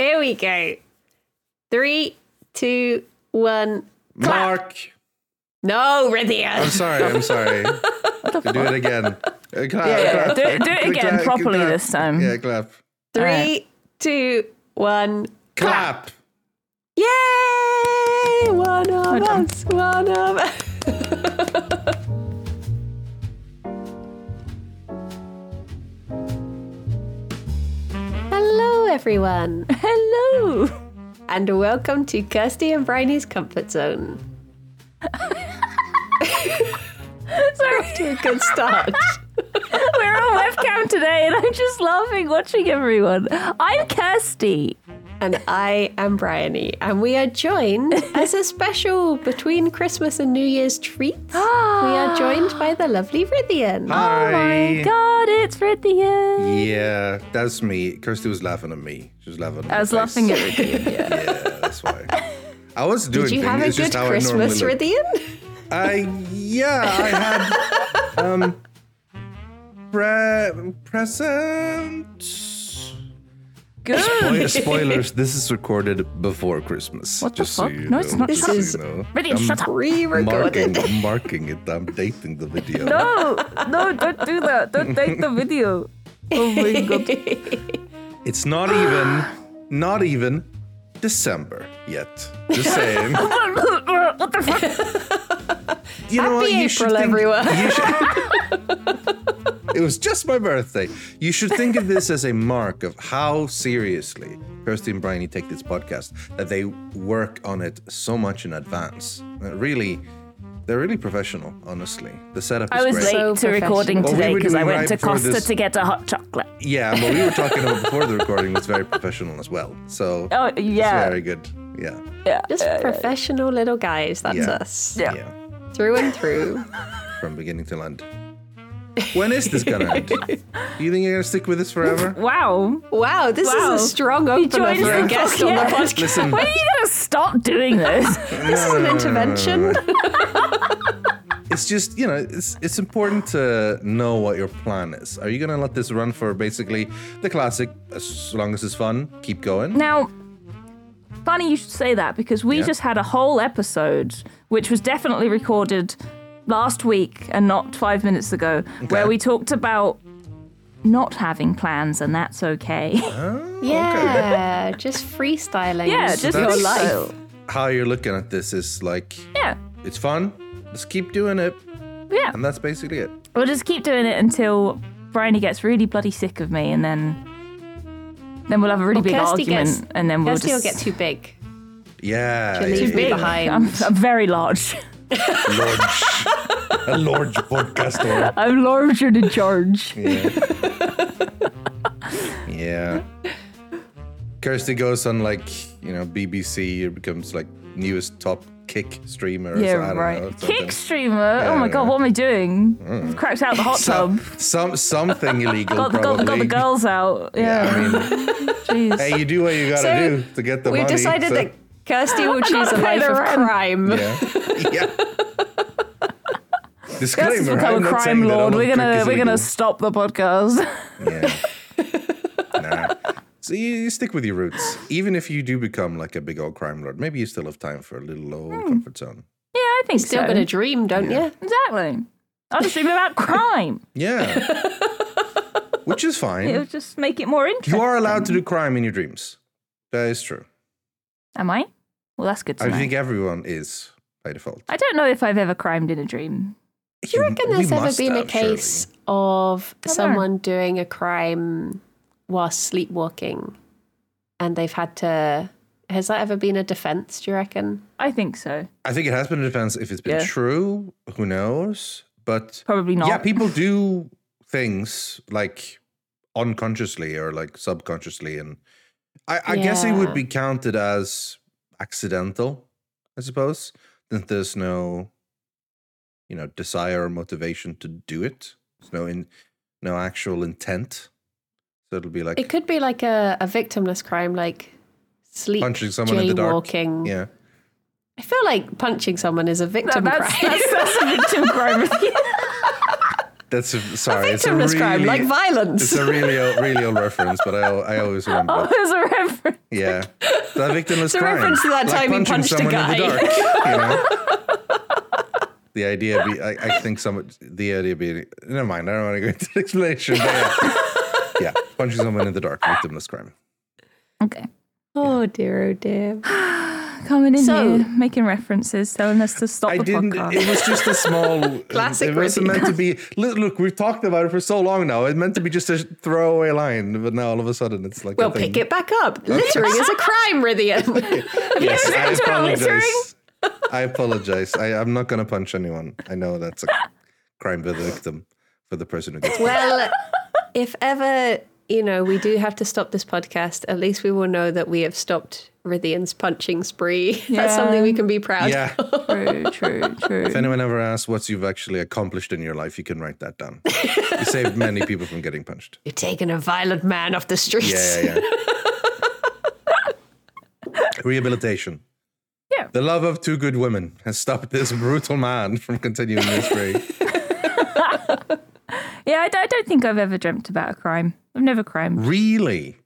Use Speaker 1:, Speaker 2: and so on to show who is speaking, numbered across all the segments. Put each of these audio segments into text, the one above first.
Speaker 1: Here we go. Three, two, one. Clap.
Speaker 2: Mark.
Speaker 1: No, Rithia.
Speaker 2: I'm sorry. I'm sorry. Do it again. Uh, Clap,
Speaker 3: yeah.
Speaker 2: clap.
Speaker 3: Do it- do it
Speaker 2: Clap,
Speaker 3: again
Speaker 2: clap,
Speaker 3: properly
Speaker 2: clap.
Speaker 3: this time.
Speaker 2: Yeah, clap.
Speaker 1: Three, two, one.
Speaker 2: Clap.
Speaker 1: Yay! One of
Speaker 3: done.
Speaker 1: us. One of us. Hello, everyone. Hello. And welcome to Kirsty and Briney's Comfort Zone. Sorry. to a good start.
Speaker 3: We're on webcam today, and I'm just laughing watching everyone. I'm Kirsty.
Speaker 1: And I am Bryony, and we are joined as a special between Christmas and New Year's treat. we are joined by the lovely Rithian.
Speaker 3: Oh my
Speaker 2: Hi.
Speaker 3: god, it's Rithia.
Speaker 2: Yeah, that's me. Kirsty was laughing at me. She was laughing. At
Speaker 3: I was laughing at Rithia.
Speaker 2: Yeah, that's why. I was doing.
Speaker 1: Did you
Speaker 2: things,
Speaker 1: have a
Speaker 2: it's
Speaker 1: good
Speaker 2: just how I normally
Speaker 1: Christmas,
Speaker 2: look.
Speaker 1: Rithian?
Speaker 2: I yeah, I had um pre- present. Spoil- spoilers. This is recorded before Christmas.
Speaker 3: What the
Speaker 2: just So
Speaker 3: fuck?
Speaker 2: you
Speaker 3: No, it's
Speaker 2: know,
Speaker 3: not.
Speaker 2: Just so
Speaker 1: This
Speaker 2: you know.
Speaker 3: Rithia, shut up.
Speaker 1: Re-recorded.
Speaker 2: Marking, I'm marking it. I'm dating the video.
Speaker 3: No, no, don't do that. Don't take the video. Oh my god.
Speaker 2: It's not even, not even December yet. Just saying.
Speaker 3: what the fuck?
Speaker 2: You know what?
Speaker 1: Happy
Speaker 2: You should
Speaker 1: April, everyone.
Speaker 2: think- you should- it was just my birthday. You should think of this as a mark of how seriously Kirsty and Bryony take this podcast, that they work on it so much in advance. Uh, really, they're really professional, honestly. The setup is
Speaker 3: I was
Speaker 2: great.
Speaker 3: late
Speaker 1: So
Speaker 3: to recording
Speaker 1: professional.
Speaker 2: Well, we
Speaker 3: today
Speaker 2: were
Speaker 3: because I
Speaker 2: doing
Speaker 3: went
Speaker 2: right
Speaker 3: to
Speaker 2: before
Speaker 3: Costa
Speaker 2: this-
Speaker 3: to get a hot chocolate.
Speaker 2: Yeah, but we were talking about before the recording was very professional as well. So
Speaker 3: Oh, yeah.
Speaker 2: it's very good. Yeah.
Speaker 1: Just professional little guys, that's
Speaker 2: Yeah.
Speaker 1: us.
Speaker 3: Yeah.
Speaker 2: Yeah.
Speaker 1: Through and through.
Speaker 2: From beginning to end. When is this gonna end? you think you're gonna stick with this forever?
Speaker 3: Wow.
Speaker 1: Wow, this
Speaker 3: Wow.
Speaker 1: is a strong
Speaker 3: He
Speaker 1: opener
Speaker 3: joined
Speaker 1: for a
Speaker 3: us.
Speaker 1: guest on
Speaker 3: Yeah.
Speaker 1: the podcast.
Speaker 2: Listen,
Speaker 3: When are you going to stop doing this?
Speaker 1: This is an intervention.
Speaker 2: it's just you know it's it's important to know what your plan is. Are you gonna let this run for basically the classic? As long as it's fun, keep going.
Speaker 3: Now, funny you should say that because we
Speaker 2: Yeah.
Speaker 3: just had a whole episode, which was definitely recorded last week and not five minutes ago, where we talked about not having plans and that's okay.
Speaker 1: Yeah, just freestyling.
Speaker 3: yeah, just
Speaker 1: your
Speaker 2: that's-
Speaker 1: life.
Speaker 3: so-
Speaker 2: How you're looking at this is like
Speaker 3: Yeah,
Speaker 2: it's fun. Let's keep doing it,
Speaker 3: yeah.
Speaker 2: and that's basically it.
Speaker 3: We'll just keep doing it until Bryony gets really bloody sick of me, and then then we'll have a really
Speaker 1: Well,
Speaker 3: big
Speaker 1: Kirsty
Speaker 3: argument,
Speaker 1: gets-
Speaker 3: and then we'll
Speaker 1: Kirsty will get
Speaker 3: just
Speaker 1: too big.
Speaker 2: Yeah,
Speaker 1: She'll leave
Speaker 2: yeah,
Speaker 1: me
Speaker 2: yeah.
Speaker 1: behind.
Speaker 3: I'm, I'm very large.
Speaker 2: Large, a large podcaster.
Speaker 3: I'm large and in charge.
Speaker 2: Yeah. yeah. Kirsty goes on like, you know, BBC or becomes like newest top kick streamer or
Speaker 3: Yeah,
Speaker 2: so- I don't
Speaker 3: right.
Speaker 2: know, something. Mm.
Speaker 3: Kick streamer. oh my god, what am I doing? Cracked out the hot
Speaker 2: So,
Speaker 3: tub.
Speaker 2: some something illegal
Speaker 3: Got the, got, the-
Speaker 2: probably.
Speaker 3: got the girls out.
Speaker 2: Yeah,
Speaker 3: Yeah.
Speaker 2: I mean,
Speaker 3: Jeez.
Speaker 2: hey, you do what you gotta
Speaker 1: So,
Speaker 2: do to get the
Speaker 1: We've
Speaker 2: money.
Speaker 1: decided
Speaker 2: so-
Speaker 1: that Kirsty will choose a life
Speaker 3: the
Speaker 1: of
Speaker 3: rent.
Speaker 1: crime.
Speaker 2: yeah. yeah.
Speaker 3: Let's
Speaker 2: Disclaimer: I'm
Speaker 3: become a
Speaker 2: not
Speaker 3: crime
Speaker 2: saying that
Speaker 3: lord.
Speaker 2: all
Speaker 3: We're
Speaker 2: kick
Speaker 3: gonna
Speaker 2: is
Speaker 3: we're gonna
Speaker 2: illegal.
Speaker 3: stop the podcast.
Speaker 2: Yeah. nah. So you, you stick with your roots. Even if you do become like a big old crime lord, maybe you still have time for a little old comfort zone.
Speaker 3: yeah, I think
Speaker 1: Still
Speaker 3: so.
Speaker 1: got a dream, don't you?
Speaker 3: exactly. I'll just dream about crime.
Speaker 2: Yeah. which is fine.
Speaker 3: It'll just make it more interesting.
Speaker 2: You are allowed to do crime in your dreams. That is true.
Speaker 3: Am I? Well, that's good to
Speaker 2: I
Speaker 3: know.
Speaker 2: think everyone is by default.
Speaker 3: I don't know if I've ever crimed in a dream.
Speaker 1: Do you reckon
Speaker 2: we
Speaker 1: there's ever
Speaker 2: must
Speaker 1: been a
Speaker 2: have, surely.
Speaker 1: case of
Speaker 3: know.
Speaker 1: someone doing a crime whilst sleepwalking and they've had to. Has that ever been a defense, do you reckon?
Speaker 3: I think so.
Speaker 2: I think it has been. It depends if it's been
Speaker 3: Yeah.
Speaker 2: true. Who knows? But
Speaker 3: Probably not.
Speaker 2: Yeah, people do things like unconsciously or like subconsciously, and I, I guess it would
Speaker 1: Yeah.
Speaker 2: be counted as accidental. I suppose that there's no, you know, desire or motivation to do it. There's no in, no actual intent. So it'll be like
Speaker 1: It could be like a, a victimless crime, like sleep
Speaker 2: punching someone in the dark.
Speaker 1: jaywalking.
Speaker 2: Yeah.
Speaker 1: I feel like punching someone is a
Speaker 3: That-
Speaker 1: victim
Speaker 3: that's,
Speaker 1: crime.
Speaker 3: that's, that's a victim crime.
Speaker 2: That's a, sorry. it's a
Speaker 1: victimless crime, like
Speaker 2: really- It's
Speaker 1: violence.
Speaker 2: a really, old, really old reference, but I, al- I always remember.
Speaker 3: oh,
Speaker 2: it.
Speaker 3: there's a reference.
Speaker 2: Yeah, that victimless
Speaker 1: a
Speaker 2: crime.
Speaker 1: reference to that time he
Speaker 2: punching
Speaker 1: punched a
Speaker 2: someone in the
Speaker 1: guy.
Speaker 2: dark, you know? the idea, be, I, I think, some the idea being. Never mind. I don't want to go into the explanation. But yeah. yeah, punching someone in the dark, victimless crime.
Speaker 3: Okay.
Speaker 1: oh dear, oh dear.
Speaker 3: Coming in
Speaker 1: So-
Speaker 3: here, making references, telling us to stop
Speaker 2: I
Speaker 3: the
Speaker 2: didn't.
Speaker 3: podcast.
Speaker 2: It was just a small
Speaker 1: Classic
Speaker 2: It wasn't meant to be. Look, look, we've talked about it for so long now. It meant to be just a throwaway line, but now all of a sudden it's like. a
Speaker 1: Well,
Speaker 2: thing.
Speaker 1: pick it back up. Littering is a crime, Rithian.
Speaker 2: Yes, I
Speaker 3: Is it internal
Speaker 2: apologize. I apologize. I, I'm not going to punch anyone. I know that's a crime for the victim, for the person who gets.
Speaker 1: well, if ever, you know, we do have to stop this podcast, at least we will know that we have stopped Rithian's punching spree. That's
Speaker 3: Yeah.
Speaker 1: something we can be proud
Speaker 2: Yeah.
Speaker 1: of.
Speaker 3: true, true, true.
Speaker 2: If anyone ever asks what you've actually accomplished in your life, you can write that down. You saved many people from getting punched.
Speaker 1: You've taken a violent man off the streets.
Speaker 2: Yeah, yeah, yeah. Rehabilitation.
Speaker 3: Yeah.
Speaker 2: The love of two good women has stopped this brutal man from continuing this spree.
Speaker 3: Yeah, I, d- I don't think I've ever dreamt about a crime. I've never crimed.
Speaker 2: Really?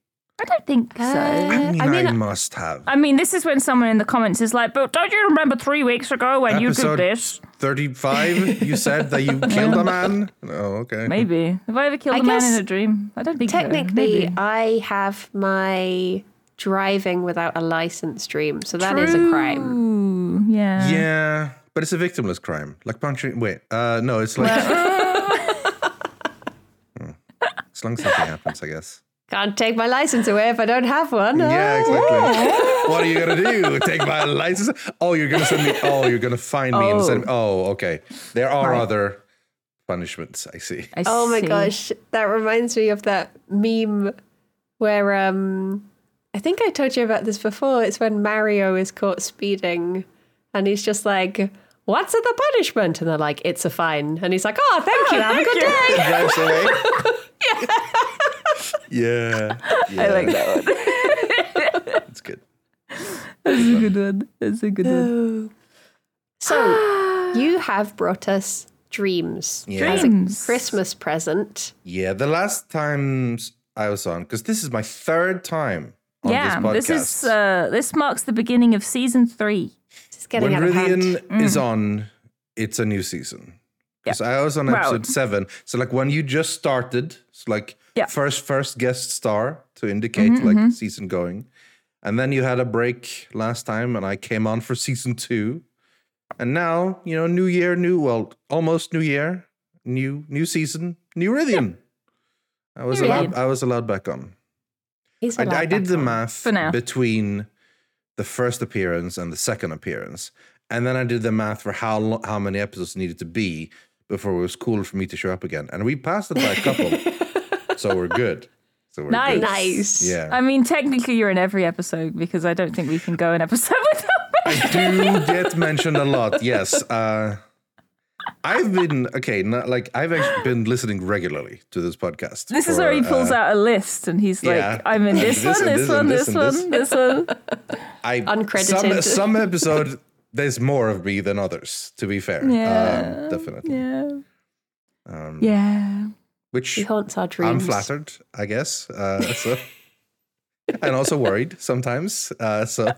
Speaker 3: I don't think
Speaker 1: Uh.
Speaker 3: so.
Speaker 2: Eh, I mean, I,
Speaker 1: mean,
Speaker 2: must have.
Speaker 3: I mean, this is when someone in the comments is like, but don't you remember three weeks ago when you did this?
Speaker 2: 35, you said that you killed a man? Oh, okay.
Speaker 3: Maybe. Have I ever killed
Speaker 1: I
Speaker 3: a man
Speaker 1: guess
Speaker 3: in a dream? I don't think so.
Speaker 1: Technically,
Speaker 3: Maybe.
Speaker 1: I have my driving without a license dream, so that is a crime.
Speaker 3: Ooh, yeah.
Speaker 2: Yeah, but it's a victimless crime. Like punching. Wait, uh, no, it's like. Hmm. As long as something happens, I guess.
Speaker 1: Can't take my license away if I don't have one. Ah.
Speaker 2: Yeah, exactly. what are you gonna do? Take my license? Oh, you're gonna send me. Oh, you're gonna find me and send me. Oh, okay. There are other punishments. I see.
Speaker 3: I
Speaker 1: Oh my
Speaker 3: see.
Speaker 1: gosh, that reminds me of that meme where um I think I told you about this before. It's when Mario is caught speeding and he's just like, "What's the punishment?" and they're like, "It's a fine." And he's like, "Oh, thank you. Have a good day."
Speaker 2: Drives away. yeah. yeah. I like that one. It's good.
Speaker 3: That's a good one. That's a good one.
Speaker 1: So, you have brought us dreams.
Speaker 2: Yeah.
Speaker 3: Dreams.
Speaker 1: Christmas present.
Speaker 2: Yeah, the last times I was on, because this is my third time on
Speaker 3: Yeah,
Speaker 2: this podcast.
Speaker 3: this, is uh, this marks the beginning of season three.
Speaker 1: It's getting
Speaker 2: when
Speaker 1: out of hand.
Speaker 2: Rithian
Speaker 3: Mm.
Speaker 2: is on, it's a new season. Because I was on
Speaker 3: Wow.
Speaker 2: episode seven. So like when you just started, it's like
Speaker 3: Yeah. Mm-hmm,
Speaker 2: first first guest star to indicate like season going. And then you had a break last time and I came on for season two. And now, you know, new year, new well, almost new year, new new season, new Rithian. I was
Speaker 3: New
Speaker 2: allowed
Speaker 3: Rithian.
Speaker 2: I was allowed back on.
Speaker 1: He's
Speaker 2: I, I
Speaker 1: allowed
Speaker 2: did
Speaker 1: back
Speaker 2: the
Speaker 1: on.
Speaker 2: math
Speaker 3: For now.
Speaker 2: between the first appearance and the second appearance, and then I did the math for how lo- how many episodes needed to be before it was cool for me to show up again, and we passed it by a couple, so we're good. So we're
Speaker 3: Nice.
Speaker 2: good.
Speaker 1: Nice.
Speaker 2: Yeah,
Speaker 3: I mean, technically, you're in every episode because I don't think we can go an episode without.
Speaker 2: I do get mentioned a lot. Yes. Uh, I've been okay. Not, like I've actually been listening regularly to this podcast.
Speaker 3: This is
Speaker 2: for,
Speaker 3: where he
Speaker 2: uh,
Speaker 3: pulls out a list and he's like,
Speaker 2: yeah.
Speaker 3: I'm in this,
Speaker 2: This
Speaker 3: one,
Speaker 2: and
Speaker 3: this,
Speaker 2: this
Speaker 3: one,
Speaker 2: and
Speaker 3: this,
Speaker 2: this and
Speaker 3: one, this one.
Speaker 2: I Some,
Speaker 1: Uncredited.
Speaker 2: some episode there's more of me than others. To be fair,
Speaker 3: Yeah.
Speaker 2: um, definitely.
Speaker 3: Yeah.
Speaker 2: Um,
Speaker 3: Yeah.
Speaker 1: He
Speaker 2: Which
Speaker 1: haunts our dreams.
Speaker 2: I'm flattered, I guess. Uh, so. and also worried sometimes. Uh, so.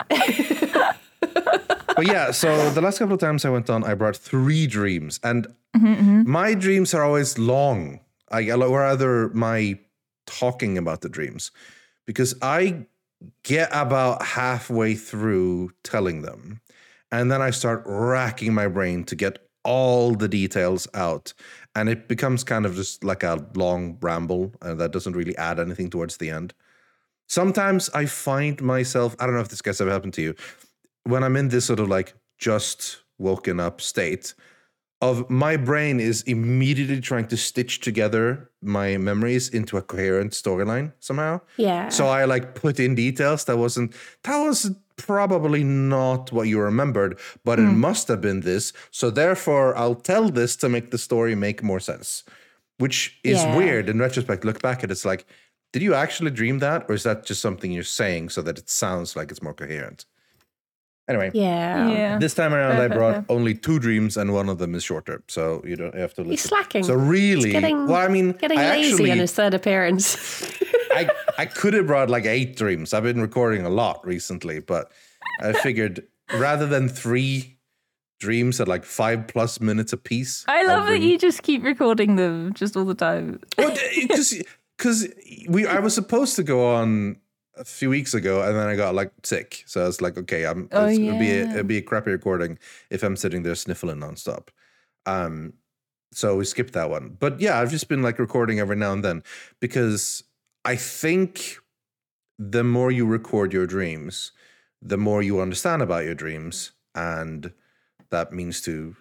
Speaker 2: but yeah, so the last couple of times I went on, I brought three
Speaker 1: Mm-hmm,
Speaker 2: dreams, and my dreams are always long. I, where either my talking about the dreams because I get about halfway through telling them and then I start racking my brain to get all the details out and it becomes kind of just like a long ramble and that doesn't really add anything towards the end. Sometimes I find myself, I don't know if this guy's ever happened to you, when I'm in this sort of like just woken up state of my brain is immediately trying to stitch together my memories into a coherent storyline somehow.
Speaker 1: Yeah.
Speaker 2: So I like put in details that wasn't that was probably not what you remembered, but
Speaker 1: Hmm.
Speaker 2: it must have been this. So therefore I'll tell this to make the story make more sense. Which is
Speaker 1: Yeah.
Speaker 2: weird in retrospect. Look back at it, it's like, did you actually dream that? Or is that just something you're saying so that it sounds like it's more coherent? Anyway.
Speaker 1: yeah.
Speaker 3: Yeah.
Speaker 2: This time around, I
Speaker 3: Fair, fair,
Speaker 2: brought
Speaker 3: fair.
Speaker 2: only two dreams, and one of them is shorter, so you don't have to.
Speaker 1: He's
Speaker 2: listen.
Speaker 1: slacking.
Speaker 2: So really,
Speaker 1: He's getting,
Speaker 2: well, I mean,
Speaker 1: getting
Speaker 2: I
Speaker 1: lazy
Speaker 2: actually,
Speaker 1: on his third appearance.
Speaker 2: I I could have brought like eight dreams. I've been recording a lot recently, but I figured rather than three dreams at like five plus minutes apiece,
Speaker 3: I love
Speaker 2: I'll
Speaker 3: that
Speaker 2: bring-
Speaker 3: you just keep recording them just all the time.
Speaker 2: because because we I was supposed to go on a few weeks ago and then I got like sick, so I was like, okay, I'm
Speaker 3: Oh,
Speaker 2: it's gonna be a,
Speaker 3: yeah.
Speaker 2: it'd be a crappy recording if I'm sitting there sniffling nonstop. Um, so we skipped that one, but yeah, I've just been like recording every now and then because I think the more you record your dreams, the more you understand about your dreams, and that means to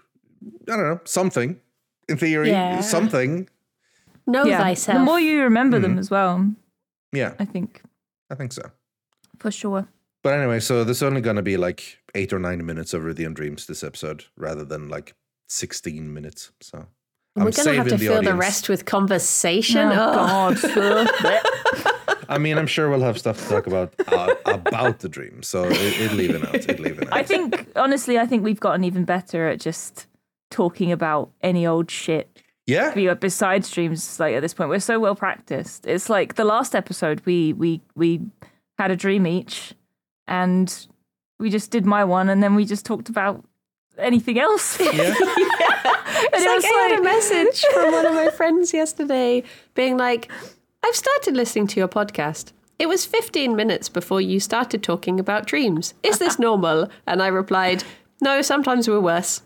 Speaker 2: I don't know something. In theory,
Speaker 1: Yeah.
Speaker 2: something.
Speaker 1: know
Speaker 3: yeah.
Speaker 1: thyself.
Speaker 3: The more you remember
Speaker 2: Mm-hmm.
Speaker 3: them as well,
Speaker 2: Yeah,
Speaker 3: I think,
Speaker 2: I think so.
Speaker 3: for sure.
Speaker 2: But anyway, so there's only going to be like eight or nine minutes of Rhythian Dreams this episode rather than like 16 minutes. So
Speaker 1: We're going to have to fill the
Speaker 2: audience.
Speaker 1: rest with conversation. Oh.
Speaker 3: Oh, God.
Speaker 2: I mean, I'm sure we'll have stuff to talk about uh, about the dream. So it, it'll even out. It'll even out.
Speaker 3: I think, honestly, I think we've gotten even better at just talking about any old shit
Speaker 2: yeah.
Speaker 3: be- besides dreams like at this point we're so well practiced it's like the last episode we we we had a dream each and we just did my one and then we just talked about anything else and
Speaker 2: Yeah.
Speaker 3: it was
Speaker 1: It's like I had a
Speaker 3: like-
Speaker 1: message from one of my friends yesterday being like, I've started listening to your podcast. It was 15 minutes before you started talking about dreams. Is this normal? And I replied, No, sometimes we're worse.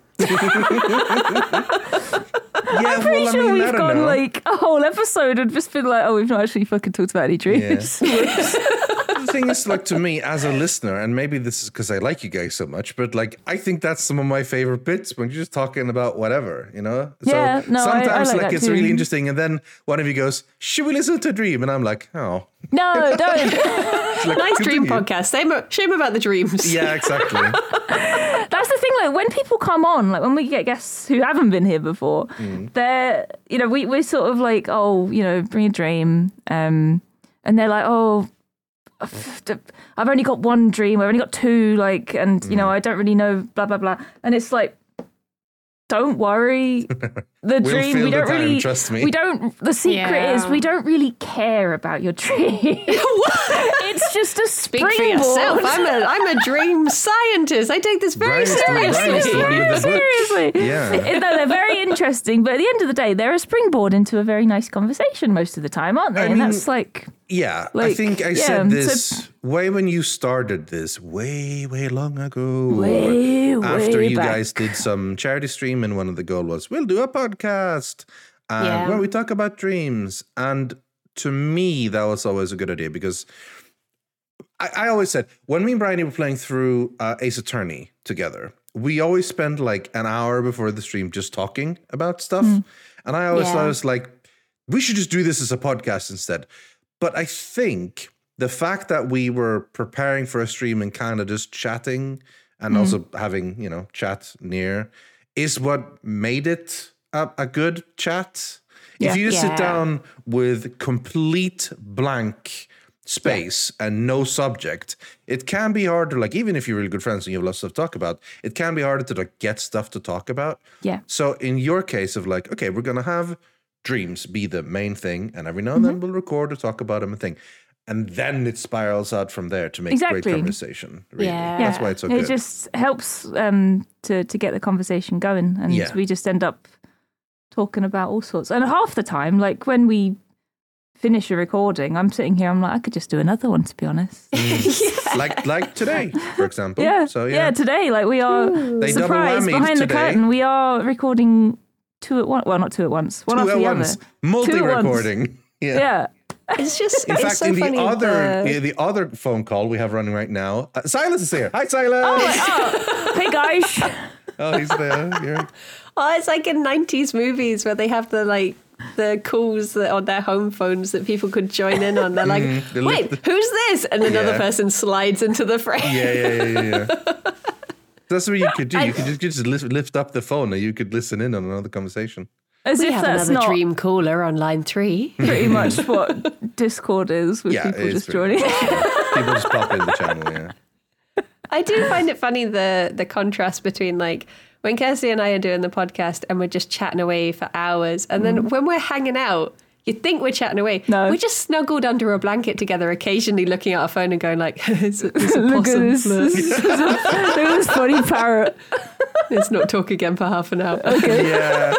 Speaker 2: Yeah.
Speaker 3: I'm pretty
Speaker 2: well, I
Speaker 3: sure
Speaker 2: mean, I
Speaker 3: we've
Speaker 2: don't
Speaker 3: gone
Speaker 2: know.
Speaker 3: like a whole episode and just been like, oh, we've not actually fucking talked about any dreams.
Speaker 2: the thing is, like to me as a listener, and maybe this is because I like you guys so much, but like I think that's some of my favorite bits when you're just talking about whatever, you know.
Speaker 3: Yeah,
Speaker 2: so
Speaker 3: no, I- I
Speaker 2: sometimes
Speaker 3: like that
Speaker 2: it's
Speaker 3: too.
Speaker 2: really interesting, and then one of you goes, "Should we listen to a dream?" And I'm like, "Oh,
Speaker 3: no, don't.
Speaker 1: Nice dream
Speaker 2: continue.
Speaker 1: podcast. Same, shame about the dreams.
Speaker 2: Yeah, exactly.
Speaker 3: That's the thing. Like when people come on, like when we get guests who haven't been here before,
Speaker 2: Mm.
Speaker 3: they're you know we we're sort of like oh you know bring a dream, um, and they're like oh. I've only got one dream. I've only got two, like, and you
Speaker 2: Mm.
Speaker 3: know, I don't really know, blah blah blah. And it's like, don't worry, the
Speaker 2: We'll
Speaker 3: dream.
Speaker 2: fill
Speaker 3: We
Speaker 2: the
Speaker 3: don't
Speaker 2: time,
Speaker 3: really
Speaker 2: trust me.
Speaker 3: We don't. The secret
Speaker 1: Yeah.
Speaker 3: is we don't really care about your dream. it's just a
Speaker 1: Speak for
Speaker 3: springboard.
Speaker 1: yourself. I'm a, I'm a dream scientist. I take this very
Speaker 2: Brian's the- Brian's the
Speaker 1: seriously.
Speaker 2: one with the book.
Speaker 3: Seriously.
Speaker 2: Yeah.
Speaker 3: No, they're very interesting, but at the end of the day, they're a springboard into a very nice conversation most of the time, aren't they? and
Speaker 2: mean-
Speaker 3: that's like,
Speaker 2: Yeah, I
Speaker 3: Like,
Speaker 2: think I
Speaker 3: yeah,
Speaker 2: said
Speaker 3: so-
Speaker 2: this way when you started this, way, way long ago.
Speaker 3: Way,
Speaker 2: after
Speaker 3: way
Speaker 2: you
Speaker 3: back.
Speaker 2: guys did some charity stream, and one of the goal was we'll do a podcast and
Speaker 1: Yeah.
Speaker 2: where we talk about dreams. And to me, that was always a good idea because I, I always said when me and Brian were playing through uh, Ace Attorney together, we always spend like an hour before the stream just talking about stuff.
Speaker 3: Mm.
Speaker 2: And I always thought it was like, we should just do this as a podcast instead. But I think the fact that we were preparing for a stream and kind of just chatting and also having, you know, chat near is what made it a, a good chat.
Speaker 3: Yeah.
Speaker 2: If you just sit
Speaker 1: Yeah.
Speaker 2: down with complete blank space and no subject, it can be harder. Like, even if you're really good friends and you have lots of talk about, it can be harder to like get stuff to talk about.
Speaker 3: yeah.
Speaker 2: So in your case of like, okay, we're gonna have dreams be the main thing, and every now and then
Speaker 3: Mm-hmm.
Speaker 2: we'll record or talk about them and thing, and then it spirals out from there to make
Speaker 3: Exactly.
Speaker 2: great conversation. Really.
Speaker 1: Yeah.
Speaker 2: that's why it's so
Speaker 3: it
Speaker 2: good.
Speaker 3: just helps um, to to get the conversation going, and
Speaker 2: Yeah.
Speaker 3: we just end up talking about all sorts. And half the time, like when we finish a recording, I'm sitting here, I'm like, I could just do another one, to be honest.
Speaker 2: Mm. like like today, for example.
Speaker 3: yeah.
Speaker 2: So yeah,
Speaker 3: today, like we are
Speaker 2: They double
Speaker 3: surprised
Speaker 2: whammied
Speaker 3: behind the
Speaker 2: today.
Speaker 3: curtain. We are recording two at once. Well, not two at once. One
Speaker 2: two
Speaker 3: after
Speaker 2: at
Speaker 3: the
Speaker 2: once,
Speaker 3: other.
Speaker 2: multi
Speaker 3: Two at once.
Speaker 2: recording. Yeah.
Speaker 3: Yeah.
Speaker 1: It's just
Speaker 2: In
Speaker 1: it's
Speaker 2: fact,
Speaker 1: so
Speaker 2: in the
Speaker 1: funny
Speaker 3: uh,
Speaker 2: other
Speaker 1: the-
Speaker 2: in the other phone call we have running right now, uh, Silas is here. Hi, Silas.
Speaker 3: Oh. hey guys.
Speaker 2: oh, he's there. You're-
Speaker 1: Oh, it's like in nineties movies where they have the like the calls that on their home phones that people could join in on. They're like,
Speaker 2: they
Speaker 1: wait,
Speaker 2: look-
Speaker 1: who's this? And another
Speaker 2: Mm-hmm. Yeah.
Speaker 1: person slides into the frame.
Speaker 2: Yeah, yeah, yeah, yeah. yeah. That's what you could do. You could just, you could just lift, lift up the phone and you could listen in on another conversation.
Speaker 3: As if that's not
Speaker 1: caller on line three.
Speaker 3: pretty much what Discord is with
Speaker 2: Yeah,
Speaker 3: people
Speaker 2: it is
Speaker 3: just
Speaker 2: pretty
Speaker 3: joining.
Speaker 2: People just pop in the channel. Yeah.
Speaker 1: I do find it funny the the contrast between like when Kirsty and I are doing the podcast and we're just chatting away for hours, and then when we're hanging out, you think we're chatting away.
Speaker 3: Mm. No.
Speaker 1: we're just snuggled under a blanket together, occasionally looking at our phone and going like, "It's a, it's a
Speaker 3: Look at
Speaker 1: possum
Speaker 3: this.
Speaker 1: flirt.
Speaker 3: This is a, look at this funny parrot.
Speaker 1: Let's not talk again for half an hour."
Speaker 2: Yeah.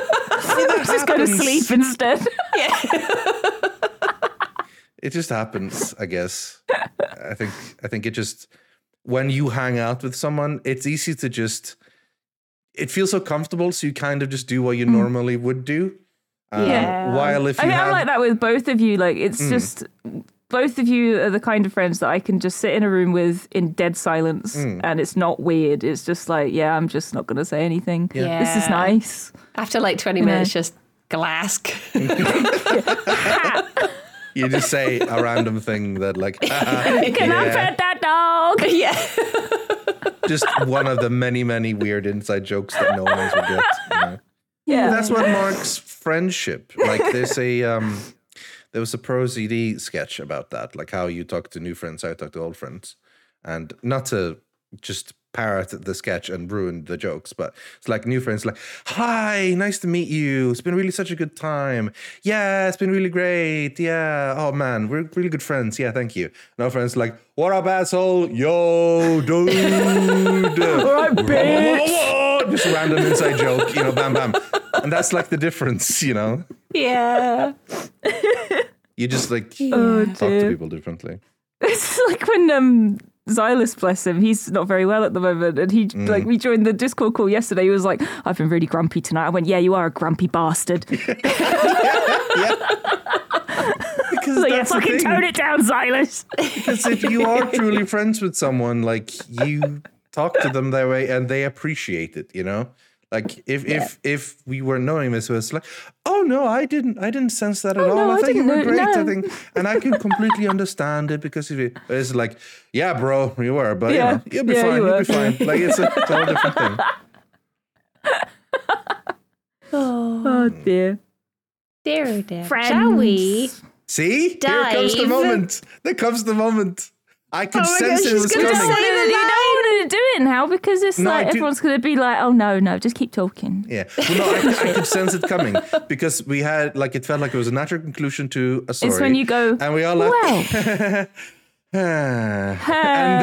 Speaker 3: Just go to sleep instead.
Speaker 2: It just happens, I guess. I think I think it just when you hang out with someone, it's easy to just it feels so comfortable, so you kind of just do what you normally would do. Um, While if you
Speaker 3: Mm. I mean,
Speaker 2: have,
Speaker 3: I'm like that with both of you. Like, it's
Speaker 2: Mm.
Speaker 3: just both of you are the kind of friends that I can just sit in a room with in dead silence,
Speaker 2: Mm.
Speaker 3: and it's not weird. It's just like, yeah, I'm just not going to say anything. This is
Speaker 1: Yeah.
Speaker 3: nice.
Speaker 1: After like 20 minutes, just glask.
Speaker 2: you just say a random thing that like
Speaker 3: Can I
Speaker 2: Yeah.
Speaker 3: pet that dog?
Speaker 1: yeah.
Speaker 2: just one of the many many weird inside jokes that no one else would get. you know?
Speaker 3: Yeah.
Speaker 2: That's what marks friendship. Like there's a um there was a pro CD sketch about that, like how you talk to new friends, how you talk to old friends. And not to just parrot the sketch and ruin the jokes, but it's like new friends like, Hi, nice to meet you. It's been really such a good time. Yeah, it's been really great. Yeah. Oh man, we're really good friends. Yeah, thank you. And our friends like, What up, asshole? Yo, dude.
Speaker 3: All right, bitch.
Speaker 2: Whoa, Just a random inside joke, you know, bam, bam. And that's like the difference, you know?
Speaker 1: Yeah.
Speaker 2: You just like talk to people differently.
Speaker 3: It's like when um Xylus, bless him, he's not very well at the moment, and he
Speaker 2: Mm.
Speaker 3: like we joined the Discord call yesterday. He was like, "I've been really grumpy tonight." I went, "Yeah, you are a grumpy bastard."
Speaker 2: Because
Speaker 3: So yeah,
Speaker 2: that's the
Speaker 3: fucking
Speaker 2: thing.
Speaker 3: tone it down, Xylus.
Speaker 2: Because if you are truly friends with someone, like you talk to them that way and they appreciate it, you know? Like if if if we were knowing this, it was like, oh no, I didn't I didn't sense that at all.
Speaker 3: Oh, no,
Speaker 2: I,
Speaker 3: I
Speaker 2: think you
Speaker 3: didn't
Speaker 2: were
Speaker 3: know-
Speaker 2: great. I
Speaker 3: no.
Speaker 2: think and I can completely understand it because if you, it's like, yeah, bro, you were, but
Speaker 3: Yeah.
Speaker 2: you will be
Speaker 3: Yeah,
Speaker 2: fine,
Speaker 3: you
Speaker 2: you will be
Speaker 3: were.
Speaker 2: fine. Like it's a total different thing.
Speaker 3: Oh dear.
Speaker 1: Dear, oh dear.
Speaker 3: Friends.
Speaker 1: Shall we?
Speaker 2: See? Here comes the
Speaker 1: Dive. Oh
Speaker 2: moment. There comes the moment. I could
Speaker 1: my gosh,
Speaker 2: sense it
Speaker 1: she's
Speaker 2: was
Speaker 1: gonna say-
Speaker 2: coming.
Speaker 3: You
Speaker 1: the
Speaker 3: don't want to do it now because it's
Speaker 2: No, I
Speaker 3: like
Speaker 2: do-
Speaker 3: everyone's going to be like, "Oh no, no, just keep talking."
Speaker 2: yeah. Well, no, I, I could sense it coming because we had, like, it felt like it was a natural conclusion to a story.
Speaker 3: It's when you go,
Speaker 2: And we all laughed.
Speaker 3: "Well."
Speaker 2: and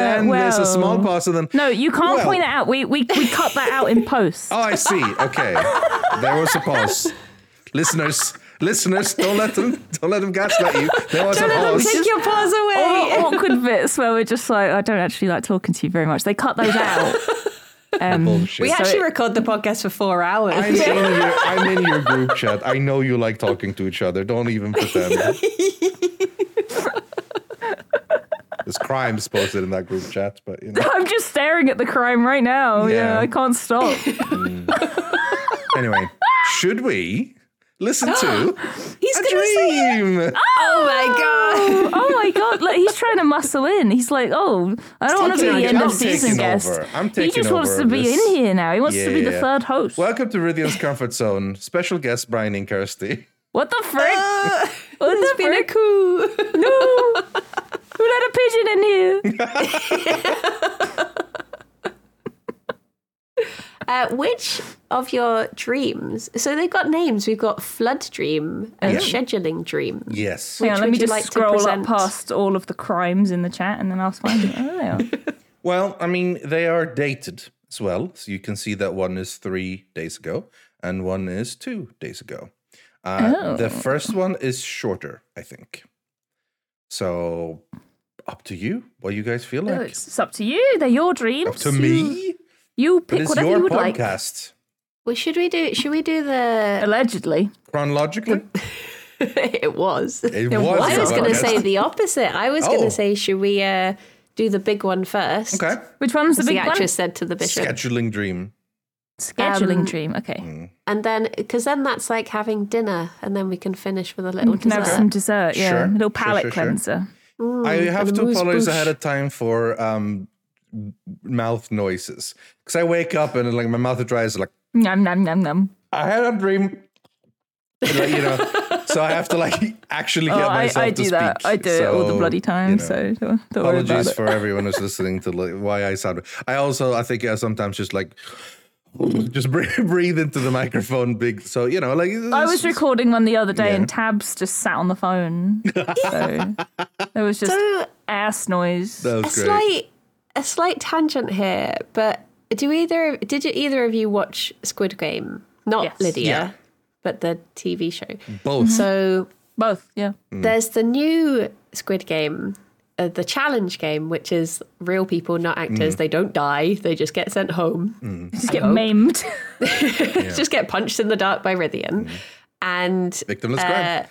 Speaker 2: then there's a small
Speaker 3: Uh, well.
Speaker 2: pause, and then.
Speaker 3: No, you can't
Speaker 2: Well.
Speaker 3: point it out. We we we cut that out in post.
Speaker 2: Oh, I see. Okay. there was a pause. listeners, listeners, don't let them, don't let them gaslight you. There was a
Speaker 1: Don't
Speaker 2: pause.
Speaker 1: take your paws
Speaker 3: All the
Speaker 1: away.
Speaker 3: awkward bits where we're just like, I don't actually like talking to you very much. They cut those out. Um,
Speaker 2: Bullshit.
Speaker 1: We
Speaker 3: So
Speaker 1: actually
Speaker 3: it-
Speaker 1: record the podcast for four hours.
Speaker 2: I'm in, your, I'm in your group chat. I know you like talking to each other. Don't even pretend. There's crimes posted in that group chat, but you know.
Speaker 3: I'm just staring at the crime right now. Yeah,
Speaker 2: Yeah.
Speaker 3: I can't stop.
Speaker 2: Anyway, should we listen to
Speaker 1: He's
Speaker 2: a
Speaker 1: going to say,
Speaker 2: dream?
Speaker 1: oh my God.
Speaker 3: oh my god! Like he's trying to muscle in. He's like, oh, I don't want to be
Speaker 2: taking over.
Speaker 3: the end
Speaker 2: I'm
Speaker 3: of season
Speaker 2: taking
Speaker 3: guest.
Speaker 2: over. I'm
Speaker 3: he
Speaker 2: taking
Speaker 3: just wants
Speaker 2: over
Speaker 3: to be
Speaker 2: this.
Speaker 3: in here now. He wants to be the
Speaker 2: Yeah.
Speaker 3: third host.
Speaker 2: Welcome to Ridian's comfort zone. Special guest Brian and Kirsty.
Speaker 3: What the frick?
Speaker 2: Ah!
Speaker 3: what the
Speaker 1: It's been a
Speaker 3: frick?
Speaker 1: coup.
Speaker 3: No. Who let a pigeon in here?
Speaker 1: Uh, which of your dreams? So they've got names. We've got flood dream and
Speaker 2: Yeah.
Speaker 1: scheduling dream.
Speaker 2: Yes.
Speaker 3: Hang on, let
Speaker 1: would
Speaker 3: me
Speaker 1: you
Speaker 3: just
Speaker 1: like to
Speaker 3: scroll up
Speaker 1: present?
Speaker 3: past all of the crimes in the chat, and then I'll find it. Oh, there they are.
Speaker 2: Well, I mean, they are dated as well. So you can see that one is three days ago
Speaker 3: Oh.
Speaker 2: and one is two days ago. Uh, The first one is shorter, I think. So up to you. What you guys feel
Speaker 3: No,
Speaker 2: like?
Speaker 3: It's, it's up to you. They're your dreams.
Speaker 2: up to
Speaker 3: You-
Speaker 2: me.
Speaker 3: You
Speaker 2: But
Speaker 3: pick
Speaker 2: it's
Speaker 3: whatever
Speaker 2: your
Speaker 3: you would like.
Speaker 2: podcast.
Speaker 1: Well, should we do? Should we do the?
Speaker 3: Allegedly.
Speaker 2: Chronologically,
Speaker 1: it was.
Speaker 2: it
Speaker 3: was.
Speaker 2: was.
Speaker 1: I
Speaker 2: your
Speaker 1: was going to
Speaker 2: podcast.
Speaker 1: say the opposite. I was going
Speaker 2: Oh.
Speaker 1: to say, should we uh, do the big one first?
Speaker 2: Okay.
Speaker 3: Which one's the
Speaker 1: The
Speaker 3: big one?
Speaker 1: actress said to the bishop,
Speaker 2: Scheduling dream.
Speaker 3: Scheduling
Speaker 1: Um,
Speaker 3: dream. Okay.
Speaker 1: and then because then that's like having dinner, and then we can finish with a little
Speaker 3: Can have
Speaker 1: dessert.
Speaker 3: some dessert. Yeah.
Speaker 2: Sure,
Speaker 3: A little
Speaker 2: sure,
Speaker 3: palate
Speaker 2: sure, sure.
Speaker 3: cleanser.
Speaker 2: I have
Speaker 1: and a
Speaker 2: to
Speaker 1: moose
Speaker 2: apologize
Speaker 1: bush.
Speaker 2: ahead of time for um, mouth noises because I wake up and like my mouth dries. Like
Speaker 3: Nom nom nom nom.
Speaker 2: I had a dream. And, like, you know, so I have to like actually get
Speaker 3: Oh, I,
Speaker 2: myself
Speaker 3: I
Speaker 2: to
Speaker 3: do that.
Speaker 2: speak.
Speaker 3: I do it all the
Speaker 2: So,
Speaker 3: bloody
Speaker 2: you
Speaker 3: time.
Speaker 2: know.
Speaker 3: So don't, don't worry about
Speaker 2: apologies
Speaker 3: it.
Speaker 2: for everyone who's listening to like, why I sound. I also I think I sometimes just like just breathe, breathe into the microphone big. So you know, like
Speaker 3: I was
Speaker 2: it's-
Speaker 3: recording one the other day
Speaker 2: Yeah.
Speaker 3: and Tabs just sat on the phone. so there was just
Speaker 1: So-
Speaker 3: ass noise.
Speaker 2: that
Speaker 1: a
Speaker 2: was great.
Speaker 1: slight, a slight tangent here, but do either did you either of you watch Squid Game? Not
Speaker 3: Yes.
Speaker 1: Lydia,
Speaker 2: Yeah. Mm.
Speaker 1: but the TV show.
Speaker 2: Both.
Speaker 3: mm-hmm.
Speaker 1: So
Speaker 3: Both, yeah.
Speaker 2: Mm.
Speaker 1: There's the new Squid Game, uh, the challenge game, which is real people, not actors.
Speaker 2: Mm.
Speaker 1: They don't die, they just get sent home,
Speaker 3: Just get maimed.
Speaker 1: just get punched in the dark by
Speaker 2: Mm.
Speaker 1: Rithian. And
Speaker 2: Victimless
Speaker 3: Uh,
Speaker 2: crime.
Speaker 1: Uh,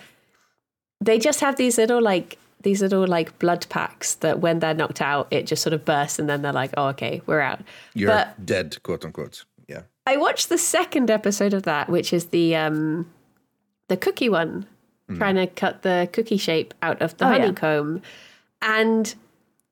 Speaker 1: they just have these little, like, these little like blood packs that when they're knocked out, it just sort of bursts and then they're like, oh, okay, we're out.
Speaker 2: You're
Speaker 1: but
Speaker 2: dead, quote unquote. Yeah.
Speaker 1: I watched the second episode of that, which is the um the cookie one, trying to cut the cookie shape out of the
Speaker 3: Hmm. Oh, yeah.
Speaker 1: honeycomb. And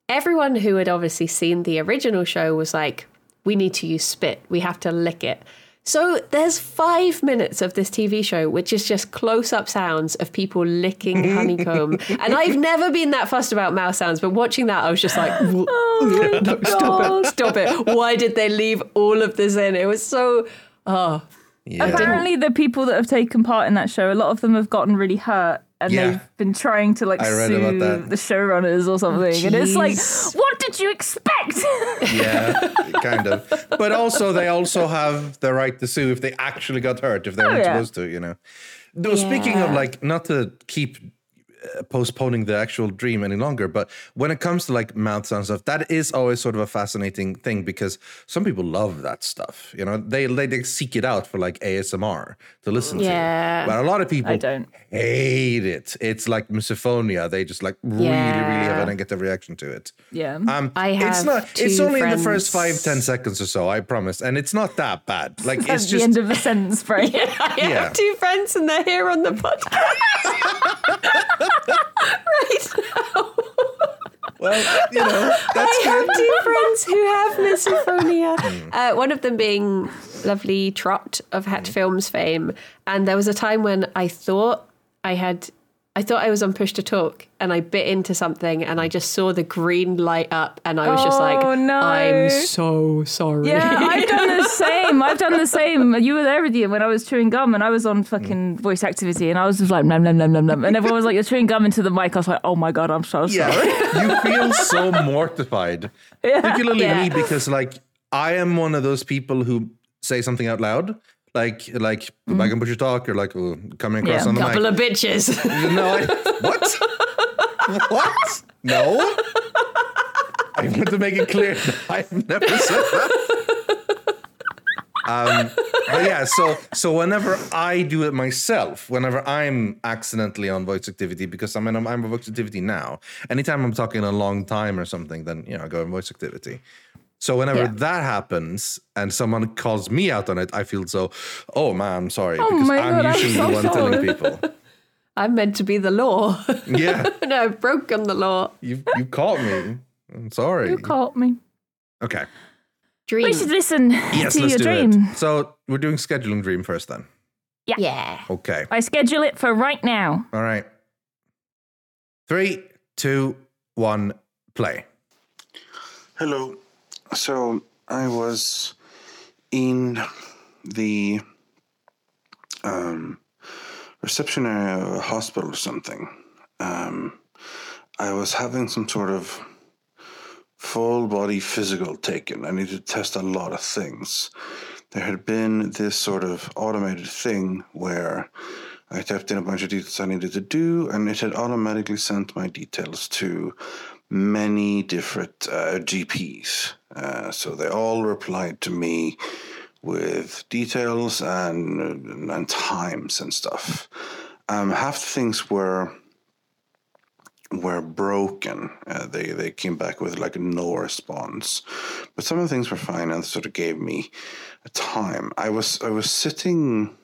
Speaker 1: everyone who had obviously seen the original show was like, we need to use spit. We have to lick it. So there's five minutes of this TV show, which is just close-up sounds of people licking honeycomb. and I've never been that fussed about mouse sounds, but watching that, I was just like,
Speaker 3: oh my
Speaker 1: stop it,
Speaker 3: God.
Speaker 1: stop it. Why did they leave all of this in? It was so. Oh,
Speaker 2: Yeah.
Speaker 3: Apparently, the people that have taken part in that show, a lot of them have gotten really hurt. And
Speaker 2: Yeah.
Speaker 3: they've been trying to like
Speaker 2: I read
Speaker 3: sue
Speaker 2: about that.
Speaker 3: the showrunners or something, and it's like,
Speaker 1: Jeez.
Speaker 3: what did you expect?
Speaker 2: Yeah, kind of. But also, they also have the right to sue if they actually got hurt, if they weren't
Speaker 3: Oh, yeah.
Speaker 2: supposed to, you know. Though, speaking of
Speaker 1: Yeah.
Speaker 2: like, not to keep uh, postponing the actual dream any longer, but when it comes to like mouth sound stuff, that is always sort of a fascinating thing because some people love that stuff, you know. They they, they seek it out for like ASMR to listen
Speaker 1: Yeah.
Speaker 2: to, but a lot of people
Speaker 3: I don't.
Speaker 2: hate it. It's like misophonia. They just like really, really have
Speaker 1: Yeah.
Speaker 2: a negative reaction to it.
Speaker 3: yeah,
Speaker 2: Um,
Speaker 1: I
Speaker 2: it's
Speaker 1: have
Speaker 2: not. It's
Speaker 1: two
Speaker 2: only in the first five,
Speaker 1: friends-
Speaker 2: ten seconds or so. I promise, and it's not that bad. Like it's
Speaker 3: that's the
Speaker 2: just
Speaker 3: end of a sentence, Bray.
Speaker 1: I
Speaker 2: Yeah.
Speaker 1: have two friends and they're here on the podcast right now.
Speaker 2: well, you know,
Speaker 1: I
Speaker 2: that's
Speaker 1: have
Speaker 2: good.
Speaker 1: two friends who have
Speaker 2: Hmm.
Speaker 1: misophonia. Uh, one of them being lovely Trot of
Speaker 2: Hmm.
Speaker 1: Het Films fame, and there was a time when I thought I had. I thought I was on push to talk and I bit into something and I just saw the green light up and I was just like,
Speaker 3: Oh, no.
Speaker 1: I'm so sorry.
Speaker 3: Yeah, I've done the same. I've done the same. You were there with you when I was chewing gum and I was on
Speaker 2: Mm.
Speaker 3: fucking voice activity and I was just like, nom, nom, nom, nom, nom. And everyone was like, you're chewing gum into the mic. I was like, oh my God, I'm so sorry.
Speaker 2: Yeah, you feel so mortified, particularly me
Speaker 1: Yeah.
Speaker 2: because like I am one of those people who say something out loud, like like I can push your talk or like oh, coming across
Speaker 3: Yeah.
Speaker 2: on the
Speaker 1: Mm-hmm. Couple
Speaker 2: mic.
Speaker 1: of bitches.
Speaker 2: no, I, what? what? No. I want to make it clear that I've never said that. Um, but yeah, so so whenever I do it myself, whenever I'm accidentally on voice activity, because I mean I'm, I'm on voice activity now. Anytime I'm talking a long time or something, then you know I go on voice activity. So whenever
Speaker 1: Yeah.
Speaker 2: that happens and someone calls me out on it, I feel so, oh man, I'm sorry because
Speaker 3: my
Speaker 2: I'm
Speaker 3: God, I'm
Speaker 2: usually
Speaker 3: so
Speaker 2: the one telling
Speaker 3: sorry.
Speaker 2: people.
Speaker 1: I'm meant to be the law.
Speaker 2: Yeah.
Speaker 1: and I've broken the law.
Speaker 2: You you caught me. I'm sorry.
Speaker 3: You caught me.
Speaker 2: okay.
Speaker 1: Dream.
Speaker 3: We should listen
Speaker 2: Yes,
Speaker 3: to
Speaker 2: let's
Speaker 3: your
Speaker 2: do
Speaker 3: dream.
Speaker 2: it. So we're doing scheduling dream first then.
Speaker 1: Yeah.
Speaker 2: Okay.
Speaker 3: I schedule it for right now.
Speaker 2: All right. Three, two, one, play.
Speaker 4: Hello. So I was in the um, reception area of a hospital or something. Um, I was having some sort of full body physical taken. I needed to test a lot of things. There had been this sort of automated thing where I typed in a bunch of details I needed to do, and it had automatically sent my details to many different uh, GPs. Uh, so they all replied to me with details and and times and stuff. Um, half the things were were broken. Uh, they they came back with like no response, but some of the things were fine and sort of gave me a time. I was I was sitting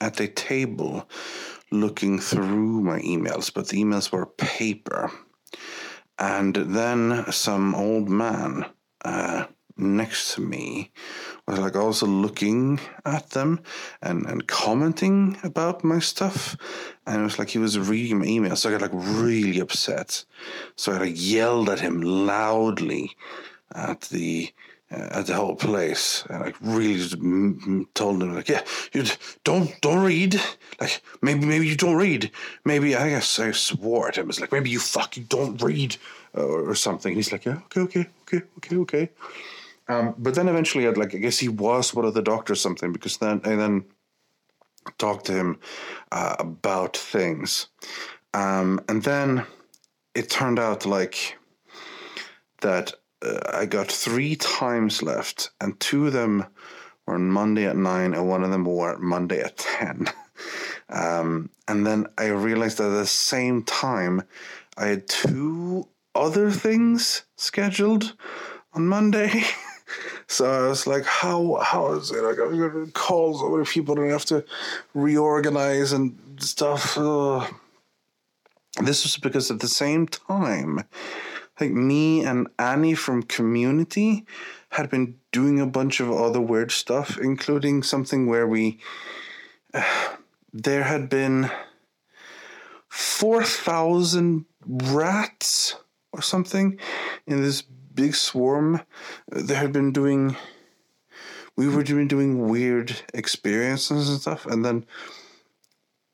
Speaker 4: at a table looking through my emails, but the emails were paper. And then some old man uh, next to me was like also looking at them and, and commenting about my stuff. And it was like he was reading my email. So I got like really upset. So I like yelled at him loudly at the uh, at the whole place and like really just m- m- told him like yeah you d- don't don't read like maybe maybe you don't read maybe I guess I swore at him it's like maybe you fucking don't read uh, or, or something and he's like yeah okay okay okay okay okay um, but then eventually I'd like I guess he was one of the doctors or something because then I then talked to him uh, about things um, and then it turned out like that uh, I got three times left, and two of them were on Monday at nine, and one of them were Monday at ten. um, and then I realized that at the same time, I had two other things scheduled on Monday. So I was like, how how is it? Like, I'm gonna call so many people and I have to reorganize and stuff. Ugh. This was because at the same time, like me and Annie from Community had been doing a bunch of other weird stuff, including something where we uh, there had been four thousand rats or something in this big swarm. They had been doing we were doing doing weird experiences and stuff, and then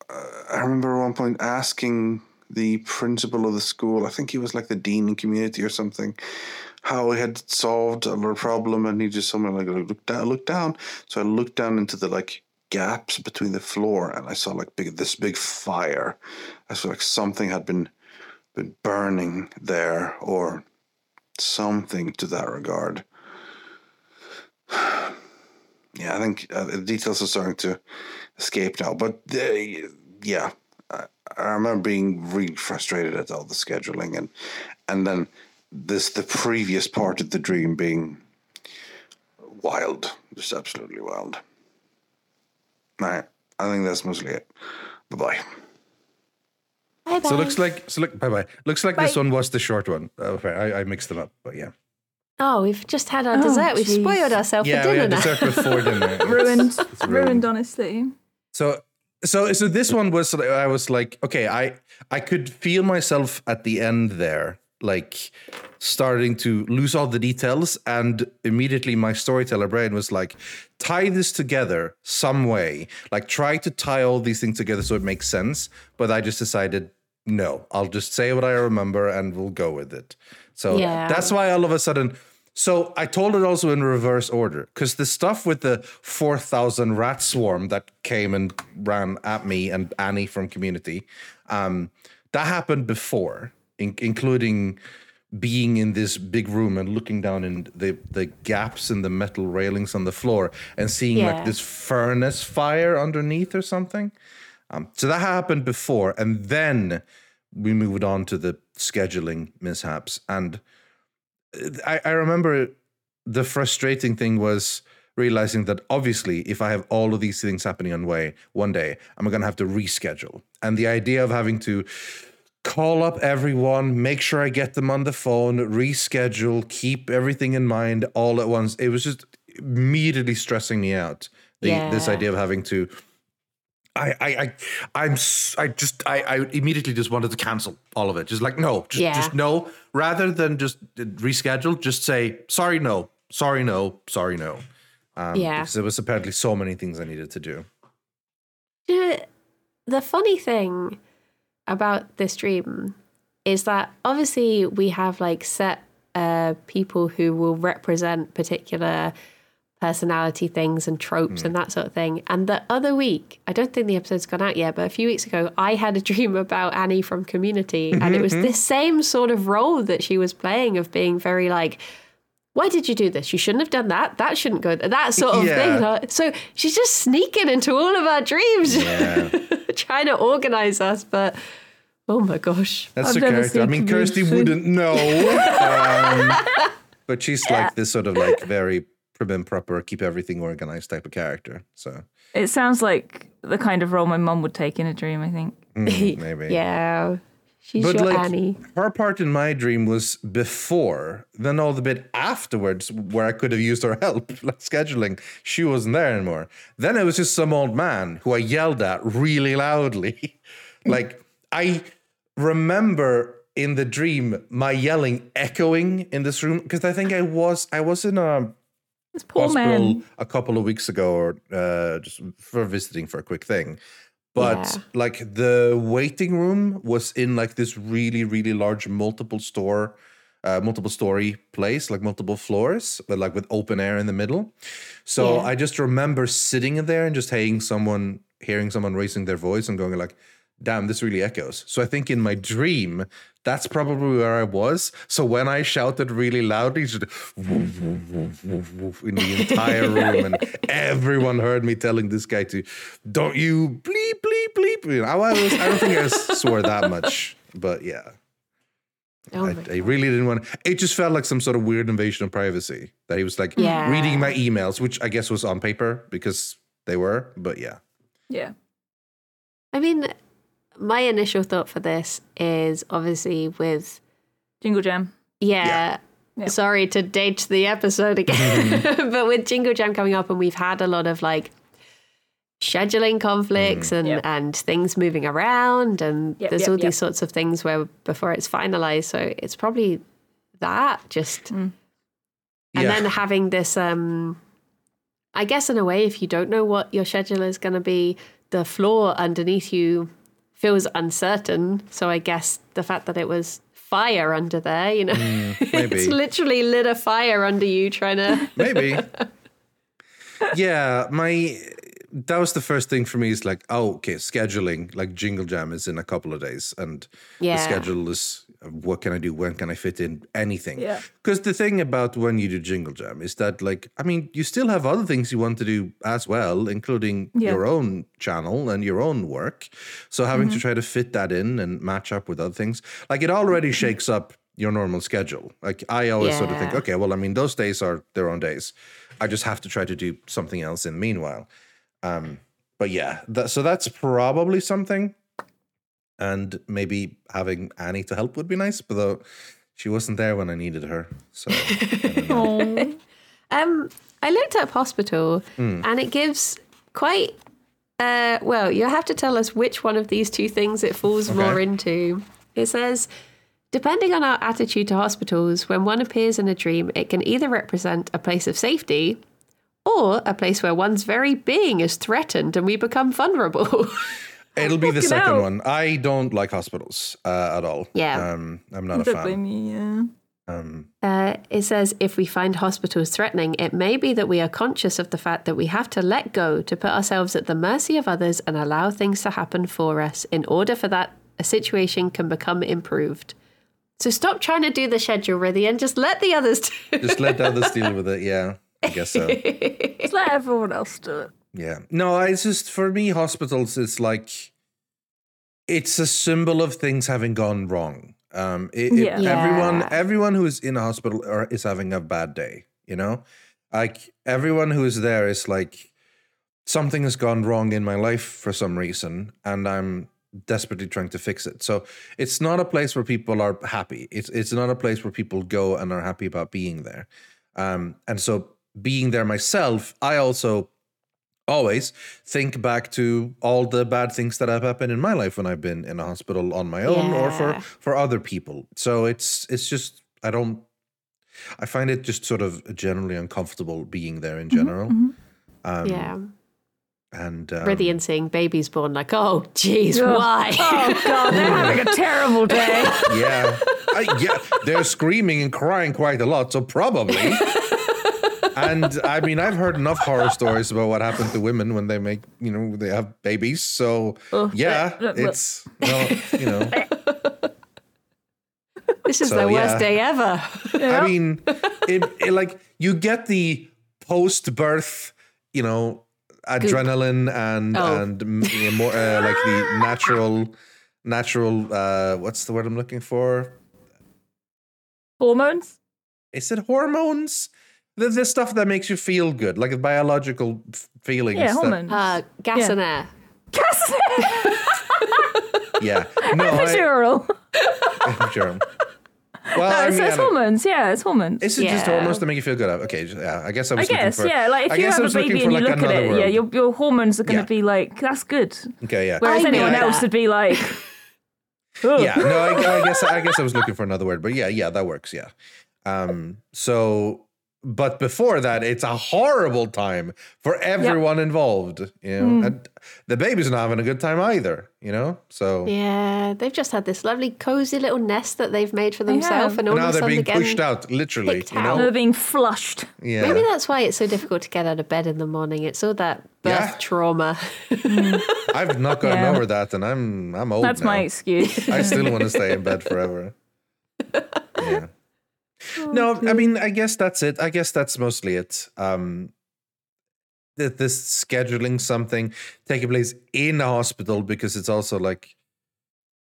Speaker 4: uh, I remember at one point asking the principal of the school, I think he was like the dean in community or something, how he had solved a little problem and he just someone like look down look down. So I looked down into the like gaps between the floor and I saw like big this big fire. I saw like something had been been burning there or something to that regard. yeah, I think uh, the details are starting to escape now, but they, yeah, I remember being really frustrated at all the scheduling and and then this the previous part of the dream being wild, just absolutely wild. All right, I think that's mostly it. Bye bye.
Speaker 3: Bye bye.
Speaker 2: So looks like so look bye bye. Looks like this
Speaker 1: Bye.
Speaker 2: one was the short one. Okay, I, I mixed them up, but yeah.
Speaker 1: Oh, we've just had our
Speaker 3: Oh,
Speaker 1: dessert. We've
Speaker 3: jeez.
Speaker 1: spoiled ourselves
Speaker 2: yeah,
Speaker 1: for
Speaker 2: we
Speaker 1: dinner
Speaker 2: had
Speaker 1: now.
Speaker 2: dessert before dinner. It's-
Speaker 3: ruined,
Speaker 2: it's
Speaker 3: ruined, honestly.
Speaker 2: So so so this one was sort of- I was like, okay, I I could feel myself at the end there, like starting to lose all the details, and immediately my storyteller brain was like, tie this together some way, like try to tie all these things together so it makes sense. But I just decided, no, I'll just say what I remember and we'll go with it. So
Speaker 3: Yeah.
Speaker 2: that's why all of a sudden. So I told it also in reverse order because the stuff with the 4,000 rat swarm that came and ran at me and Annie from community, um, that happened before, in- including being in this big room and looking down in the, the gaps in the metal railings on the floor and seeing like
Speaker 3: Yeah.
Speaker 2: this furnace fire underneath or something. Um, so that happened before. And then we moved on to the scheduling mishaps. And uh, I, I remember the frustrating thing was realizing that obviously if I have all of these things happening on way one day, I'm gonna have to reschedule. And the idea of having to call up everyone, make sure I get them on the phone, reschedule, keep everything in mind all at once. It was just immediately stressing me out. The, This
Speaker 3: Yeah.
Speaker 2: idea of having to I, I, I, I'm, s- I just, I, I immediately just wanted to cancel all of it. Just like, no, just,
Speaker 1: Yeah.
Speaker 2: just no. Rather than just uh, reschedule, just say, sorry, no, sorry, no, sorry, no. Um,
Speaker 1: Yeah.
Speaker 2: Because there was apparently so many things I needed to do.
Speaker 1: Do you know, the funny thing about this dream is that obviously we have like set uh, people who will represent particular personality things and tropes
Speaker 2: Hmm.
Speaker 1: and that sort of thing. And the other week, I don't think the episode's gone out yet, but a few weeks ago, I had a dream about Annie from Community, and it
Speaker 2: Mm-hmm.
Speaker 1: was this same sort of role that she was playing of being very like. Why did you do this? You shouldn't have done that. That shouldn't go. That sort of
Speaker 2: Yeah.
Speaker 1: thing. And I- So she's just sneaking into all of our dreams,
Speaker 2: Yeah.
Speaker 1: trying to organize us. But oh my gosh,
Speaker 2: That's
Speaker 3: I've
Speaker 2: the
Speaker 3: never
Speaker 2: character.
Speaker 3: seen
Speaker 2: I mean, Kirsty
Speaker 3: Community.
Speaker 2: wouldn't know. Um, but she's like this sort of like very prim and proper, keep everything organized type of character. So
Speaker 3: It sounds like the kind of role my mum would take in a dream, I think.
Speaker 2: mm, maybe.
Speaker 1: Yeah. She's your Annie.
Speaker 2: her part in my dream was before, then all the bit afterwards where I could have used her help, like scheduling, she wasn't there anymore. Then it was just some old man who I yelled at really loudly. like I remember in the dream my yelling echoing in this room because I think I was I was in a
Speaker 3: This poor
Speaker 2: hospital
Speaker 3: man.
Speaker 2: a couple of weeks ago or uh, just for visiting for a quick thing. But
Speaker 1: Yeah.
Speaker 2: like the waiting room was in like this really, really large multiple store, uh, multiple story place, like multiple floors, but like with open air in the middle. So I just remember sitting in there and just hearing someone, hearing someone raising their voice and going like, damn, this really echoes. So I think in my dream, that's probably where I was. So when I shouted really loudly, it just woof, woof, woof, woof, woof in the entire room, and everyone heard me telling this guy to, don't you bleep, bleep, bleep. You know, I, was, I don't think I swore that much, but yeah.
Speaker 1: Oh
Speaker 2: I,
Speaker 1: my
Speaker 2: I really didn't want. It just felt like some sort of weird invasion of privacy that he was like
Speaker 1: Yeah.
Speaker 2: reading my emails, which I guess was on paper because they were. But yeah,
Speaker 3: Yeah.
Speaker 1: I mean, my initial thought for this is obviously with
Speaker 3: Jingle Jam.
Speaker 1: yeah.
Speaker 3: Yeah.
Speaker 1: Sorry to date the episode again, but with Jingle Jam coming up, and we've had a lot of like scheduling conflicts and,
Speaker 3: Yep.
Speaker 1: and things moving around, and
Speaker 3: Yep,
Speaker 1: there's
Speaker 3: yep,
Speaker 1: all
Speaker 3: yep.
Speaker 1: these sorts of things where before it's finalized, so it's probably that just and
Speaker 2: yeah.
Speaker 1: then having this um i guess in a way if you don't know what your schedule is going to be the floor underneath you feels uncertain so i guess the fact that it was fire under there you know
Speaker 2: Mm, maybe.
Speaker 1: it's literally lit a fire under you trying to
Speaker 2: maybe. yeah, my that was the first thing for me. Is like, oh, okay, scheduling. Like Jingle Jam is in a couple of days, and the
Speaker 1: Yeah.
Speaker 2: schedule is uh, what can I do? When can I fit in anything?
Speaker 3: Yeah.
Speaker 2: Because the thing about when you do Jingle Jam is that, like, I mean, you still have other things you want to do as well, including
Speaker 3: Yeah.
Speaker 2: your own channel and your own work. So having
Speaker 3: Mm-hmm.
Speaker 2: to try to fit that in and match up with other things, like, it already
Speaker 3: Mm-hmm.
Speaker 2: shakes up your normal schedule. Like, I always sort of think,
Speaker 1: Yeah.
Speaker 2: okay, well, I mean, those days are their own days. I just have to try to do something else in the meanwhile. Um, but yeah, that, so that's probably something. And maybe having Annie to help would be nice, but though she wasn't there when I needed her. So
Speaker 3: Oh.
Speaker 1: um i looked up hospital and it gives quite uh well you'll have to tell us which one of these two things it falls more into it says Depending on our attitude to hospitals, when one appears in a dream, it can either represent a place of safety or a place where one's very being is threatened and we become vulnerable.
Speaker 2: it'll be the second
Speaker 3: hell.
Speaker 2: one. I don't like hospitals uh, at all.
Speaker 1: Yeah.
Speaker 2: Um, I'm not a
Speaker 3: Don't
Speaker 2: fan.
Speaker 3: blame me, yeah.
Speaker 2: Um,
Speaker 1: uh, it says if we find hospitals threatening, it may be that we are conscious of the fact that we have to let go to put ourselves at the mercy of others and allow things to happen for us. In order for that, a situation can become improved. So stop trying to do the schedule, Rithy, and just let the others do
Speaker 2: just let the others deal with it. Yeah, I guess so.
Speaker 3: Just let everyone else do it.
Speaker 2: Yeah. No, I- it's just for me, hospitals, it's like it's a symbol of things having gone wrong. Um, it, it-
Speaker 3: Yeah.
Speaker 2: Everyone,
Speaker 1: Yeah.
Speaker 2: everyone who is in a hospital or is having a bad day. You know, like everyone who is there is like something has gone wrong in my life for some reason, and I'm desperately trying to fix it. So it's not a place where people are happy. It's it's not a place where people go and are happy about being there. Um, and so being there myself, I also always think back to all the bad things that have happened in my life when I've been in a hospital on my own or for
Speaker 1: Yeah.
Speaker 2: for other people. So it's it's just I don't I find it just sort of generally uncomfortable being there in general. Um,
Speaker 1: Yeah.
Speaker 2: and um,
Speaker 1: Rithy and seeing babies born, like, oh, jeez,
Speaker 3: Ugh.
Speaker 1: why?
Speaker 3: Oh god, they're having a terrible day.
Speaker 2: yeah, I, yeah, they're screaming and crying quite a lot. So probably and I mean, I've heard enough horror stories about what happened to women when they make, you know, they have babies. So yeah,
Speaker 3: bleh, bleh, bleh.
Speaker 2: it's well, you know.
Speaker 1: This is
Speaker 2: So,
Speaker 1: the worst
Speaker 2: yeah.
Speaker 1: day ever.
Speaker 2: I mean, it, it like you get the post-birth, you know, adrenaline and
Speaker 1: Oh.
Speaker 2: and m- you know, more uh, like the natural, natural. uh What's the word I'm looking for?
Speaker 3: Hormones?
Speaker 2: Is it hormones? The, the stuff that makes you feel good, like biological f- feelings.
Speaker 3: Yeah,
Speaker 2: that-
Speaker 3: hormones.
Speaker 1: Uh, gas
Speaker 3: Yeah.
Speaker 1: and air.
Speaker 2: Yeah. No, I,
Speaker 3: Epidural.
Speaker 2: Jerome. Well, I
Speaker 3: No, it's,
Speaker 2: mean,
Speaker 3: it's
Speaker 2: I don't-
Speaker 3: hormones. Yeah, it's hormones.
Speaker 2: Is it just
Speaker 1: Yeah.
Speaker 2: hormones that make you feel good? Okay, j- yeah. I guess I
Speaker 3: I
Speaker 2: was. looking
Speaker 3: guess,
Speaker 2: for-
Speaker 3: yeah. Like,
Speaker 2: I
Speaker 3: if you
Speaker 2: guess I
Speaker 3: have a
Speaker 2: was looking
Speaker 3: baby
Speaker 2: for,
Speaker 3: and you
Speaker 2: like,
Speaker 3: look at
Speaker 2: another
Speaker 3: it, yeah,
Speaker 2: word.
Speaker 3: your, your hormones are going to
Speaker 2: Yeah.
Speaker 3: be like, that's good.
Speaker 2: Okay, yeah.
Speaker 3: Whereas
Speaker 1: I know
Speaker 3: anyone
Speaker 1: that.
Speaker 3: else would be like,
Speaker 2: yeah no I, I guess i guess i was looking for another word but yeah yeah that works yeah um so but before that it's a horrible time for everyone involved you know
Speaker 3: Mm.
Speaker 2: and the baby's not having a good time either you know so
Speaker 1: Yeah, they've just had this lovely cozy little nest that they've made for themselves,
Speaker 3: have.
Speaker 1: and all
Speaker 2: now
Speaker 1: of a
Speaker 2: they're
Speaker 1: sudden
Speaker 2: being
Speaker 1: again,
Speaker 2: pushed out literally
Speaker 1: kicked
Speaker 2: you
Speaker 3: oh,
Speaker 2: know
Speaker 3: they're being flushed.
Speaker 2: yeah
Speaker 1: Maybe that's why it's so difficult to get out of bed in the morning. It's all that birth
Speaker 2: Yeah.
Speaker 1: trauma.
Speaker 2: i've not gotten
Speaker 3: Yeah.
Speaker 2: over that and i'm i'm old
Speaker 3: That's
Speaker 2: now.
Speaker 3: my excuse.
Speaker 2: I still want to stay in bed forever.
Speaker 1: Oh,
Speaker 2: Yeah. No, I mean, I guess that's it. I guess that's mostly it. Um, th- this scheduling something taking place in a hospital because it's also like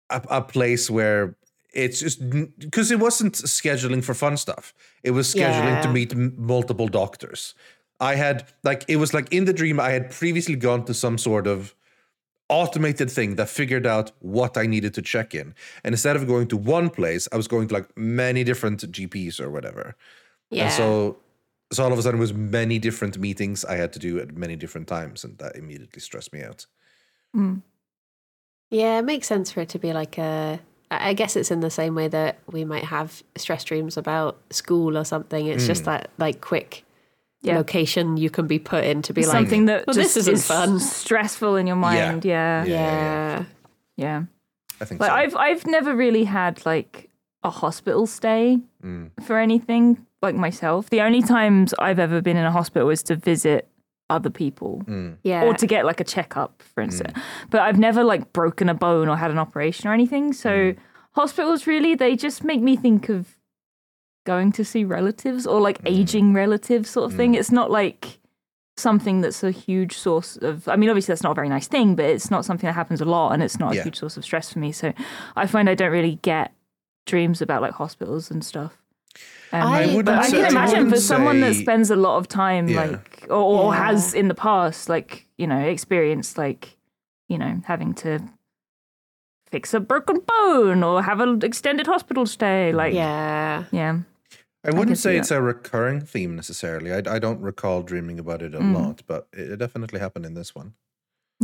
Speaker 2: a, a place where it's just because it wasn't scheduling for fun stuff. It was scheduling to
Speaker 1: Yeah.
Speaker 2: meet m- multiple doctors. I had like it was like in the dream I had previously gone to some sort of automated thing that figured out what I needed to check in. And instead of going to one place, I was going to like many different GPs or whatever.
Speaker 1: yeah.
Speaker 2: And so so all of a sudden it was many different meetings I had to do at many different times and that immediately stressed me out.
Speaker 1: Yeah, it makes sense for it to be like a. I I guess it's in the same way that we might have stress dreams about school or something. It's
Speaker 2: Mm.
Speaker 1: just that like quick
Speaker 3: Yeah.
Speaker 1: location you can be put in to be like
Speaker 3: Something that
Speaker 1: well,
Speaker 3: just
Speaker 1: this isn't
Speaker 3: is
Speaker 1: fun.
Speaker 3: stressful in your mind. Yeah. Yeah.
Speaker 2: Yeah, yeah,
Speaker 1: Yeah.
Speaker 2: I think
Speaker 3: Like
Speaker 2: so.
Speaker 3: I've I've never really had like a hospital stay
Speaker 2: Mm.
Speaker 3: for anything like myself. The only times I've ever been in a hospital is to visit other people
Speaker 1: Yeah.
Speaker 3: or to get like a checkup, for instance. But I've never like broken a bone or had an operation or anything. So
Speaker 2: Mm.
Speaker 3: hospitals really they just make me think of going to see relatives or like aging relatives sort of thing.
Speaker 2: Mm.
Speaker 3: It's not like something that's a huge source of I mean obviously that's not a very nice thing, but it's not something that happens a lot and it's not
Speaker 2: Yeah.
Speaker 3: a huge source of stress for me. So I find I don't really get dreams about like hospitals and stuff. Um,
Speaker 1: I
Speaker 2: I
Speaker 1: but
Speaker 2: wouldn't
Speaker 3: but I
Speaker 2: say-
Speaker 3: can imagine for
Speaker 2: wouldn't
Speaker 3: someone that
Speaker 2: say-
Speaker 3: spends a lot of time,
Speaker 2: Yeah.
Speaker 3: like, or, or
Speaker 1: Yeah.
Speaker 3: has in the past, like, you know, experienced, like, you know, having to fix a broken bone or have an extended hospital stay. Like, yeah.
Speaker 1: yeah.
Speaker 3: Yeah.
Speaker 2: I wouldn't
Speaker 3: can see
Speaker 2: say
Speaker 3: that.
Speaker 2: it's a recurring theme necessarily. I, I don't recall dreaming about it a
Speaker 3: Mm.
Speaker 2: lot, but it it definitely happened in this one.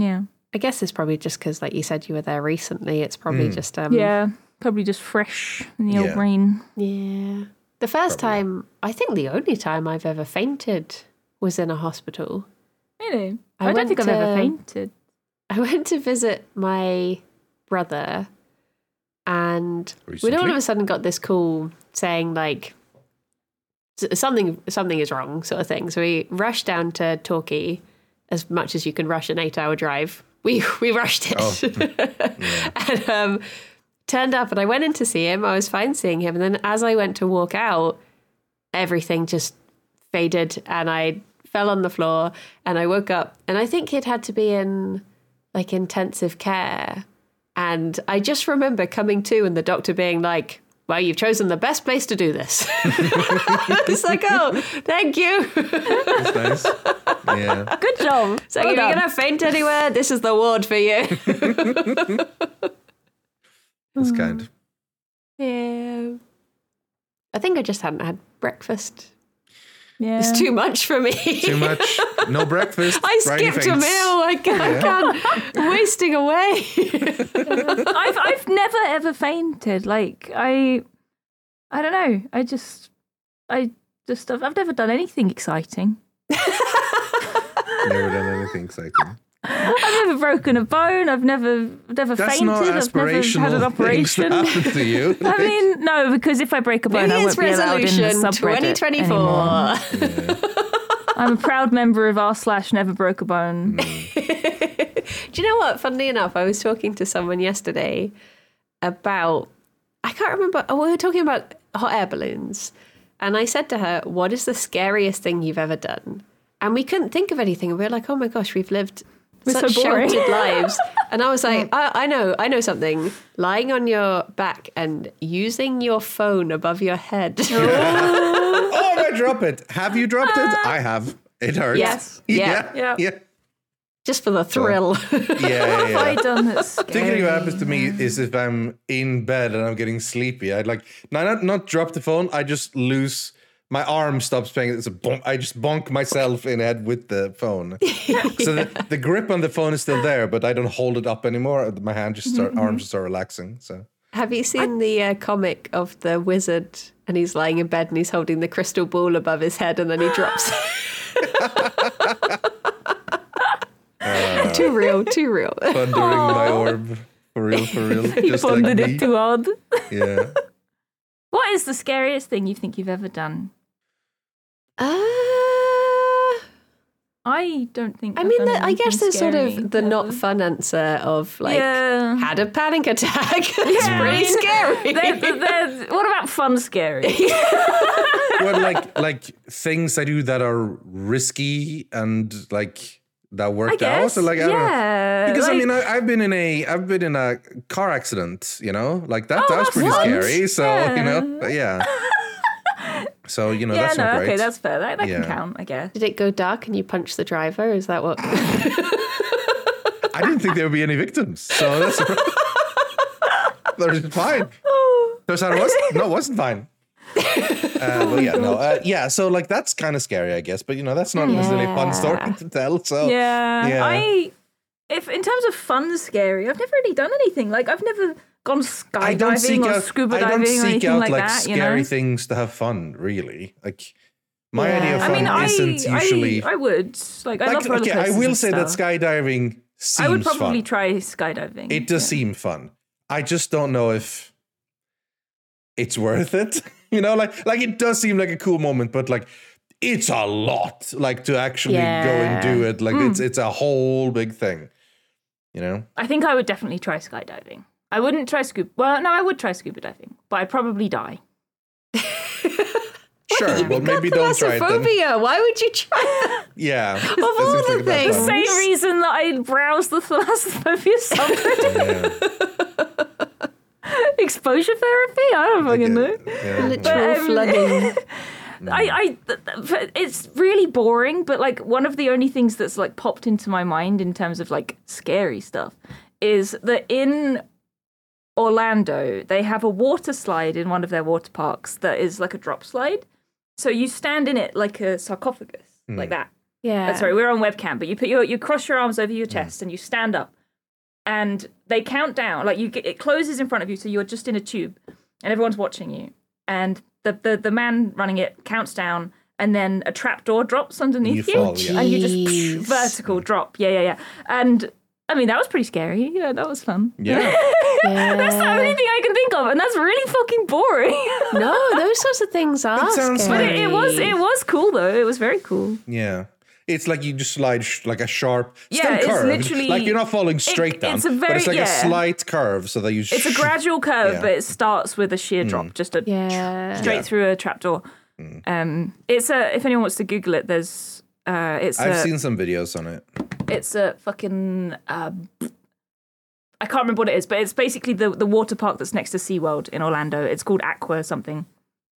Speaker 3: Yeah.
Speaker 1: I guess it's probably just because, like you said, you were there recently. It's
Speaker 2: Mm.
Speaker 1: probably just um,
Speaker 3: yeah. Probably just fresh in the old
Speaker 2: Yeah.
Speaker 3: brain.
Speaker 1: yeah. The first time, I think the only time I've ever fainted was in a hospital.
Speaker 3: Really?
Speaker 1: I
Speaker 3: I, don't
Speaker 1: went
Speaker 3: think I've ever
Speaker 1: to-
Speaker 3: fainted.
Speaker 1: I went to visit my brother, and we all
Speaker 2: Recently?
Speaker 1: of a sudden got this call saying like s- something something is wrong, sort of thing. So we rushed down to Torquay, as much as you can rush an eight-hour drive. We we rushed it, and um, turned up. And I went in to see him. I was fine seeing him, and then as I went to walk out, everything just faded and I fell on the floor and I woke up and I think he'd had to be in like intensive care. And I just remember coming to and the doctor being like, well, you've chosen the best place to do this. it's like, oh, thank you.
Speaker 2: It's nice. yeah.
Speaker 3: Good job.
Speaker 1: So if you're going to faint anywhere, this is the ward for you.
Speaker 2: It's kind.
Speaker 1: yeah. I think I just hadn't had breakfast.
Speaker 3: yeah.
Speaker 1: It's too much for me.
Speaker 2: Too much. No breakfast.
Speaker 1: I
Speaker 2: Brian
Speaker 1: skipped a meal.
Speaker 2: faints.
Speaker 1: I can't, I can't. I'm wasting away.
Speaker 3: I've I've never ever fainted. Like I, I don't know. I just, I just I've, I've never done anything exciting.
Speaker 2: Never done anything exciting.
Speaker 3: I've never broken a bone. I've never never
Speaker 2: That's
Speaker 3: fainted.
Speaker 2: not
Speaker 3: I've never
Speaker 2: aspirational.
Speaker 3: had an
Speaker 2: things that
Speaker 3: operation.
Speaker 2: happened to you.
Speaker 3: I mean, no, because if I break a bone,
Speaker 1: New
Speaker 3: I
Speaker 1: Year's
Speaker 3: won't be allowed in the
Speaker 1: resolution
Speaker 3: subreddit
Speaker 1: 2024.
Speaker 3: anymore. I'm a proud member of R slash Never Broke a Bone.
Speaker 2: Mm,
Speaker 1: Do you know what? Funnily enough, I was talking to someone yesterday about I can't remember. Oh, we were talking about hot air balloons, and I said to her, "What is the scariest thing you've ever done?" And we couldn't think of anything. We were like, "Oh my gosh, we've lived
Speaker 3: We're so
Speaker 1: such
Speaker 3: boring." Mm.
Speaker 1: sheltered lives." And I was like, I, "I know, I know something. Lying on your back and using your phone above your head."
Speaker 2: Oh, I drop it. Have you dropped it? I have. It hurts.
Speaker 1: Yes.
Speaker 2: Yeah.
Speaker 1: Yeah.
Speaker 2: Yeah. Yeah.
Speaker 1: just for the thrill.
Speaker 2: yeah, yeah, yeah.
Speaker 3: Have I done that's
Speaker 2: Typically,
Speaker 3: scary?
Speaker 2: what happens to me is if I'm in bed and I'm getting sleepy, I'd like no, not not drop the phone. I just lose my arm stops playing. It's a bonk. I just bonk myself in the head with the phone. So the, the grip on the phone is still there, but I don't hold it up anymore. uh, My hand just start arms just start relaxing. So
Speaker 1: Have you seen the uh, comic of the wizard? And he's lying in bed and he's holding the crystal ball above his head and then he drops. too real, too real.
Speaker 3: Uh,
Speaker 2: fun during my orb for real, for real.
Speaker 3: You bonded it too hard.
Speaker 2: Yeah.
Speaker 3: What is the scariest thing you think you've ever done?
Speaker 1: Uh,
Speaker 3: I don't think.
Speaker 1: I
Speaker 3: I've
Speaker 1: mean,
Speaker 3: done
Speaker 1: the, I guess there's
Speaker 3: anything
Speaker 1: sort
Speaker 3: scary
Speaker 1: of the
Speaker 3: ever.
Speaker 1: not fun answer of like,
Speaker 3: Yeah.
Speaker 1: had a panic attack. It's
Speaker 2: Mm.
Speaker 1: pretty scary.
Speaker 3: They're- they're- what about fun scary?
Speaker 2: well, like like things I do that are risky and like that
Speaker 3: I
Speaker 2: worked out.
Speaker 3: guess.
Speaker 2: So like I don't know.
Speaker 3: yeah.
Speaker 2: Because I
Speaker 3: like-
Speaker 2: mean, I, I've been in a I've been in a car accident, you know, like that.
Speaker 3: Oh,
Speaker 2: that was
Speaker 3: that's
Speaker 2: pretty
Speaker 3: once.
Speaker 2: scary. So you know,
Speaker 3: Yeah.
Speaker 2: but yeah. so you know,
Speaker 3: yeah,
Speaker 2: that's
Speaker 3: no,
Speaker 2: not great.
Speaker 3: okay, that's fair. That, that
Speaker 2: Yeah.
Speaker 3: can count, I guess.
Speaker 1: Did it go dark and you punched the driver? Is that what?
Speaker 2: I didn't think there would be any victims, so that's that's fine. Turns out it was no, it wasn't fine. Uh, but yeah,
Speaker 3: Oh
Speaker 2: no, uh, yeah. So like that's kind of scary, I guess. But you know, that's not necessarily a fun story to tell. So
Speaker 3: Yeah.
Speaker 2: Yeah.
Speaker 3: I if in terms of fun scary, I've never really done anything. Like I've never gone skydiving
Speaker 2: I don't seek
Speaker 3: or
Speaker 2: out,
Speaker 3: scuba
Speaker 2: I don't
Speaker 3: diving or
Speaker 2: seek
Speaker 3: anything
Speaker 2: out
Speaker 3: like,
Speaker 2: like,
Speaker 3: that, you
Speaker 2: scary
Speaker 3: know.
Speaker 2: things to have fun. Really, like my
Speaker 1: Yeah.
Speaker 2: idea of
Speaker 3: I
Speaker 2: fun
Speaker 3: mean, I,
Speaker 2: isn't usually.
Speaker 3: I I would like I love
Speaker 2: like,
Speaker 3: roller
Speaker 2: okay, I
Speaker 3: coasters
Speaker 2: will
Speaker 3: and
Speaker 2: say that
Speaker 3: stuff.
Speaker 2: skydiving seems
Speaker 3: I would probably
Speaker 2: fun.
Speaker 3: try skydiving.
Speaker 2: it does seem fun. I just don't know if it's worth it. you know, like like it does seem like a cool moment, but like it's a lot. Like to actually go and
Speaker 1: Yeah.
Speaker 2: do it. Like
Speaker 3: Hmm.
Speaker 2: it's it's a whole big thing. You know?
Speaker 3: I think I would definitely try skydiving. I wouldn't try scuba. Well, no, I would try scuba diving, but I'd probably die.
Speaker 2: Sure. Well maybe don't try it then.
Speaker 1: Claustrophobia. Why would you try that?
Speaker 2: Yeah. Of
Speaker 1: all the things.
Speaker 3: Same reason that I browsed the thalassophobia subreddit. Exposure therapy? I don't fucking know.
Speaker 1: Literal
Speaker 3: um,
Speaker 1: flooding.
Speaker 3: I, I th- th- it's really boring, but like one of the only things that's like popped into my mind in terms of like scary stuff is that in Orlando they have a water slide in one of their water parks that is like a drop slide. So you stand in it like a sarcophagus, like that.
Speaker 1: Yeah.
Speaker 3: Uh, sorry, we're on webcam, but you put your you cross your arms over
Speaker 2: Mm.
Speaker 3: your chest and you stand up, and they count down. Like you, get, it closes in front of you, so you're just in a tube, and everyone's watching you. And the the, the man running it counts down, and then a trap door drops underneath
Speaker 2: You
Speaker 3: you,
Speaker 2: fall, yeah.
Speaker 3: and you just
Speaker 1: Jeez.
Speaker 3: vertical drop. Yeah, yeah, yeah. And I mean that was pretty scary. Yeah, that was fun.
Speaker 2: Yeah.
Speaker 3: That's the only thing I can think of, and that's really fucking boring.
Speaker 1: No, those sorts of things are.
Speaker 2: sounds
Speaker 3: but
Speaker 1: scary.
Speaker 3: it, it was it was cool though. It was very cool.
Speaker 2: Yeah. It's like you just slide sh- like a sharp, still
Speaker 3: Yeah, it's
Speaker 2: curved.
Speaker 3: literally-
Speaker 2: like you're not falling straight down,
Speaker 3: it's a
Speaker 2: but
Speaker 3: very-
Speaker 2: it's like a
Speaker 3: yeah.
Speaker 2: slight curve so that you.
Speaker 3: It's a
Speaker 2: sh-
Speaker 3: gradual curve,
Speaker 2: Yeah. Mm.
Speaker 3: but it starts with a sheer drop, just a
Speaker 1: Yeah.
Speaker 3: straight
Speaker 2: Yeah. Mm.
Speaker 3: through a trapdoor. Um, it's a. If anyone wants to Google it, there's. Uh, it's
Speaker 2: I've
Speaker 3: a.
Speaker 2: seen some videos on it.
Speaker 3: it's a fucking. Uh, I can't remember what it is, but it's basically the the water park that's next to SeaWorld in Orlando. It's called Aqua something.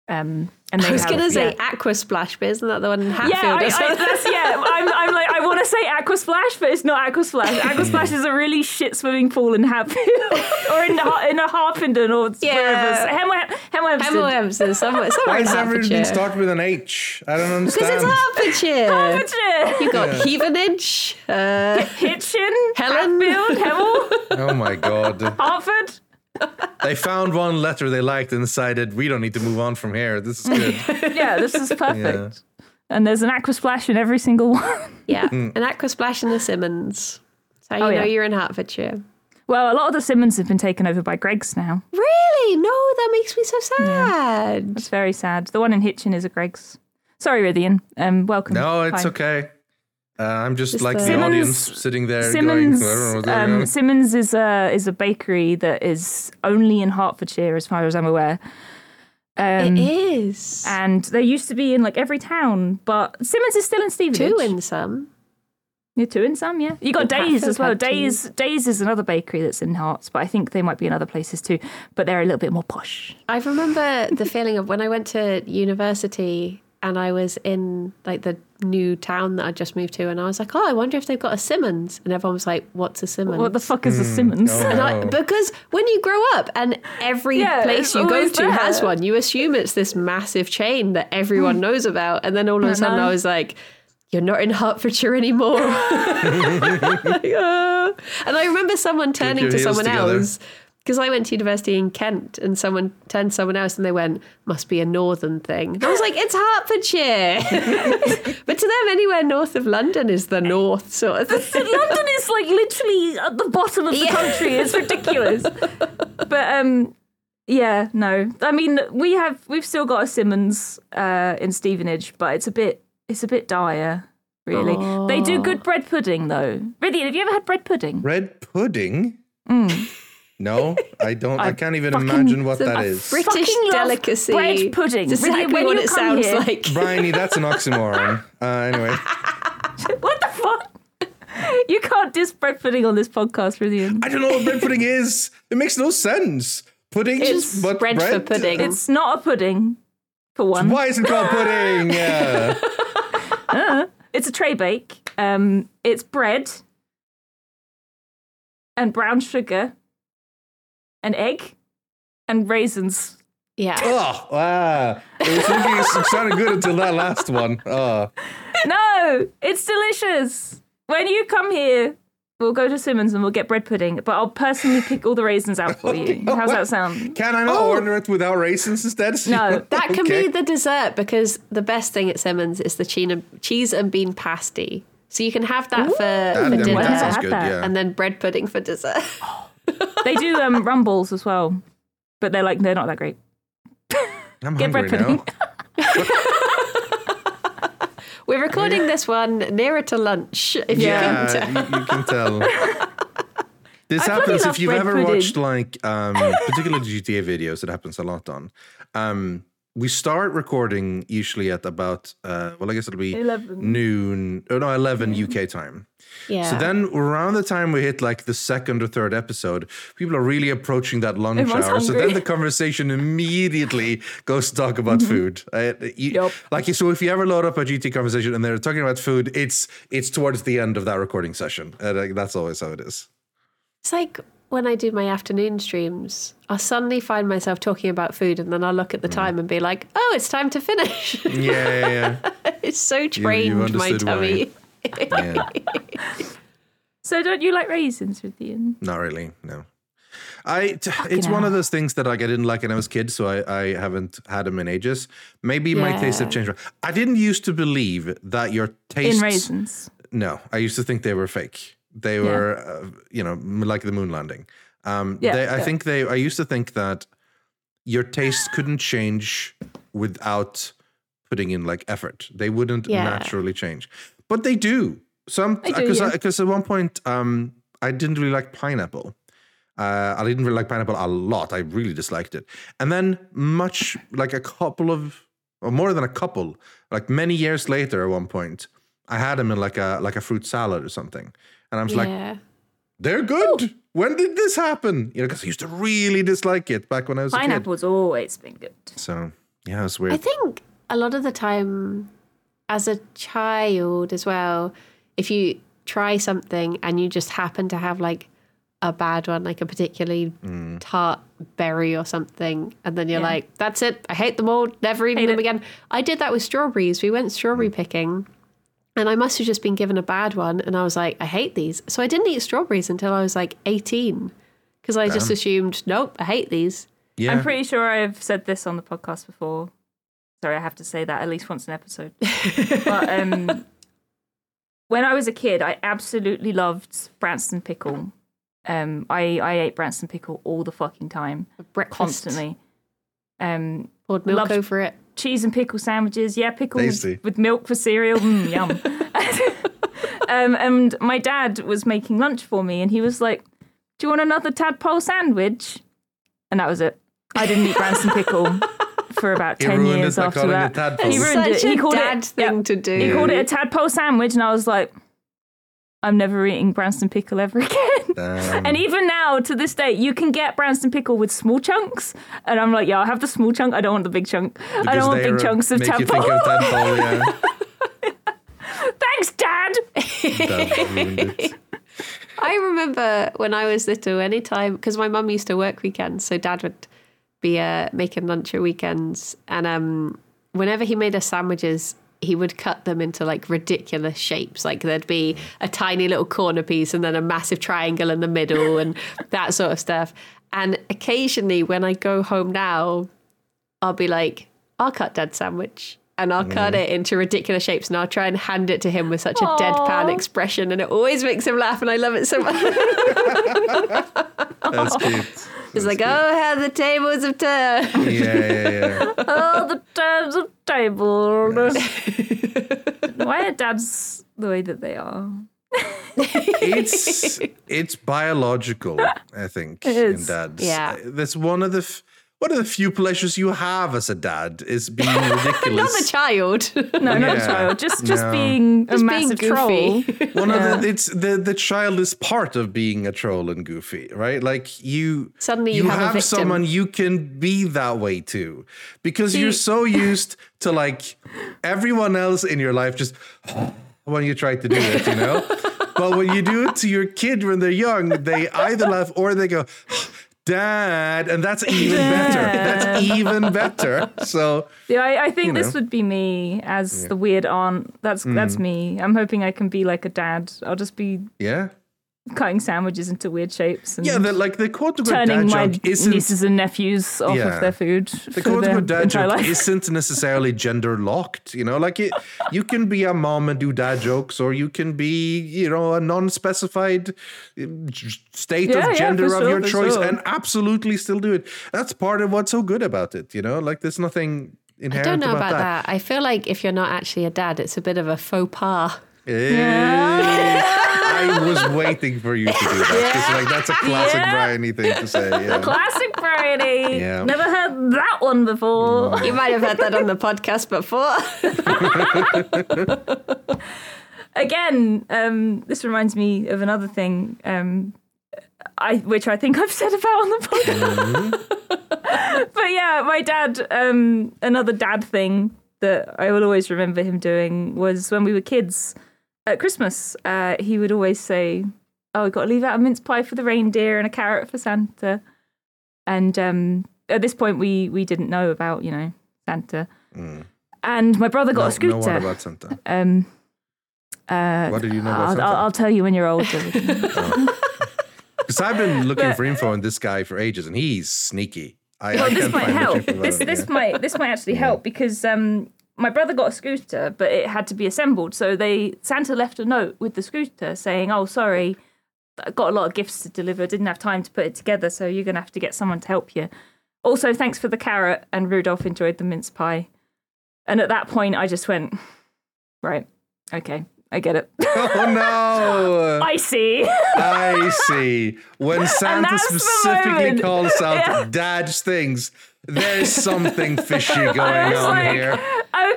Speaker 3: Um, and they
Speaker 1: I was
Speaker 3: have-
Speaker 1: gonna say
Speaker 3: yeah.
Speaker 1: Aqua Splash, but isn't that the one in Hatfield?
Speaker 3: Yeah, I,
Speaker 1: or
Speaker 3: I,
Speaker 1: something?
Speaker 3: that's, yeah. I'm, I'm like, I want to say Aqua Splash, but it's not Aqua Splash. Aqua Splash is a really shit swimming pool in Hatfield or in Har- in a Harpenden or
Speaker 1: Yeah.
Speaker 3: wherever. Hemel
Speaker 1: Hemel
Speaker 3: Hempstead.
Speaker 1: Hempstead, somewhere, somewhere
Speaker 2: Why
Speaker 1: in
Speaker 2: does everything
Speaker 1: Hertfordshire.
Speaker 2: start with an H? I don't
Speaker 1: Because
Speaker 2: understand.
Speaker 1: it's Hertfordshire.
Speaker 3: Hempstead.
Speaker 1: You've got Heavenage, uh,
Speaker 3: Hitchin,
Speaker 1: Helen.
Speaker 3: Hatfield, Hemel,
Speaker 2: oh my god!
Speaker 3: Hartford.
Speaker 2: They found one letter they liked and decided we don't need to move on from here. This is good.
Speaker 3: Yeah, this is perfect. And there's an Aqua Splash in every single one.
Speaker 1: yeah, an Aqua Splash and the Simmons. So you
Speaker 3: Oh,
Speaker 1: know
Speaker 3: yeah.
Speaker 1: you're in Hertfordshire.
Speaker 3: Well, a lot of the Simmons have been taken over by Greg's now.
Speaker 1: Really? No, that makes me so sad.
Speaker 3: It's very sad. The one in Hitchin is a Greg's. Sorry, Rithian. Um, welcome.
Speaker 2: No, it's
Speaker 3: Hi.
Speaker 2: okay. Uh, I'm just,
Speaker 1: Just
Speaker 2: like
Speaker 1: the-
Speaker 2: the
Speaker 3: Simmons-
Speaker 2: audience sitting there
Speaker 3: Simmons,
Speaker 2: going, I don't know what's going
Speaker 3: um,
Speaker 2: on.
Speaker 3: Simmons is a is a bakery that is only in Hertfordshire, as far as I'm aware. Um,
Speaker 1: it is
Speaker 3: and they used to be in like every town, but Simmons is still in Stevenage.
Speaker 1: two in some.
Speaker 3: yeah, two in some, yeah. You
Speaker 1: But
Speaker 3: got Days
Speaker 1: Hatfield
Speaker 3: as well.
Speaker 1: had two.
Speaker 3: Days Days is another bakery that's in Hearts, but I think they might be in other places too. But they're a little bit more posh.
Speaker 1: I remember the feeling of when I went to university and I was in like the new town that I just moved to, and I was like, "Oh, I wonder if they've got a Simmons." And everyone was like, "What's a Simmons?"
Speaker 3: What the fuck is a Simmons?
Speaker 1: And I, because when you grow up and every
Speaker 3: Yeah,
Speaker 1: place
Speaker 3: it's
Speaker 1: you go
Speaker 3: always
Speaker 1: to has
Speaker 3: there. Hmm.
Speaker 1: one, you assume it's this massive chain that everyone knows about. And then all of a sudden I was like, you're not in Hertfordshire anymore. Like, "Ah." and I remember someone turning
Speaker 2: your
Speaker 1: to
Speaker 2: heels
Speaker 1: someone
Speaker 2: together.
Speaker 1: else because I went to university in Kent and someone turned to someone else and they went, must be a northern thing. And I was like, it's Hertfordshire. but to them, anywhere north of London is the north sort of thing.
Speaker 3: London is like literally at the bottom of the country. It's ridiculous. but um, yeah, no. I mean, we have we've still got a Simmons uh, in Stevenage, but it's a bit it's a bit dire, really. They do good bread pudding though. Ridley, have you ever had bread pudding?
Speaker 2: Red pudding? Mm. No, I don't. I, can't even
Speaker 3: fucking-
Speaker 2: imagine what that
Speaker 3: I
Speaker 2: is.
Speaker 3: freak-
Speaker 1: British
Speaker 3: Fucking love
Speaker 1: delicacy.
Speaker 3: bread pudding.
Speaker 1: It's
Speaker 3: Really,
Speaker 1: exactly
Speaker 3: when
Speaker 1: what
Speaker 3: you
Speaker 1: it
Speaker 3: come
Speaker 1: sounds
Speaker 3: here-
Speaker 1: like.
Speaker 2: Bryony, E, that's an oxymoron. Uh, anyway,
Speaker 3: What the fuck? You can't diss bread pudding on this podcast, Ridley.
Speaker 2: I don't know what bread pudding is. It makes no sense. Pudding
Speaker 1: It's
Speaker 2: but
Speaker 1: bread for pudding.
Speaker 3: It's not a pudding, for one.
Speaker 2: Why is it called pudding? Yeah.
Speaker 3: It's a tray bake. Um, it's bread and brown sugar and egg and raisins.
Speaker 1: Yeah.
Speaker 2: oh, wow. It was looking, it sounded good until that last one. Oh.
Speaker 3: No, it's delicious. When you come here, we'll go to Simmons and we'll get bread pudding, but I'll personally pick all the raisins out for
Speaker 2: Oh
Speaker 3: you. How's that sound?
Speaker 2: Can I not order it without raisins instead?
Speaker 3: No.
Speaker 1: Oh! That can
Speaker 2: Okay.
Speaker 1: be the dessert because the best thing at Simmons is the cheena- cheese and bean pasty. So you can have that for,
Speaker 2: That-
Speaker 1: for
Speaker 2: I mean,
Speaker 1: dinner
Speaker 2: that
Speaker 3: Wow.
Speaker 2: sounds
Speaker 3: Had
Speaker 2: good,
Speaker 3: that.
Speaker 2: yeah.
Speaker 1: and then bread pudding for dessert.
Speaker 3: They do um, rumbles as well, but they're like, they're not that great.
Speaker 2: I'm
Speaker 3: Get
Speaker 2: hungry
Speaker 3: bread
Speaker 2: now.
Speaker 1: We're recording this one nearer to lunch. If you can
Speaker 2: Yeah,
Speaker 1: tell.
Speaker 2: you, you can tell. This
Speaker 3: I bloody
Speaker 2: happens
Speaker 3: love
Speaker 2: if you've
Speaker 3: bread
Speaker 2: ever
Speaker 3: pudding.
Speaker 2: watched like um particular GTA videos, it happens a lot on. Um we start recording usually at about uh well I guess it'll be
Speaker 3: 11.
Speaker 2: noon oh no eleven UK time.
Speaker 1: Yeah.
Speaker 2: So then around the time we hit like the second or third episode, people are really approaching that lunch
Speaker 3: Everyone's
Speaker 2: hour. So
Speaker 3: hungry.
Speaker 2: then the conversation immediately goes to talk about food. Uh, you-
Speaker 3: Yup.
Speaker 2: Like so if you ever load up a GT conversation and they're talking about food, it's it's towards the end of that recording session. Uh, like, that's always how it is.
Speaker 1: It's like when I do my afternoon streams, I'll suddenly find myself talking about food and then I'll look at
Speaker 2: Mm.
Speaker 1: the time and be like, oh, it's time to finish.
Speaker 2: Yeah, yeah,
Speaker 1: it's so trained my
Speaker 2: understood
Speaker 1: tummy.
Speaker 2: yeah. yeah.
Speaker 3: So don't you like raisins, Ridley?
Speaker 2: Not really, no. I t- it's one of those things that like I didn't like when I was a kid, so I, I haven't had them in ages. Maybe my tastes have changed. I didn't used to believe that your tastes
Speaker 3: In raisins.
Speaker 2: No, I used to think they were fake. They were, uh, you know, m- like the moon landing. Um,
Speaker 3: Yeah,
Speaker 2: they, I
Speaker 3: yeah.
Speaker 2: think they. I used to think that your tastes couldn't change without putting in like effort. They wouldn't
Speaker 1: Yeah.
Speaker 2: naturally change, but they do. Some
Speaker 3: They do,
Speaker 2: because
Speaker 3: yeah.
Speaker 2: because at one point um, I didn't really like pineapple. Uh, I didn't really like pineapple a lot. I really disliked it. And then, much like a couple of, or more than a couple, like many years later, at one point, I had them in like a like a fruit salad or something, and I was like,
Speaker 1: yeah.
Speaker 2: "They're good." When did this happen? You know, because I used to really dislike it back when I was a
Speaker 3: Pineapple's always been good.
Speaker 2: kid. So yeah, it's weird.
Speaker 1: I think a lot of the time, as a child as well, if you try something and you just happen to have like a bad one, like a particularly tart berry or something, and then you're
Speaker 3: Yeah.
Speaker 1: like, that's it, I hate them all, never eating
Speaker 3: Hate
Speaker 1: them
Speaker 3: it.
Speaker 1: again. I did that with strawberries. We went strawberry picking. And I must have just been given a bad one. And I was like, I hate these. So I didn't eat strawberries until I was like 18 because I just assumed, nope, I hate these.
Speaker 2: yeah,
Speaker 3: I'm pretty sure I've said this on the podcast before. Sorry, I have to say that at least once an episode. but um, when I was a kid, I absolutely loved Branston pickle. Um, I, I ate Branston pickle all the fucking time,
Speaker 1: Breakfast.
Speaker 3: constantly. Um,
Speaker 1: poured milk
Speaker 3: Love-
Speaker 1: over it.
Speaker 3: cheese and pickle sandwiches. Yeah, pickles
Speaker 2: Tasty.
Speaker 3: with milk for cereal. Mm, yum. um, and my dad was making lunch for me, and he was like, "Do you want another tadpole sandwich?" And that was it. I didn't eat Branson pickle for about
Speaker 2: He
Speaker 3: ten
Speaker 2: ruined
Speaker 3: years
Speaker 2: it by
Speaker 3: after
Speaker 2: calling
Speaker 3: that.
Speaker 2: it tadpole.
Speaker 3: He ruined
Speaker 1: Such
Speaker 3: it. He
Speaker 1: a
Speaker 3: called
Speaker 1: dad
Speaker 3: it
Speaker 1: thing
Speaker 3: yeah.
Speaker 1: to do.
Speaker 3: He called it a tadpole sandwich, and I was like, "I'm never eating Branston pickle ever again."
Speaker 2: Damn.
Speaker 3: And even now, to this day, you can get Branston pickle with small chunks, and I'm like, "Yeah, I'll have the small chunk. I don't want the big chunk. I
Speaker 2: Because
Speaker 3: don't want
Speaker 2: they
Speaker 3: big
Speaker 2: re-
Speaker 3: chunks of
Speaker 2: make you think
Speaker 3: tadpole."
Speaker 2: of tadpole, yeah.
Speaker 3: Thanks, Dad.
Speaker 2: That ruined it.
Speaker 1: I remember when I was little, anytime, because my mum used to work weekends, so dad would be uh, making lunch at weekends. And um, whenever he made us sandwiches, he would cut them into like ridiculous shapes. Like there'd be a tiny little corner piece and then a massive triangle in the middle and that sort of stuff. And occasionally when I go home now, I'll be like, I'll cut dad's sandwich. And I'll cut it into ridiculous shapes and I'll try and hand it to him with such a deadpan expression. And it always makes him laugh. And I love it so much.
Speaker 2: That's cute.
Speaker 1: It's like, oh, how the tables have turned.
Speaker 2: Yeah, yeah, yeah.
Speaker 3: oh, the terms of table. Why are dads the way that they are?
Speaker 2: it's it's biological, I think, in
Speaker 3: is.
Speaker 2: dads. Uh,
Speaker 1: Yeah.
Speaker 2: that's one of the f- one of the few pleasures you have as a dad is being
Speaker 1: Not the
Speaker 2: ridiculous.
Speaker 1: child.
Speaker 3: No, not
Speaker 2: Yeah.
Speaker 3: a child. Just just
Speaker 2: No.
Speaker 3: being
Speaker 1: Just
Speaker 3: a
Speaker 1: being
Speaker 3: massive
Speaker 1: goofy.
Speaker 3: troll.
Speaker 2: one of the, it's the the child is part of being a troll and goofy, right? Like you
Speaker 1: Suddenly you have a victim.
Speaker 2: someone you can be that way to because you're so used to like everyone else in your life just when you try to do it, you know. but when you do it to your kid when they're young, they either laugh or they go. Dad, and that's even better. That's even better. So
Speaker 3: Yeah, I, I think this
Speaker 2: know. Mm.
Speaker 3: would be me as the weird aunt. That's that's me. I'm hoping I can be like a dad. I'll just be
Speaker 2: yeah,
Speaker 3: cutting sandwiches into weird shapes and
Speaker 2: yeah. The, like the quote unquote
Speaker 3: turning
Speaker 2: dad
Speaker 3: my
Speaker 2: joke isn't
Speaker 3: nieces and nephews off
Speaker 2: Yeah.
Speaker 3: of their food the
Speaker 2: the
Speaker 3: for
Speaker 2: quote
Speaker 3: their
Speaker 2: unquote dad
Speaker 3: entire
Speaker 2: joke
Speaker 3: life.
Speaker 2: isn't necessarily gender locked. You know, like it, you can be a mom and do dad jokes, or you can be, you know, a non specified state
Speaker 3: Yeah,
Speaker 2: of
Speaker 3: yeah,
Speaker 2: gender
Speaker 3: for
Speaker 2: of
Speaker 3: sure,
Speaker 2: your
Speaker 3: for
Speaker 2: choice
Speaker 3: sure.
Speaker 2: and absolutely still do it. That's part of what's so good about it. You know, like there's nothing
Speaker 1: I
Speaker 2: inherent
Speaker 1: don't know
Speaker 2: about,
Speaker 1: about that. I feel like if you're not actually a dad, it's a bit of a faux pas.
Speaker 2: Hey, Eh, I was waiting for you to do that. 'cause, like that's a classic
Speaker 3: Yeah.
Speaker 2: Bryony thing to say. Yeah.
Speaker 3: Classic variety.
Speaker 2: Yeah. Mm.
Speaker 3: Never heard that one before.
Speaker 1: You might have heard that on the podcast before.
Speaker 3: again, um, this reminds me of another thing, um, I which I think I've said about on the podcast. but yeah, my dad, um, another dad thing that I will always remember him doing was when we were kids at Christmas. Uh, he would always say, "Oh, we've got to leave out a mince pie for the reindeer and a carrot for Santa." And um, at this point, we we didn't know about you know Santa. And my brother got
Speaker 2: No,
Speaker 3: a scooter.
Speaker 2: no one about Santa.
Speaker 3: um, uh,
Speaker 2: What did you know about
Speaker 3: I'll,
Speaker 2: Santa?
Speaker 3: I'll, I'll tell you when you're older.
Speaker 2: Because I've been looking for info on this guy for ages, and he's sneaky. I,
Speaker 3: well,
Speaker 2: I
Speaker 3: this
Speaker 2: can't
Speaker 3: might
Speaker 2: find much
Speaker 3: help.
Speaker 2: info about
Speaker 3: This
Speaker 2: him,
Speaker 3: this
Speaker 2: yeah.
Speaker 3: might this might actually help because um, my brother got a scooter, but it had to be assembled. So they Santa left a note with the scooter saying, "Oh, sorry, I got a lot of gifts to deliver. Didn't have time to put it together. So you're gonna have to get someone to help you." Also, thanks for the carrot. And Rudolph enjoyed the mince pie. And at that point, I just went, right, okay, I get it.
Speaker 2: Oh no!
Speaker 3: I see.
Speaker 2: I see. When Santa
Speaker 3: that's the
Speaker 2: specifically
Speaker 3: moment.
Speaker 2: calls out
Speaker 3: Yeah.
Speaker 2: dad's things, there's something fishy going
Speaker 3: I was
Speaker 2: on
Speaker 3: like,
Speaker 2: here.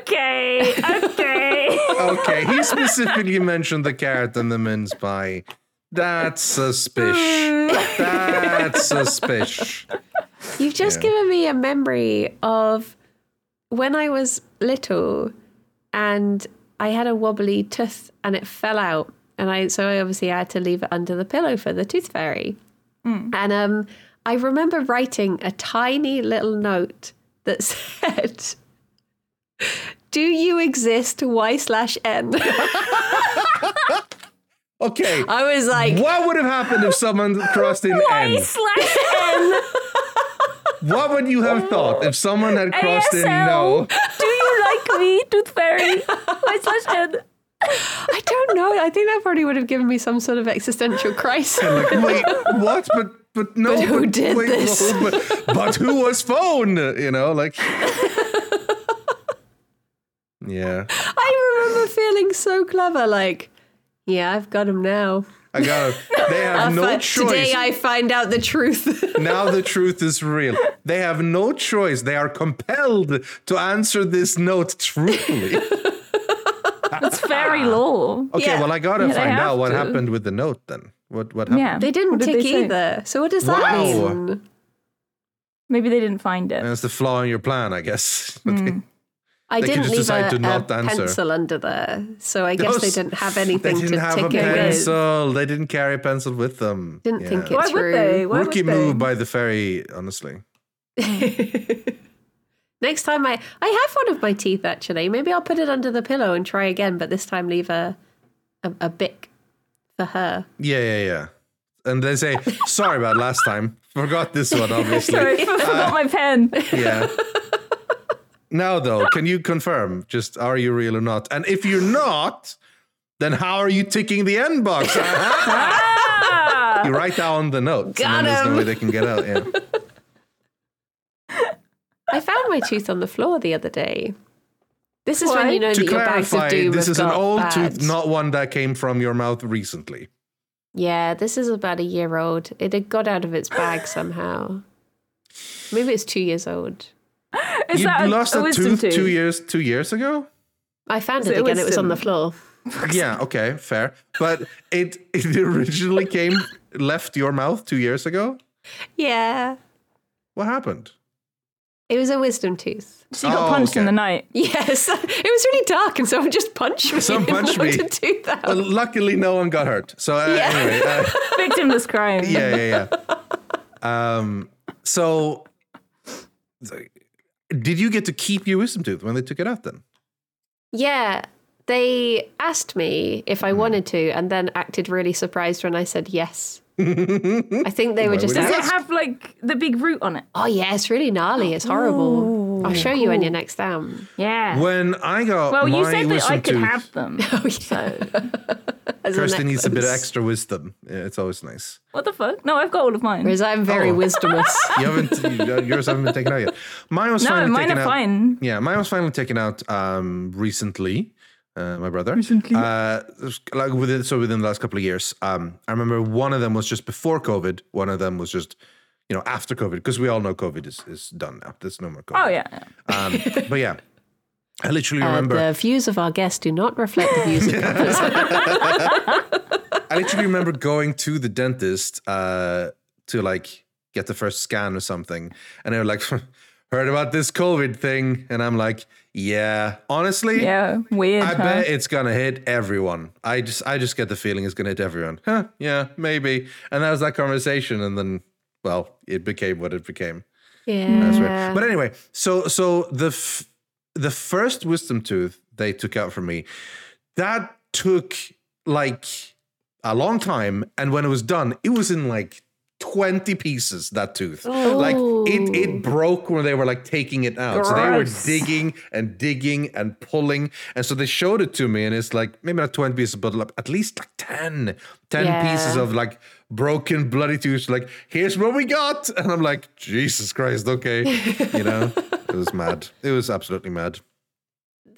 Speaker 3: okay, okay.
Speaker 2: Okay, he specifically mentioned the carrot and the mince pie. That's suspicious. That's suspicious.
Speaker 1: You've just given me a memory of when I was little and I had a wobbly tooth and it fell out. And I so I obviously had to leave it under the pillow for the tooth fairy. And um, I remember writing a tiny little note that said, Do you exist? Y slash N.
Speaker 2: Okay,
Speaker 1: I was like,
Speaker 2: what would have happened if someone crossed in N?
Speaker 3: Slash N.
Speaker 2: What would you have thought if someone had crossed in no?
Speaker 3: Do you like me, Tooth Fairy? Why slash N?
Speaker 1: I don't know. I think that probably would have given me some sort of existential crisis.
Speaker 2: Like, wait, what? But but no.
Speaker 1: But who did this?
Speaker 2: well, but, but who was phone? You know, like. yeah,
Speaker 1: I remember feeling so clever, like, yeah, I've got him now. Uh,
Speaker 2: I got. They have no
Speaker 1: But
Speaker 2: choice.
Speaker 1: Today I find out the truth.
Speaker 2: now the truth is real. They have no choice. They are compelled to answer this note truthfully.
Speaker 3: It's fairy
Speaker 2: Ah.
Speaker 3: law.
Speaker 2: Okay,
Speaker 1: Yeah.
Speaker 2: well, I gotta
Speaker 3: Yeah, they
Speaker 2: find
Speaker 3: have
Speaker 2: out what
Speaker 3: to.
Speaker 2: happened with the note then. What what happened?
Speaker 3: Yeah.
Speaker 1: they didn't
Speaker 3: What did
Speaker 1: tick
Speaker 3: they say?
Speaker 1: either. So what does that
Speaker 2: Wow.
Speaker 1: mean?
Speaker 3: Maybe they didn't find it.
Speaker 2: That's the flaw in your plan, I guess. But they-
Speaker 1: I
Speaker 2: They could
Speaker 1: didn't
Speaker 2: just
Speaker 1: leave
Speaker 2: decide
Speaker 1: a,
Speaker 2: to
Speaker 1: a
Speaker 2: not answer.
Speaker 1: pencil under there, so I guess
Speaker 2: Those-
Speaker 1: they didn't have anything
Speaker 2: They didn't
Speaker 1: to
Speaker 2: have
Speaker 1: tick
Speaker 2: a
Speaker 1: it with.
Speaker 2: pencil. They didn't carry a pencil with them.
Speaker 1: Didn't
Speaker 2: Yeah.
Speaker 1: think it
Speaker 3: Why
Speaker 1: through.
Speaker 3: would they? Why
Speaker 2: Rookie
Speaker 3: would they?
Speaker 2: move by the fairy, honestly.
Speaker 1: Next time I I have one of my teeth actually. Maybe I'll put it under the pillow and try again, but this time leave a a, a bic for her.
Speaker 2: Yeah, yeah, yeah. And they say, sorry about last time. Forgot this one, obviously.
Speaker 3: Sorry, I
Speaker 2: Uh,
Speaker 3: forgot my pen.
Speaker 2: yeah. Now, though, can you confirm just are you real or not? And if you're not, then how are you ticking the end box?
Speaker 3: Ah!
Speaker 2: you write down the notes,
Speaker 1: Got
Speaker 2: and then there's
Speaker 1: him.
Speaker 2: no way they can get out. Yeah.
Speaker 1: I found my tooth on the floor the other day. This is
Speaker 3: Why?
Speaker 1: when you know
Speaker 2: to
Speaker 1: that your bags
Speaker 2: clarify,
Speaker 1: of doom
Speaker 2: this
Speaker 1: have
Speaker 2: is an
Speaker 1: got
Speaker 2: old
Speaker 1: bad.
Speaker 2: tooth, not one that came from your mouth recently.
Speaker 1: Yeah, this is about a year old. It had got out of its bag somehow. Maybe it's two years old.
Speaker 3: Is
Speaker 2: you
Speaker 3: that a,
Speaker 2: lost
Speaker 3: a
Speaker 2: a,
Speaker 3: wisdom
Speaker 2: tooth
Speaker 3: tooth?
Speaker 2: two years two years ago.
Speaker 1: I found
Speaker 3: Is
Speaker 1: it
Speaker 3: it
Speaker 1: again. It was on
Speaker 3: wisdom?
Speaker 1: the floor.
Speaker 2: yeah, okay, fair. But it it originally came left your mouth two years ago.
Speaker 1: Yeah.
Speaker 2: What happened?
Speaker 1: It was a wisdom tooth.
Speaker 3: So you got
Speaker 2: Oh,
Speaker 3: punched
Speaker 2: okay.
Speaker 3: in the night.
Speaker 1: Yes. It was really dark and someone just punched me.
Speaker 2: Someone
Speaker 1: and
Speaker 2: punched me.
Speaker 1: wanted to do that.
Speaker 3: Oh.
Speaker 2: Well, luckily, no one got hurt. So uh,
Speaker 1: Yeah.
Speaker 2: anyway, uh,
Speaker 3: Victimless crime.
Speaker 2: yeah, yeah, yeah. Um, so did you get to keep your wisdom tooth when they took it out? Then
Speaker 1: Yeah. They asked me if
Speaker 2: Hmm.
Speaker 1: I wanted to and then acted really surprised when I said yes. I think they were just
Speaker 2: would
Speaker 3: Does
Speaker 2: you
Speaker 1: like,
Speaker 3: it have like the big root on it?
Speaker 1: oh, yeah, it's really gnarly. It's horrible. I'll show you when you're next down.
Speaker 3: Yeah.
Speaker 2: when I got
Speaker 3: well,
Speaker 2: my
Speaker 3: you said that
Speaker 2: wisdom
Speaker 3: I could
Speaker 2: tooth,
Speaker 3: have them.
Speaker 2: Oh,
Speaker 3: So
Speaker 1: As an
Speaker 2: Kirsten needs a bit of
Speaker 1: excellence.
Speaker 2: extra wisdom. Yeah, it's always nice.
Speaker 3: what the fuck? No, I've got all of mine.
Speaker 1: Whereas I'm very
Speaker 2: Oh.
Speaker 1: wisdomous.
Speaker 2: You haven't you- yours haven't been taken out yet. Mine was
Speaker 3: No,
Speaker 2: finally
Speaker 3: mine
Speaker 2: taken
Speaker 3: are
Speaker 2: out.
Speaker 3: fine.
Speaker 2: Yeah, mine was finally taken out um, recently. Uh, my brother.
Speaker 3: Recently.
Speaker 2: Uh, like within so within the last couple of years. Um, I remember one of them was just before COVID. One of them was just you know after COVID because we all know COVID is is done now. There's no more COVID.
Speaker 3: Oh yeah.
Speaker 2: Um, but yeah, I literally
Speaker 1: Uh,
Speaker 2: remember.
Speaker 1: the views of our guests do not reflect the views of
Speaker 2: I literally remember going to the dentist uh, to like get the first scan or something, and they were like, "Heard about this COVID thing?" And I'm like, "Yeah, honestly,
Speaker 3: Yeah. Weird.
Speaker 2: I
Speaker 3: huh?
Speaker 2: bet it's gonna hit everyone. I just, I just get the feeling it's gonna hit everyone. Huh? Yeah, maybe." And that was that conversation, and then, well, it became what it became.
Speaker 1: Yeah.
Speaker 2: That's right. But anyway, so so the f- the first wisdom tooth they took out from me, that took like a long time, and when it was done, it was in like twenty pieces. That tooth, like it it broke when they were like taking it out. So they were
Speaker 3: Gross.
Speaker 2: digging and digging and pulling, and so they showed it to me, and it's like maybe not twenty pieces, but like, at least like 10, 10
Speaker 1: Yeah.
Speaker 2: pieces of of like broken bloody tooth like here's what we got and i'm like jesus christ okay you know it was mad it was absolutely mad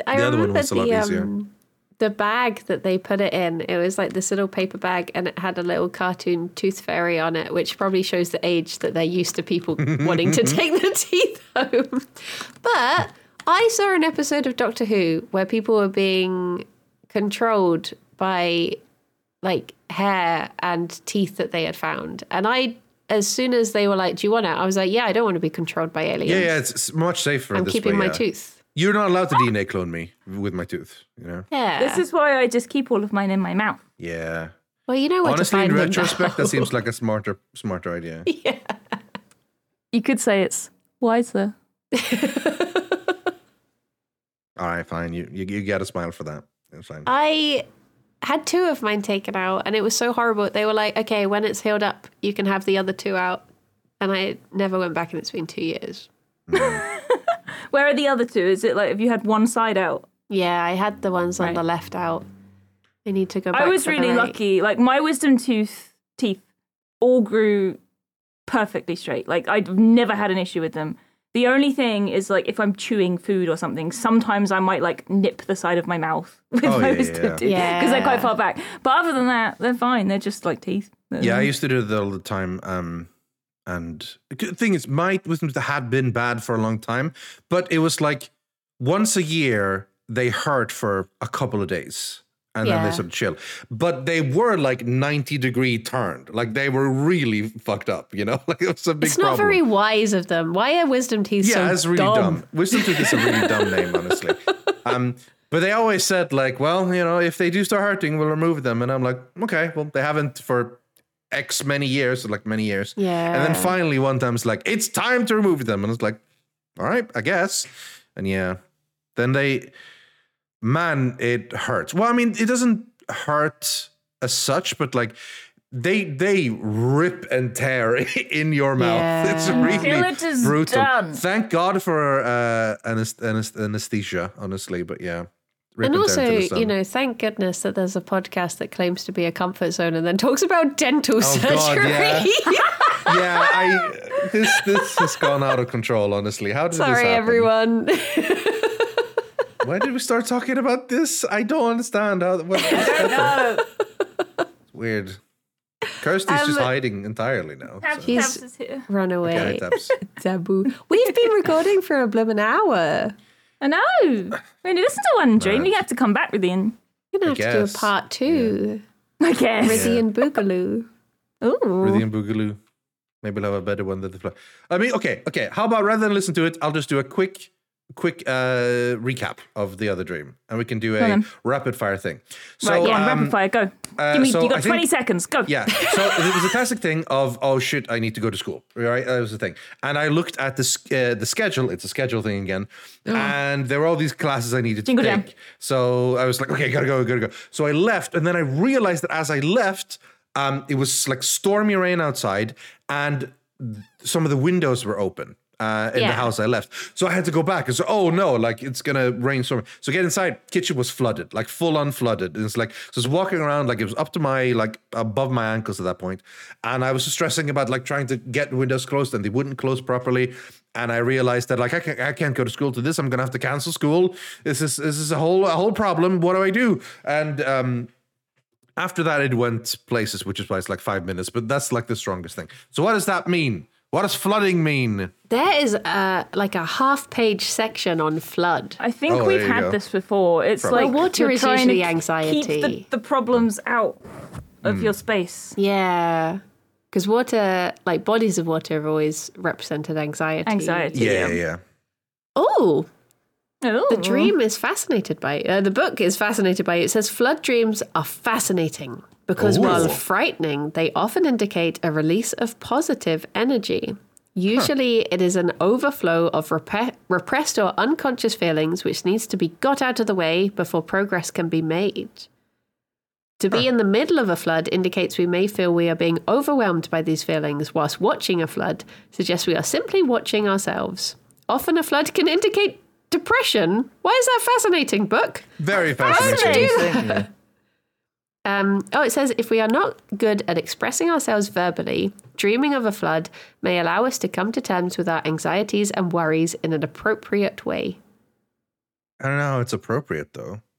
Speaker 1: I
Speaker 2: The other one
Speaker 1: remember
Speaker 2: was a lot
Speaker 1: the,
Speaker 2: easier.
Speaker 1: um, the bag that they put it in. It was like this little paper bag, and it had a little cartoon tooth fairy on it, which probably shows the age that they're used to people wanting to take their teeth home. But I saw an episode of Doctor Who where people were being controlled by like hair and teeth that they had found, and I. As soon as they were like, "Do you want it?" I was like, "Yeah, I don't want to be controlled by aliens.
Speaker 2: yeah yeah it's, it's much safer
Speaker 1: I'm
Speaker 2: this
Speaker 1: keeping
Speaker 2: way,
Speaker 1: my
Speaker 2: yeah.
Speaker 1: tooth."
Speaker 2: you're not allowed to dna clone me with my tooth you know
Speaker 1: Yeah.
Speaker 3: This is why I just keep all of mine in my mouth.
Speaker 2: yeah
Speaker 1: Well, you know what
Speaker 2: honestly
Speaker 1: to find
Speaker 2: in
Speaker 1: them
Speaker 2: retrospect
Speaker 1: now.
Speaker 2: that seems like a smarter smarter idea
Speaker 3: You could say it's wiser.
Speaker 2: all right fine you you, you got a smile for that it's fine
Speaker 1: I had two of mine taken out, and it was so horrible. They were like, "Okay, when it's healed up, you can have the other two out." And I never went back, and it's been two years.
Speaker 3: Where are the other two? Is it like have you had one side out?
Speaker 1: Yeah, I had the ones on the left out. I need to go. back
Speaker 3: I was
Speaker 1: for the
Speaker 3: really
Speaker 1: right.
Speaker 3: lucky. Like my wisdom tooth teeth all grew perfectly straight. Like I've never had an issue with them. The only thing is like if I'm chewing food or something, sometimes I might like nip the side of my mouth with
Speaker 2: Oh, yeah,
Speaker 3: those
Speaker 2: yeah,
Speaker 3: to
Speaker 2: yeah.
Speaker 3: do because they're quite
Speaker 5: Yeah.
Speaker 3: far back. But other than that, they're fine. They're just like teeth.
Speaker 2: Yeah, I used to do that all the time. Um, and the thing is, my wisdom teeth had been bad for a long time, but it was like once a year they hurt for a couple of days. And then they
Speaker 5: Yeah.
Speaker 2: sort of chill. But they were like 90 degree turned. Like they were really fucked up, you know? Like it was a big
Speaker 1: It's not
Speaker 2: problem.
Speaker 1: very wise of them. Why are wisdom teeth
Speaker 2: Yeah,
Speaker 1: so
Speaker 2: that's really dumb. Wisdom Tooth is a really dumb name, honestly. Um, but they always said like, well, you know, if they do start hurting, we'll remove them. And I'm like, okay, well, they haven't for X many years, like many years.
Speaker 5: Yeah.
Speaker 2: And then
Speaker 1: Um,
Speaker 2: finally, one time it's like, it's time to remove them, and it's like, all right, I guess. And yeah, then they, man, it hurts. Well, I mean, it doesn't hurt as such, but like. They they rip and tear in your mouth.
Speaker 5: Yeah.
Speaker 2: It's really
Speaker 3: Till it is
Speaker 2: brutal.
Speaker 3: done.
Speaker 2: Thank God for uh, anes- anes- anesthesia, honestly. But yeah, Rip
Speaker 1: And
Speaker 2: tear
Speaker 1: also,
Speaker 2: till it's done.
Speaker 1: you know, thank goodness that there's a podcast that claims to be a comfort zone and then talks about dental
Speaker 2: Oh,
Speaker 1: surgery.
Speaker 2: God, yeah. yeah, I this this has gone out of control. Honestly, how did this
Speaker 1: Sorry,
Speaker 2: happen?
Speaker 1: everyone.
Speaker 2: Why did we start talking about this? I don't understand. How, what, no. Weird. Kirsty's
Speaker 3: Um,
Speaker 2: just hiding entirely now. So.
Speaker 1: He's-
Speaker 3: Tabs is here.
Speaker 1: Run
Speaker 2: Okay,
Speaker 1: away.
Speaker 2: Tabs.
Speaker 1: Taboo. We've been recording for a blooming hour.
Speaker 3: I know. When you listen to one, Jane, you have to come back with Ian.
Speaker 1: We're
Speaker 2: I
Speaker 1: going to have to do
Speaker 2: guess.
Speaker 1: a part two.
Speaker 3: I guess.
Speaker 1: Rizzy and Boogaloo.
Speaker 3: Ooh.
Speaker 2: Rudy and Boogaloo. Maybe we'll have a better one than the fly. I mean, okay, okay. How about rather than listen to it, I'll just do a quick, quick uh, recap of the other dream, and we can do
Speaker 3: Go on
Speaker 2: a
Speaker 3: then.
Speaker 2: rapid fire thing. So,
Speaker 3: right, yeah,
Speaker 2: um,
Speaker 3: rapid fire, go.
Speaker 2: uh,
Speaker 3: Give me,
Speaker 2: so
Speaker 3: you
Speaker 2: I
Speaker 3: got
Speaker 2: think-
Speaker 3: 20 seconds, go.
Speaker 2: Yeah. So it was a classic thing of oh shit, I need to go to school. Right, that was the thing. And I looked at the s- uh, the schedule. It's a schedule thing again. and there were all these classes I needed to
Speaker 3: Oh. Jingle jam.
Speaker 2: take. So I was like, okay, gotta go, gotta go. So I left, and then I realized that as I left, um, it was like stormy rain outside, and some of the windows were open uh, in the
Speaker 3: Yeah.
Speaker 2: house I left. So I had to go back and say, oh no, like it's gonna rain so much. So get inside, kitchen was flooded, like full on flooded. And it's like, so it's walking around, like it was up to my, like above my ankles at that point. And I was just stressing about like trying to get windows closed and they wouldn't close properly. And I realized that like I can't, I can't go to school to this. I'm gonna have to cancel school. This is this is a whole a whole problem. What do I do? And um, after that, it went places, which is why it's like five minutes, but that's like the strongest thing. So, what does that mean? What does flooding mean?
Speaker 1: There is uh, like a half page section on flood.
Speaker 3: I think
Speaker 2: Oh,
Speaker 3: we've
Speaker 2: there you
Speaker 3: had
Speaker 2: go.
Speaker 3: this before. It's
Speaker 2: Probably.
Speaker 3: like
Speaker 1: Well, water
Speaker 3: you're
Speaker 1: is
Speaker 3: trying to
Speaker 1: usually
Speaker 3: k- Keep
Speaker 1: anxiety.
Speaker 3: the, the problems out of
Speaker 2: Hmm.
Speaker 3: your space.
Speaker 1: Yeah. Because water, like bodies of water, have always represented anxiety.
Speaker 3: Anxiety.
Speaker 2: yeah.
Speaker 1: Oh,
Speaker 3: Oh.
Speaker 1: The dream is fascinated by uh, the book is fascinated by it. It says flood dreams are fascinating because
Speaker 2: Ooh.
Speaker 1: while frightening, they often indicate a release of positive energy. Usually, it is an overflow of repre- repressed or unconscious feelings which needs to be got out of the way before progress can be made. To be in the middle of a flood indicates we may feel we are being overwhelmed by these feelings, whilst watching a flood suggests we are simply watching ourselves. Often a flood can indicate depression. Why is that fascinating, book?
Speaker 2: Very fascinating. Yeah.
Speaker 1: Um, oh, it says if we are not good at expressing ourselves verbally, dreaming of a flood may allow us to come to terms with our anxieties and worries in an appropriate way.
Speaker 2: I don't know how it's appropriate though.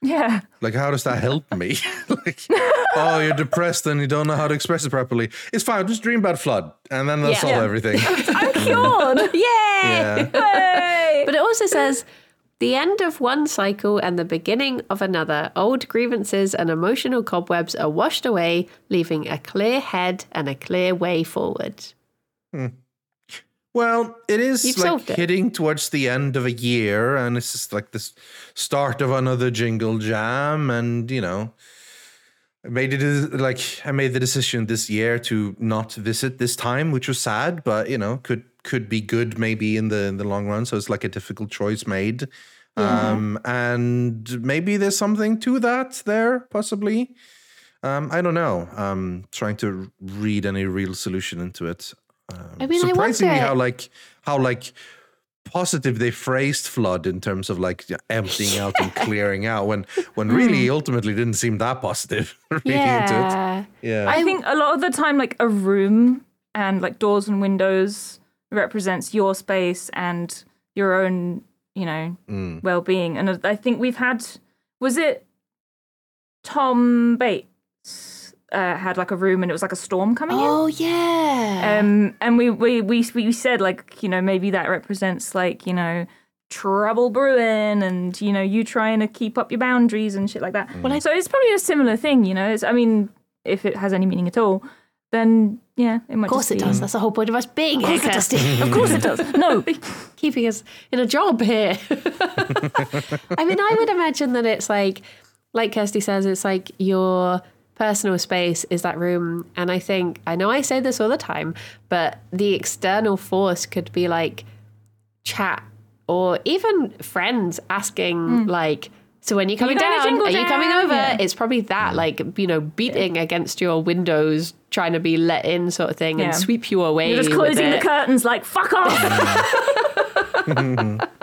Speaker 3: Yeah.
Speaker 2: Like, how does that help me? like, oh, you're depressed and you don't know how to express it properly. It's fine. Just dream about flood, and then that's
Speaker 1: Yeah.
Speaker 2: all
Speaker 1: Yeah.
Speaker 2: everything.
Speaker 3: I'm
Speaker 1: Oh,
Speaker 3: cured. Yay!
Speaker 2: yeah.
Speaker 3: Yay!
Speaker 1: But it also says the end of one cycle and the beginning of another. Old grievances and emotional cobwebs are washed away, leaving a clear head and a clear way forward.
Speaker 2: Well, it is
Speaker 1: You've
Speaker 2: like
Speaker 1: solved it.
Speaker 2: hitting towards the end of a year, and it's just like this start of another jingle jam, and you know, I made it like I made the decision this year to not visit this time, which was sad, but you know, could could be good maybe in the in the long run. So it's like a difficult choice made, um, and maybe there's something to that there, possibly. Um, I don't know. Um, trying to read any real solution into it. Um,
Speaker 1: I mean, I
Speaker 2: surprisingly,
Speaker 1: wonder-
Speaker 2: how like how like positive they phrased flood in terms of like emptying out and clearing out when when
Speaker 1: Hmm.
Speaker 2: really ultimately didn't seem that positive reading into it. Yeah.
Speaker 3: I think a lot of the time, like a room and like doors and windows represents your space and your own, you know,
Speaker 2: Mm.
Speaker 3: well-being. And I think we've had was it Tom Bates uh, had like a room and it was like a storm coming in.
Speaker 5: Oh yeah.
Speaker 3: Um, and we, we we we said like you know maybe that represents like you know trouble brewing and you know you trying to keep up your boundaries and shit like that.
Speaker 5: Well, I-
Speaker 3: so it's probably a similar thing, you know. It's I mean, if it has any meaning at all, then yeah, it might.
Speaker 5: of course
Speaker 3: just
Speaker 5: it
Speaker 3: be-
Speaker 5: does. That's the whole point of us being here, Kirsty.
Speaker 3: Of course it does. No,
Speaker 1: keeping us in a job here. I mean, I would imagine that it's like, like Kirsty says, it's like your personal space is that room. And I think, I know I say this all the time, but the external force could be like chat or even friends asking, like, so when you're coming
Speaker 3: going to
Speaker 1: down,
Speaker 3: Hmm. Jingle
Speaker 1: are you coming
Speaker 3: Jam?
Speaker 1: over?
Speaker 3: Yeah.
Speaker 1: It's probably that, like, you know, beating against your windows, trying to be let in, sort of thing,
Speaker 3: Yeah.
Speaker 1: and sweep you away.
Speaker 3: you're just
Speaker 1: with
Speaker 3: closing the
Speaker 1: it.
Speaker 3: curtains like fuck off.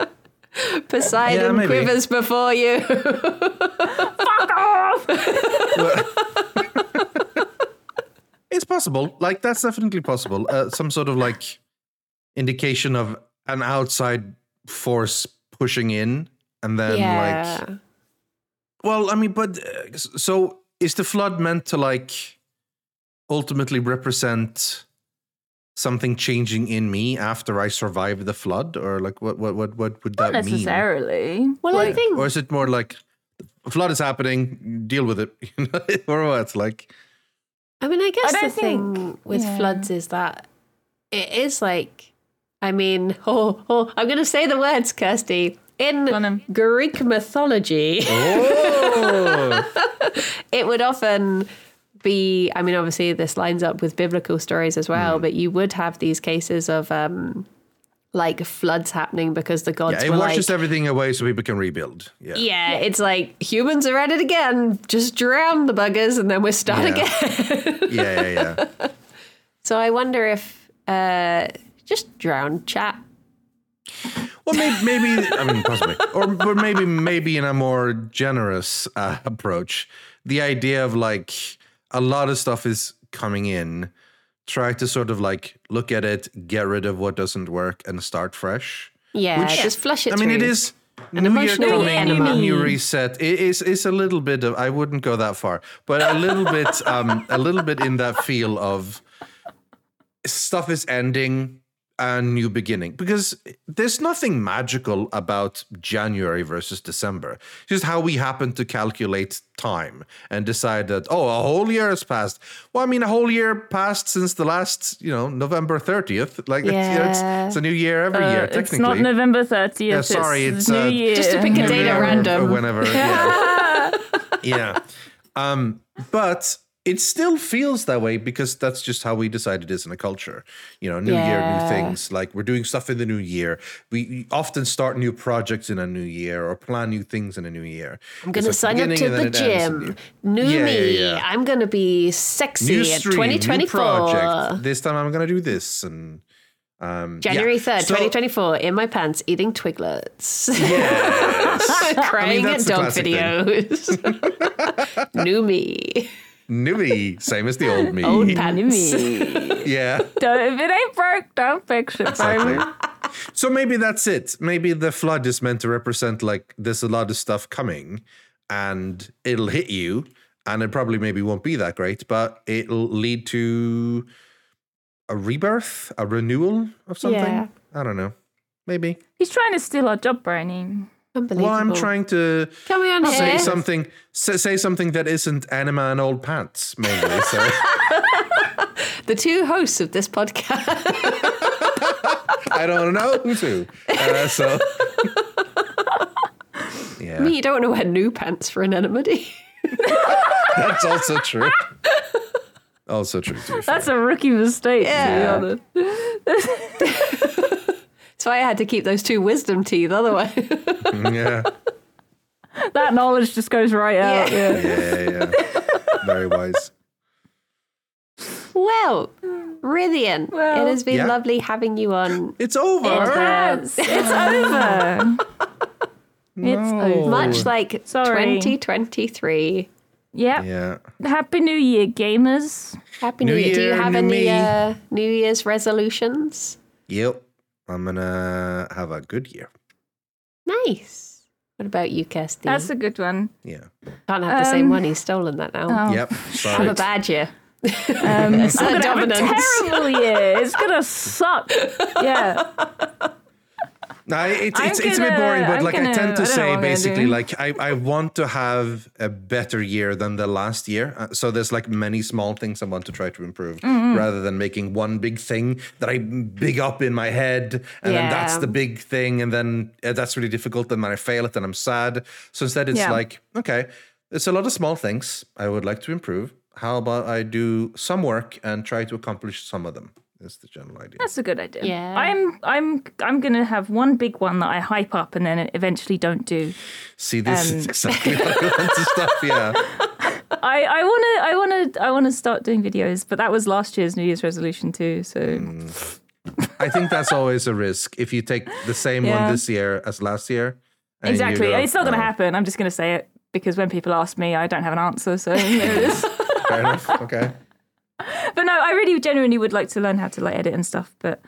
Speaker 4: Yeah,
Speaker 1: Poseidon
Speaker 4: maybe.
Speaker 1: quivers before you.
Speaker 3: fuck off.
Speaker 2: It's possible. Like that's definitely possible. Uh, some sort of like indication of an outside force pushing in, and then like. Well, I mean, but uh, s- so is the flood meant to like ultimately represent something changing in me after I survive the flood, or like what what what what would that
Speaker 3: Not
Speaker 2: mean?
Speaker 3: necessarily.
Speaker 5: well, I think
Speaker 2: Or is it more like a flood is happening, deal with it, you know? or what? Like,
Speaker 1: I mean, I guess
Speaker 3: don't
Speaker 1: the thing with floods is that it is like, I mean, oh, oh I'm going to say the words, Kirsty. In
Speaker 3: on then.
Speaker 1: Greek mythology,
Speaker 2: Oh.
Speaker 1: it would often be, I mean, obviously, this lines up with biblical stories as
Speaker 2: Hmm.
Speaker 1: well, but you would have these cases of um, like floods happening because the gods
Speaker 2: yeah, it
Speaker 1: were like,
Speaker 2: washes everything away so people can rebuild. Yeah.
Speaker 1: yeah, it's like humans are at it again. Just drown the buggers, and then we start
Speaker 2: Yeah.
Speaker 1: again.
Speaker 2: yeah, yeah, yeah.
Speaker 1: So I wonder if uh, just drown chat.
Speaker 2: Well, maybe, maybe I mean, possibly, or, or maybe, maybe in a more generous uh, approach, the idea of like a lot of stuff is coming in. Try to sort of like look at it, get rid of what doesn't work, and start fresh.
Speaker 1: Yeah, just flush it.
Speaker 2: I mean, it
Speaker 1: through.
Speaker 2: is new year
Speaker 1: emotional
Speaker 2: coming,
Speaker 1: enema.
Speaker 2: new reset. It is it's a little bit of I wouldn't go that far, but a little bit um a little bit in that feel of stuff is ending a new beginning because there's nothing magical about January versus December. Just how we happen to calculate time and decide that oh a whole year has passed. Well, I mean a whole year passed since the last you know November thirtieth. Like that's- you know,
Speaker 1: Yeah.
Speaker 2: it's, it's a new year every
Speaker 3: Uh,
Speaker 2: year. Technically,
Speaker 3: it's not November 30th.
Speaker 2: Yeah, sorry, it's,
Speaker 3: New
Speaker 2: uh,
Speaker 3: Year.
Speaker 1: Just to pick a date at
Speaker 2: or- Or
Speaker 1: random.
Speaker 2: whenever. Yeah. yeah. Um, but it still feels that way because that's just how we decide it is in a culture. You know, new year, new
Speaker 1: Yeah.
Speaker 2: things. Like we're doing stuff in the new year. We we often start new projects in a new year or plan new things in a new year.
Speaker 1: I'm gonna sign up to the gym. New
Speaker 2: Yeah, yeah,
Speaker 1: me.
Speaker 2: yeah.
Speaker 1: I'm gonna be sexy
Speaker 2: New
Speaker 1: at
Speaker 2: stream, new
Speaker 1: 2024.
Speaker 2: project. This time I'm gonna do this and um, yeah.
Speaker 1: January 3rd,
Speaker 2: So-
Speaker 1: 2024, in my pants, eating Twiglets. Crying at
Speaker 2: that's the
Speaker 1: dog
Speaker 2: classic thing.
Speaker 1: videos. New me.
Speaker 2: New me, same as the old me.
Speaker 1: Old pants.
Speaker 2: yeah.
Speaker 3: Don't, if it ain't broke, don't fix it, baby.
Speaker 2: So maybe that's it. Maybe the flood is meant to represent like there's a lot of stuff coming and it'll hit you and it probably maybe won't be that great, but it'll lead to a rebirth, a renewal of something.
Speaker 1: Yeah.
Speaker 2: I don't know. Maybe.
Speaker 3: He's trying to steal our job, Brainy.
Speaker 1: Unbelievable.
Speaker 2: Well, I'm trying to
Speaker 1: Coming on
Speaker 2: say
Speaker 1: here.
Speaker 2: something say, say something that isn't anima and old pants, maybe. So
Speaker 1: the two hosts of this podcast.
Speaker 2: I don't know who to. Uh, so Yeah.
Speaker 1: you don't want to wear new pants for an enmity.
Speaker 2: That's also true. Also true. to be fair.
Speaker 3: That's a rookie mistake, to be honest.
Speaker 1: That's why I had to keep those two wisdom teeth, otherwise.
Speaker 2: Yeah.
Speaker 3: That knowledge just goes right out. Yeah.
Speaker 2: Yeah, yeah. Very wise.
Speaker 1: well, Rithian,
Speaker 3: Well.
Speaker 1: it has been
Speaker 2: Yeah.
Speaker 1: lovely having you on.
Speaker 2: It's over.
Speaker 3: Yes, it's over. It's over.
Speaker 2: Oh.
Speaker 1: Much like
Speaker 3: Sorry.
Speaker 1: 2023
Speaker 3: Yeah.
Speaker 2: Yeah.
Speaker 3: Happy New Year, gamers.
Speaker 1: Happy
Speaker 2: New
Speaker 1: New, Year. Do you
Speaker 2: Year,
Speaker 1: have
Speaker 2: new me.
Speaker 1: any uh, New Year's resolutions?
Speaker 2: Yep. I'm gonna have a good year.
Speaker 1: Nice. What about you, Kirsty?
Speaker 3: That's a good one.
Speaker 2: Yeah.
Speaker 1: Can't have the same one. He's stolen that now.
Speaker 3: Oh.
Speaker 2: Yep.
Speaker 1: have
Speaker 2: Sorry.
Speaker 1: a bad year.
Speaker 3: Um, I'm gonna have
Speaker 1: dominance.
Speaker 3: a terrible year. It's gonna suck. Yeah.
Speaker 2: No, it's
Speaker 3: I'm
Speaker 2: it's, it's a bit
Speaker 3: gonna-
Speaker 2: boring, but
Speaker 3: I'm
Speaker 2: like I
Speaker 3: gonna-
Speaker 2: tend to
Speaker 3: I don't know what
Speaker 2: say
Speaker 3: I'm gonna
Speaker 2: basically
Speaker 3: do.
Speaker 2: like I, I want to have a better year than the last year. Uh, so there's like many small things I want to try to improve
Speaker 3: Mm-hmm.
Speaker 2: rather than making one big thing that I big up in my head and then that's
Speaker 1: Yeah.
Speaker 2: the big thing and then uh, that's really difficult and then I fail it and I'm sad. So instead it's
Speaker 3: Yeah.
Speaker 2: like okay, there's a lot of small things I would like to improve. How about I do some work and try to accomplish some of them? Is the general idea.
Speaker 3: That's a good idea.
Speaker 5: Yeah.
Speaker 3: I'm I'm I'm gonna have one big one that I hype up and then eventually don't do.
Speaker 2: See, this is
Speaker 3: Um,
Speaker 2: exactly what I want to stop. Yeah.
Speaker 3: I, I wanna I wanna I wanna start doing videos, but that was last year's New Year's resolution too. So
Speaker 2: I think that's always a risk. If you take the same
Speaker 3: Yeah.
Speaker 2: one this year as last year, and you
Speaker 3: exactly.
Speaker 2: go,
Speaker 3: it's not gonna
Speaker 2: "Oh,
Speaker 3: happen. I'm just gonna say it because when people ask me, I don't have an answer. So there it is.
Speaker 2: Fair enough. Okay.
Speaker 3: but no, I really genuinely would like to learn how to like edit and stuff. But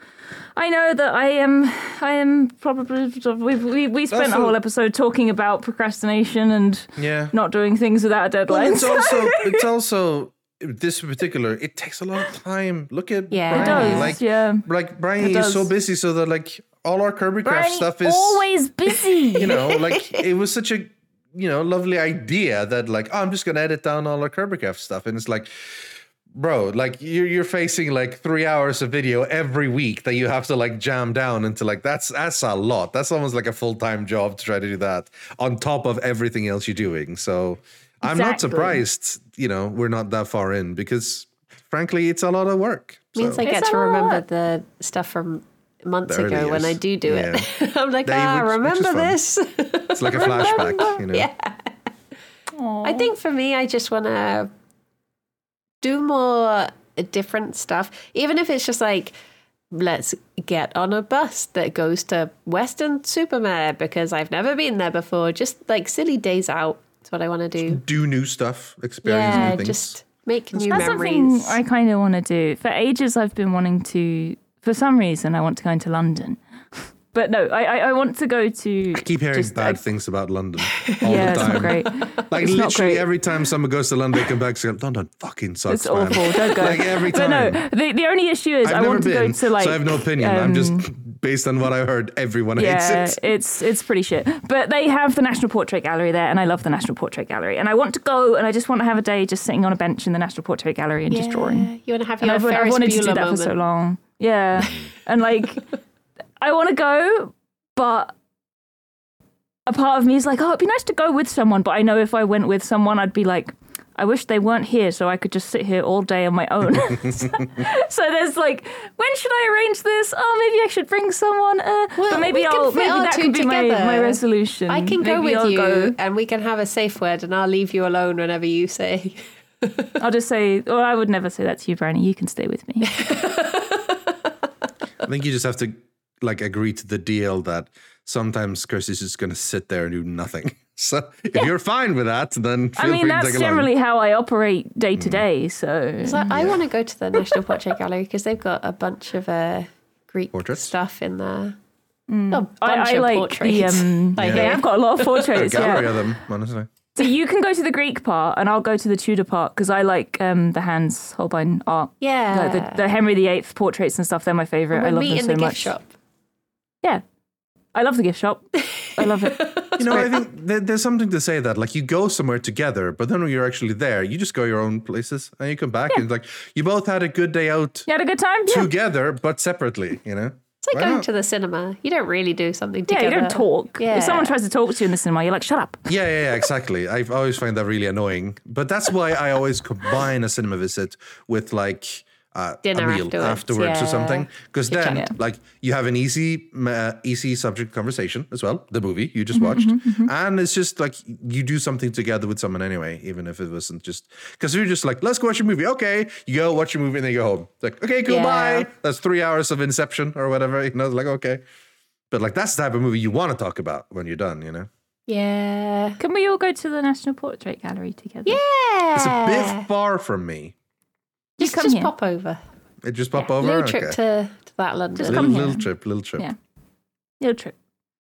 Speaker 3: I know that I am, I am probably we've, we we spent
Speaker 2: That's
Speaker 3: a
Speaker 2: a-
Speaker 3: whole episode talking about procrastination and
Speaker 2: Yeah.
Speaker 3: not doing things without a deadline.
Speaker 2: It's also it's also this in particular. It takes a lot of time. Look at
Speaker 1: Yeah. It
Speaker 2: Brian.
Speaker 3: does,
Speaker 2: Like
Speaker 3: yeah.
Speaker 2: Like Brian
Speaker 3: It
Speaker 2: is so
Speaker 3: does.
Speaker 2: busy, so that like all our Kirby Craft
Speaker 3: Brian,
Speaker 2: stuff is
Speaker 3: always busy.
Speaker 2: you know like it was such a you know lovely idea that like oh, I'm just gonna edit down all our Kirby Craft stuff, and it's like. Bro, like you're you're facing like three hours of video every week that you have to like jam down into like that's that's a lot. That's almost like a full time job to try to do that on top of everything else you're doing. So I'm not
Speaker 3: Exactly.
Speaker 2: surprised, you know, we're not that far in because frankly, it's a lot of work.
Speaker 1: means
Speaker 2: So-
Speaker 1: I get
Speaker 3: It's
Speaker 1: to
Speaker 3: a lot.
Speaker 1: remember the stuff from months
Speaker 2: The
Speaker 1: ago
Speaker 2: early
Speaker 1: when I
Speaker 2: years.
Speaker 1: do do it. I'm like,
Speaker 2: They-
Speaker 1: ah,
Speaker 2: which- which is
Speaker 1: remember
Speaker 2: fun.
Speaker 1: this.
Speaker 2: it's like a flashback, you know.
Speaker 1: Yeah. I think for me, I just want to do more uh, different stuff, even if it's just like, let's get on a bus that goes to Western Supermare because I've never been there before. Just like silly days out. That's what I want to do.
Speaker 2: Do new stuff, experience
Speaker 1: Yeah,
Speaker 2: new things.
Speaker 1: just make new
Speaker 3: That's
Speaker 1: memories.
Speaker 3: something I kind of want to do. For ages, I've been wanting to. For some reason, I want to go into London. But no, I, I, I want to go to.
Speaker 2: I keep hearing
Speaker 3: just
Speaker 2: bad
Speaker 3: a-
Speaker 2: things about London all the
Speaker 3: yeah, it's
Speaker 2: time.
Speaker 3: not great.
Speaker 2: Like
Speaker 3: It's not
Speaker 2: literally
Speaker 3: great.
Speaker 2: every time someone goes to London, they come back and say, London fucking sucks.
Speaker 3: It's
Speaker 2: man."
Speaker 3: awful. Don't go.
Speaker 2: Like every
Speaker 3: But no,
Speaker 2: time.
Speaker 3: the, the only issue is
Speaker 2: I've
Speaker 3: I
Speaker 2: never
Speaker 3: want to
Speaker 2: been,
Speaker 3: go to like. um,
Speaker 2: so I have no opinion. I'm just based on what I heard. Everyone
Speaker 3: Yeah,
Speaker 2: hates it.
Speaker 3: it's it's pretty shit. But they have the National Portrait Gallery there, and I love the National Portrait Gallery. And I want to go, and I just want to have a day just sitting on a bench in the National Portrait Gallery and just drawing.
Speaker 1: You want to have
Speaker 3: And
Speaker 1: your
Speaker 3: I've, I've
Speaker 1: Ferris
Speaker 3: wanted to do
Speaker 1: Bueller
Speaker 3: that
Speaker 1: moment.
Speaker 3: for so long. Yeah, and like, I want to go, but a part of me is like, oh, it'd be nice to go with someone. But I know if I went with someone, I'd be like, I wish they weren't here, so I could just sit here all day on my own. so, there's like, when should I arrange this? Oh, maybe I should bring someone. Uh, but
Speaker 1: Well,
Speaker 3: maybe
Speaker 1: we can
Speaker 3: I'll
Speaker 1: fit
Speaker 3: maybe
Speaker 1: our
Speaker 3: that
Speaker 1: two
Speaker 3: could be my,
Speaker 1: together.
Speaker 3: my resolution.
Speaker 1: I can go
Speaker 3: Maybe
Speaker 1: with
Speaker 3: I'll
Speaker 1: you,
Speaker 3: go-
Speaker 1: and we can have a safe word, and I'll leave you alone whenever you say.
Speaker 3: I'll just say, well, I would never say that to you, Brownie. You can stay with me.
Speaker 2: I think you just have to like agree to the deal that sometimes Kirsty's just going to sit there and do nothing. So if you're fine with that, then feel
Speaker 3: I mean,
Speaker 2: free to
Speaker 3: that's
Speaker 2: take along.
Speaker 3: generally how I operate day to day. So
Speaker 1: So I want to go to the National Portrait Gallery because they've got a bunch of uh, Greek
Speaker 2: Portraits?
Speaker 1: stuff in there. A bunch
Speaker 3: I, I
Speaker 1: of
Speaker 3: like the
Speaker 1: portraits.
Speaker 3: um,
Speaker 1: Like,
Speaker 3: they have got a lot of
Speaker 2: A
Speaker 3: portraits.
Speaker 2: gallery
Speaker 3: yeah.
Speaker 2: of them, honestly.
Speaker 3: So you can go to the Greek part, and I'll go to the Tudor part because I like um, the Hans Holbein art.
Speaker 1: Yeah.
Speaker 3: Like the, the Henry VIII portraits and stuff. They're my favorite. I
Speaker 1: We'll
Speaker 3: love
Speaker 1: meet
Speaker 3: them
Speaker 1: in
Speaker 3: so
Speaker 1: the
Speaker 3: much.
Speaker 1: gift shop.
Speaker 3: Yeah, I love the gift shop. I love it.
Speaker 2: You know, I think there, there's something to say that, like, you go somewhere together, but then when you're actually there, you just go your own places and you come back and, like, you both had a good day out
Speaker 3: You had a good time. Yeah.
Speaker 2: together, but separately, you know?
Speaker 1: It's like
Speaker 2: Why
Speaker 1: going
Speaker 2: not?
Speaker 1: to the cinema. You don't really do something
Speaker 3: Yeah,
Speaker 1: together.
Speaker 3: you don't talk.
Speaker 1: Yeah.
Speaker 3: If someone tries to talk to you in the cinema, you're like, shut up.
Speaker 2: Yeah, yeah, yeah, exactly. I always find that really annoying, but that's why I always combine a cinema visit with like uh,
Speaker 1: Dinner
Speaker 2: a meal
Speaker 1: afterwards,
Speaker 2: afterwards
Speaker 1: yeah.
Speaker 2: or something, because then
Speaker 3: Yeah.
Speaker 2: like you have an easy, uh, easy subject conversation as well. The movie
Speaker 1: Mm-hmm,
Speaker 2: you just watched, and it's just like you do something together with someone anyway, even if it wasn't just because you're just like, let's go watch a movie. Okay, you go watch a movie and then you go home. It's like, okay, cool,
Speaker 1: Yeah.
Speaker 2: bye. That's three hours of Inception or whatever. You know, it's like okay, but like that's the type of movie you want to talk about when you're done. You know.
Speaker 1: Yeah.
Speaker 3: Can we all go to the National Portrait Gallery together? Yeah.
Speaker 2: It's a bit far from me.
Speaker 3: You
Speaker 6: Just,
Speaker 3: come
Speaker 6: just
Speaker 3: here.
Speaker 6: pop over.
Speaker 2: It just pop over.
Speaker 6: Little trip
Speaker 2: Okay.
Speaker 6: to, to that London.
Speaker 3: Just
Speaker 2: little,
Speaker 3: come here.
Speaker 2: little trip, little trip
Speaker 3: Yeah. Little trip.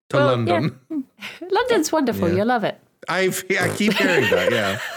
Speaker 2: to
Speaker 3: Well,
Speaker 2: London.
Speaker 6: London's wonderful.
Speaker 2: Yeah.
Speaker 6: You'll love it.
Speaker 2: I've, I keep hearing that.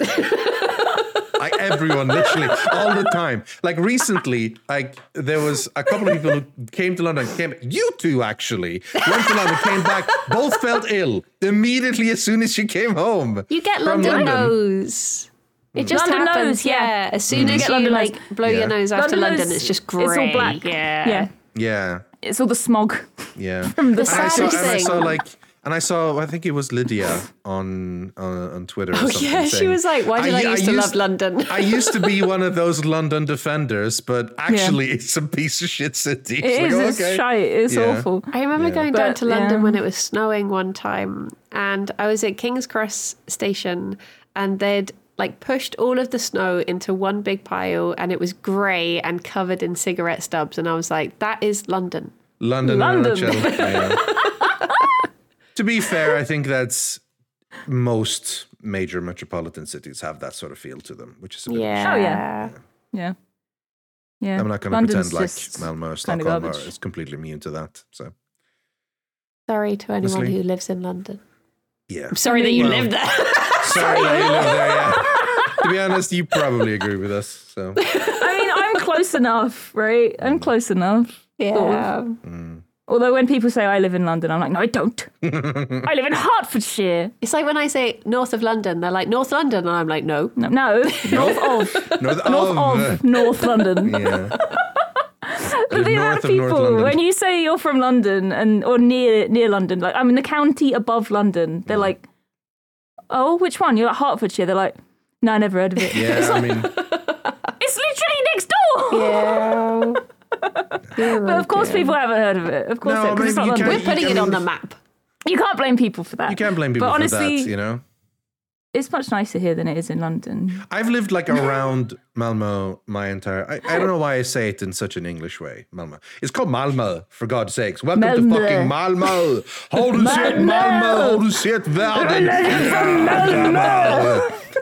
Speaker 2: Yeah. I, everyone, literally, all the time. Like recently, like there was a couple of people who came to London. Came, you two actually went to London, came back, both felt ill immediately as soon as you came home.
Speaker 6: You get
Speaker 2: From
Speaker 6: London,
Speaker 2: London. Mm.
Speaker 6: nose. It just
Speaker 3: London
Speaker 6: happens.
Speaker 3: nose, yeah.
Speaker 6: yeah. As soon as
Speaker 3: get
Speaker 6: you
Speaker 3: London nose.
Speaker 6: like blow
Speaker 2: Yeah.
Speaker 6: your nose after
Speaker 3: London
Speaker 6: London,
Speaker 3: nose,
Speaker 6: it's just
Speaker 3: it's all
Speaker 6: grey.
Speaker 3: black.
Speaker 6: Yeah.
Speaker 3: Yeah.
Speaker 2: Yeah,
Speaker 3: It's all the smog.
Speaker 2: yeah.
Speaker 6: The
Speaker 2: And I saw,
Speaker 6: saddest
Speaker 2: and I
Speaker 6: thing.
Speaker 2: saw like, and I saw. I think it was Lydia on uh, on, on Twitter.
Speaker 6: Oh
Speaker 2: or something
Speaker 6: yeah, she
Speaker 2: saying,
Speaker 6: was like, "Why did I, used to love
Speaker 2: used-
Speaker 6: London?"
Speaker 2: I used to be one of those London defenders, but actually, it's a piece of shit city.
Speaker 3: It is.
Speaker 2: like, "Oh,
Speaker 3: It's shite. It's
Speaker 2: Yeah.
Speaker 3: awful.
Speaker 1: I remember going down
Speaker 3: But,
Speaker 1: to London
Speaker 3: yeah.
Speaker 1: when it was snowing one time, and I was at King's Cross station, and they'd like pushed all of the snow into one big pile, and it was grey and covered in cigarette stubs, and I was like, "That is London."
Speaker 2: London,
Speaker 3: London.
Speaker 2: London. to be fair, I think that's most major metropolitan cities have that sort of feel to them, which is a bit
Speaker 3: Oh yeah. Yeah. Yeah.
Speaker 2: I'm not going to
Speaker 3: London's
Speaker 2: pretend like
Speaker 3: just
Speaker 2: Malmo or
Speaker 3: kinda
Speaker 2: Stockholm are,
Speaker 3: garbage.
Speaker 2: is completely immune to that. So,
Speaker 1: Sorry to anyone
Speaker 2: Honestly.
Speaker 1: who lives in London.
Speaker 2: yeah.
Speaker 6: I'm sorry that you
Speaker 2: Well,
Speaker 6: lived there.
Speaker 2: Sorry that you live there, yeah. To be honest, you probably agree with us. So,
Speaker 3: I mean, I'm close enough, right? I'm
Speaker 2: Mm.
Speaker 3: close enough.
Speaker 1: Yeah,
Speaker 3: Although when people say I live in London, I'm like, no, I don't. I live in Hertfordshire.
Speaker 1: it's like when I say north of London, they're like North London, and I'm like, "No."
Speaker 3: No, no, north
Speaker 2: north,
Speaker 3: of, north
Speaker 2: of. uh,
Speaker 3: of North London.
Speaker 2: Yeah.
Speaker 3: But the amount of people when you say you're from London and or near near London, like I'm in the county above London, they're
Speaker 2: Mm.
Speaker 3: like, oh, which one? You're like Hertfordshire. They're like, no, I never heard of it.
Speaker 2: yeah, I mean,
Speaker 3: It's literally next door.
Speaker 1: Yeah.
Speaker 3: But of course, people haven't heard of it. Of course,
Speaker 2: No,
Speaker 3: it, 'cause it's
Speaker 2: maybe
Speaker 3: not
Speaker 2: you
Speaker 3: London.
Speaker 2: can-
Speaker 1: We're putting
Speaker 2: I
Speaker 1: it on
Speaker 2: mean-
Speaker 1: the map.
Speaker 3: You can't blame people for that.
Speaker 2: you can't blame people
Speaker 3: but honestly,
Speaker 2: for that, you know?
Speaker 3: It's much nicer here than it is in London.
Speaker 2: I've lived like around Malmo my entire. I, I don't know why I say it in such an English way. Malmo. It's called Malmo, for God's sakes. Welcome
Speaker 3: Malmö.
Speaker 2: to fucking Malmo. Holy shit, Malmo. Holy shit, Verden.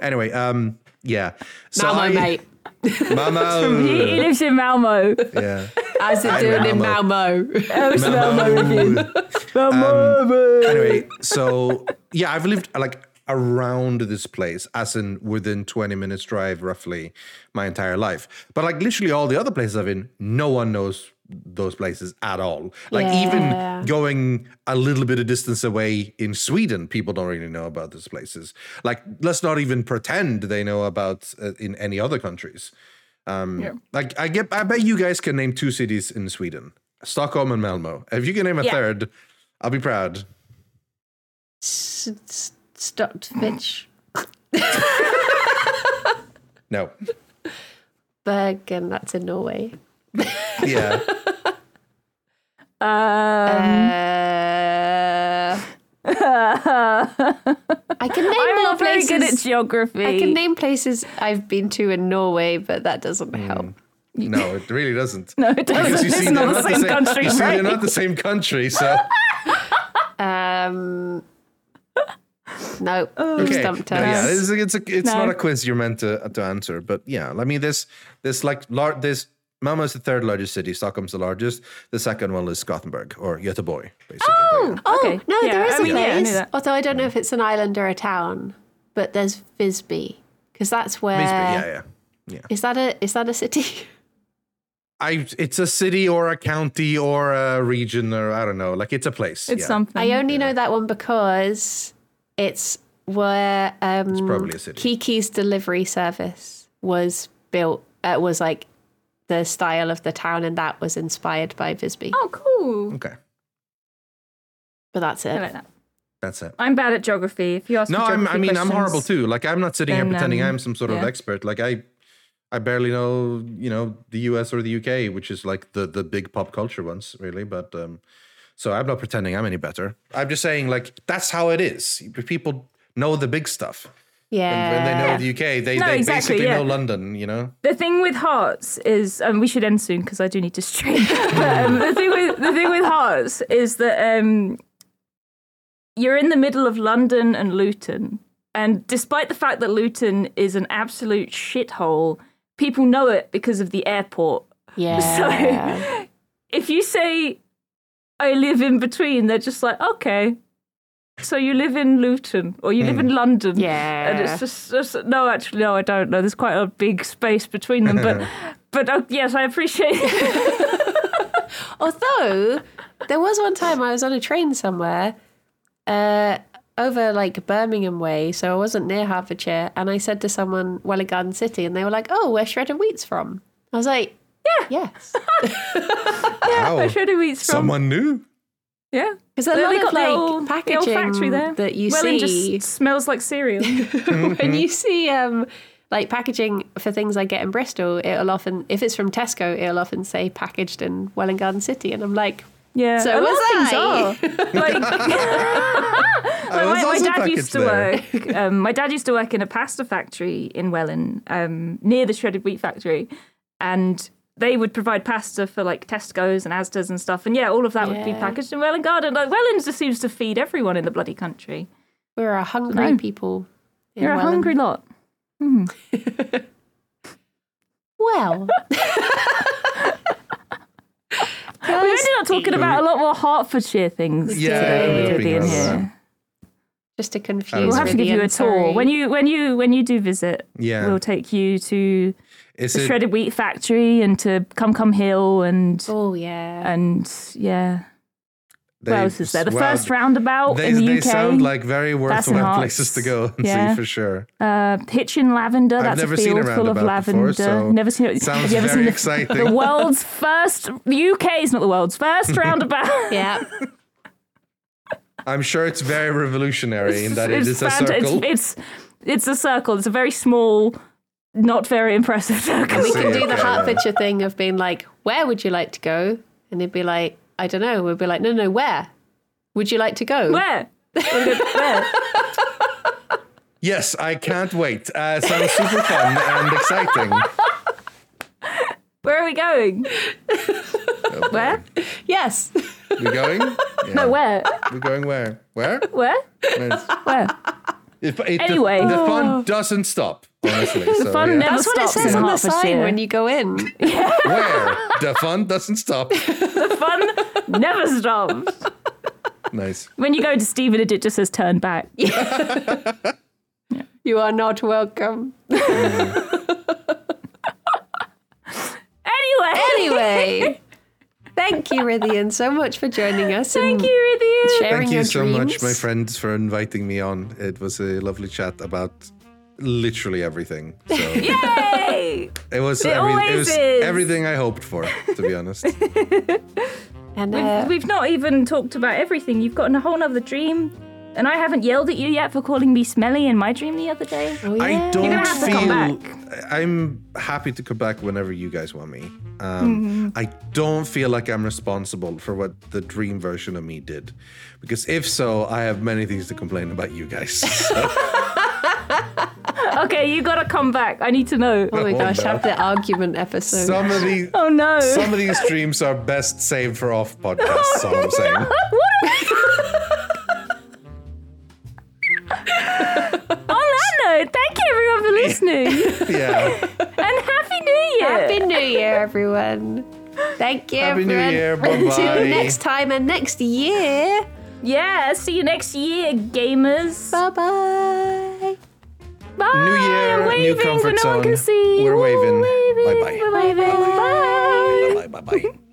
Speaker 2: Anyway, um, yeah. So
Speaker 6: Malmo,
Speaker 2: I-
Speaker 6: mate.
Speaker 3: He,
Speaker 2: Malmo.
Speaker 3: he lives in Malmo.
Speaker 2: Yeah.
Speaker 6: As they're
Speaker 2: I'm
Speaker 6: doing in
Speaker 2: Malmo.
Speaker 6: Malmo.
Speaker 3: Oh, it's Malmo review.
Speaker 2: Um, anyway, so yeah, I've lived like around this place, as in within 20 minutes drive, roughly, my entire life. But like literally all the other places I've been, no one knows those places at all. Like even going a little bit of distance away in Sweden, people don't really know about those places. Like let's not even pretend they know about uh, in any other countries. Um, Like I get, I bet you guys can name two cities in Sweden: Stockholm and Malmo. If you can name a third, I'll be proud.
Speaker 1: Stopped, bitch.
Speaker 2: No.
Speaker 1: Berg, and that's in Norway.
Speaker 2: Yeah.
Speaker 1: Um,
Speaker 3: Um,
Speaker 1: Uh, I can name
Speaker 3: I'm
Speaker 1: more
Speaker 3: not very
Speaker 1: Uh, places.
Speaker 3: good at geography.
Speaker 1: I can name places I've been to in Norway, but that doesn't
Speaker 2: Hmm.
Speaker 1: help.
Speaker 2: no, it really doesn't.
Speaker 3: no, it
Speaker 2: Because
Speaker 3: doesn't.
Speaker 2: you see,
Speaker 3: It's
Speaker 2: they're
Speaker 3: not the same country,
Speaker 2: You see, they're
Speaker 3: right?
Speaker 2: not the same country. So
Speaker 1: Um, no,
Speaker 2: okay,
Speaker 1: stumped
Speaker 2: No,
Speaker 1: us.
Speaker 2: yeah, it's, it's, a, it's
Speaker 3: No.
Speaker 2: not a quiz you're meant to, to answer. But yeah, I mean, this this like lar- this Malmo's the third largest city. Stockholm's the largest. The second one is Gothenburg or Göteborg, basically. Oh,
Speaker 1: Oh
Speaker 3: Okay.
Speaker 1: no,
Speaker 3: Yeah,
Speaker 1: there is
Speaker 3: I mean,
Speaker 1: a
Speaker 3: yeah, I knew
Speaker 1: place.
Speaker 3: that.
Speaker 1: although I don't know if it's an island or a town, but there's Visby because that's where.
Speaker 2: yeah, yeah.
Speaker 1: Is that a is that a city?
Speaker 2: I it's a city or a county or a region or I don't know. Like it's a place.
Speaker 3: It's
Speaker 2: yeah.
Speaker 3: something.
Speaker 1: I only know that one because it's where um,
Speaker 2: It's probably a city.
Speaker 1: Kiki's delivery service was built. Uh, was like the style of the town, and that was inspired by Visby.
Speaker 3: oh, cool.
Speaker 2: Okay,
Speaker 1: But that's it.
Speaker 3: I like that.
Speaker 2: that's it.
Speaker 3: I'm bad at geography. If you ask
Speaker 2: No,
Speaker 3: me
Speaker 2: I'm,
Speaker 3: geography
Speaker 2: I mean, I'm
Speaker 3: questions-
Speaker 2: horrible too. Like, I'm not sitting
Speaker 3: then,
Speaker 2: here pretending
Speaker 3: um,
Speaker 2: I'm some sort of
Speaker 3: yeah.
Speaker 2: expert. Like, I, I barely know, you know, the U.S. or the U.K., which is like the the big pop culture ones, really. But um, so I'm not pretending I'm any better. I'm just saying, like, that's how it is. People know the big stuff. And when
Speaker 1: Yeah.
Speaker 2: they know the U.K., they,
Speaker 3: No,
Speaker 2: they
Speaker 3: exactly,
Speaker 2: basically
Speaker 3: yeah.
Speaker 2: know London. You know,
Speaker 3: The thing with hearts is, and we should end soon because I do need to stream. but, um, the thing with the thing with hearts is that um, you're in the middle of London and Luton. And despite the fact that Luton is an absolute shithole, people know it because of the airport.
Speaker 1: Yeah.
Speaker 3: If you say, I live in between, they're just like, okay. So you live in Luton or you live in London.
Speaker 1: Yeah.
Speaker 3: And it's just, just, no, actually, no, I don't know. There's quite a big space between them. But, but uh, yes, I appreciate
Speaker 1: Although there was one time I was on a train somewhere, uh, over like Birmingham way, so I wasn't near Hertfordshire, and I said to someone, "Well, a Garden City," and they were like, "Oh, where shredded wheat's from?" I was like, "Yeah, yes."
Speaker 2: Wow.
Speaker 3: where Shredder Wheat's from.
Speaker 2: Someone new.
Speaker 3: Yeah.
Speaker 1: Because a
Speaker 3: They
Speaker 1: lot
Speaker 3: got
Speaker 1: of
Speaker 3: the
Speaker 1: like
Speaker 3: old- the old
Speaker 1: packaging
Speaker 3: factory there.
Speaker 1: that you
Speaker 3: Welland
Speaker 1: see-
Speaker 3: just smells like cereal.
Speaker 1: when you see um, like packaging for things I get in Bristol, it'll often, if it's from Tesco, it'll often say packaged in Welland Garden City, and I'm like,
Speaker 3: Yeah.
Speaker 1: So
Speaker 3: a lot
Speaker 1: was
Speaker 3: of things are. Like,
Speaker 2: I was
Speaker 3: my, my
Speaker 2: also
Speaker 3: dad
Speaker 2: packaged
Speaker 3: used to
Speaker 2: there.
Speaker 3: work. Um, my dad used to work in a pasta factory in Welland, um, near the shredded wheat factory, and they would provide pasta for like Tesco's and Asda's and stuff. And yeah, all of that would be
Speaker 1: Yeah.
Speaker 3: packaged in Welland Garden. Like Welland just seems to feed everyone in the bloody country.
Speaker 1: we're a hungry people. in
Speaker 3: You're a
Speaker 1: Welland."
Speaker 3: hungry lot.
Speaker 1: Well,
Speaker 3: We ended up talking about a lot more Hertfordshire things
Speaker 2: Yeah,
Speaker 3: today,
Speaker 2: that's
Speaker 3: Doddy,
Speaker 2: been
Speaker 3: in
Speaker 2: rather-
Speaker 3: here.
Speaker 1: just to confuse.
Speaker 3: We'll have to
Speaker 1: Ruby,
Speaker 3: give you
Speaker 1: I'm
Speaker 3: a tour
Speaker 1: sorry.
Speaker 3: when you when you when you do visit.
Speaker 2: Yeah.
Speaker 3: we'll take you to
Speaker 2: Is
Speaker 3: the
Speaker 2: it
Speaker 3: shredded wheat factory and to Come Come Hill and
Speaker 1: Oh yeah.
Speaker 3: and yeah.
Speaker 2: they-
Speaker 3: what else is there? The
Speaker 2: wow,
Speaker 3: first roundabout
Speaker 2: They,
Speaker 3: in the
Speaker 2: they
Speaker 3: UK.
Speaker 2: sound like very worthwhile
Speaker 3: not-
Speaker 2: places to go and
Speaker 3: Yeah.
Speaker 2: see for sure.
Speaker 3: uh, Hitchin Lavender.
Speaker 2: I've
Speaker 3: that's
Speaker 2: never
Speaker 3: a
Speaker 2: seen a
Speaker 3: field full of
Speaker 2: roundabout before,
Speaker 3: lavender.
Speaker 2: so
Speaker 3: never seen it.
Speaker 2: Sounds
Speaker 3: Have you ever
Speaker 2: very
Speaker 3: seen the,
Speaker 2: exciting.
Speaker 3: the world's first? The UK is not the world's first roundabout.
Speaker 1: Yeah.
Speaker 2: I'm sure it's very revolutionary in that it is a
Speaker 3: fant-
Speaker 2: circle.
Speaker 3: It's, it's it's a circle. It's a very small, not very impressive circle.
Speaker 1: We can
Speaker 2: See,
Speaker 1: do the
Speaker 2: okay, yeah.
Speaker 1: Hertfordshire thing of being like, where would you like to go? And they'd be like, I don't know. We'd be like, no, no, where? Would you like to go?
Speaker 3: Where? Where?
Speaker 2: Yes, I can't wait. Uh, sounds super fun and exciting.
Speaker 3: Where are we going? Where?
Speaker 1: Yes.
Speaker 2: We going? Yeah.
Speaker 3: No, where?
Speaker 2: We're going where? Where?
Speaker 3: Where?
Speaker 2: It's-
Speaker 3: Where?
Speaker 2: it- it- the-
Speaker 3: Anyway. Oh.
Speaker 2: the, fun doesn't stop. Honestly, the so,
Speaker 3: Fun
Speaker 2: yeah.
Speaker 3: never
Speaker 1: That's what it
Speaker 3: stops
Speaker 1: says
Speaker 3: in
Speaker 1: on the
Speaker 3: Hertfordshire.
Speaker 1: sign when you go in.
Speaker 2: Where the fun doesn't stop.
Speaker 3: Fun never stops.
Speaker 2: Nice.
Speaker 3: When you go to Stevenage, it just says turn back.
Speaker 1: You are not welcome.
Speaker 3: Anyway,
Speaker 1: Anyway, thank you, Rithian, so much for joining us.
Speaker 3: thank
Speaker 1: and
Speaker 3: you, Rithian.
Speaker 1: Sharing
Speaker 2: Thank you
Speaker 1: your
Speaker 2: so much,
Speaker 1: dreams.
Speaker 2: my friends, for inviting me on. It was a lovely chat about literally everything. So
Speaker 3: Yay!
Speaker 2: it was,
Speaker 3: It
Speaker 2: every- it
Speaker 3: always
Speaker 2: was
Speaker 3: is.
Speaker 2: everything I hoped for, to be honest.
Speaker 1: And uh,
Speaker 3: We've, we've not even talked about everything. You've gotten a whole nother dream, and I haven't yelled at you yet for calling me smelly in my dream the other day.
Speaker 1: oh,
Speaker 2: I don't
Speaker 3: gonna have to come
Speaker 2: feel. I'm happy to come back whenever you guys want me.
Speaker 3: Mm-hmm.
Speaker 2: Um, I don't feel like I'm responsible for what the dream version of me did, because if so, I have many things to complain about you guys. So,
Speaker 3: Okay, you gotta come back. I need to know.
Speaker 1: oh my
Speaker 2: Oh,
Speaker 1: gosh,
Speaker 2: no.
Speaker 1: have the argument episode.
Speaker 2: some of the
Speaker 3: Oh no!
Speaker 2: some of these dreams are best saved for off podcasts. all I'm saying.
Speaker 3: On that note, thank you everyone for listening,
Speaker 2: Yeah.
Speaker 3: and happy New Year.
Speaker 1: Happy New Year, everyone. Thank you,
Speaker 2: Happy New
Speaker 1: everyone.
Speaker 2: Year. Bye-bye.
Speaker 1: Until next time and next year.
Speaker 3: yeah, see you next year, gamers.
Speaker 1: Bye bye.
Speaker 3: Bye.
Speaker 2: New year,
Speaker 3: I'm
Speaker 2: new
Speaker 3: waving,
Speaker 2: comfort
Speaker 3: but no one
Speaker 2: zone.
Speaker 3: can see.
Speaker 2: We're
Speaker 3: Woo,
Speaker 2: waving.
Speaker 3: waving.
Speaker 2: Bye-bye.
Speaker 3: We're waving. Bye.
Speaker 2: bye bye bye.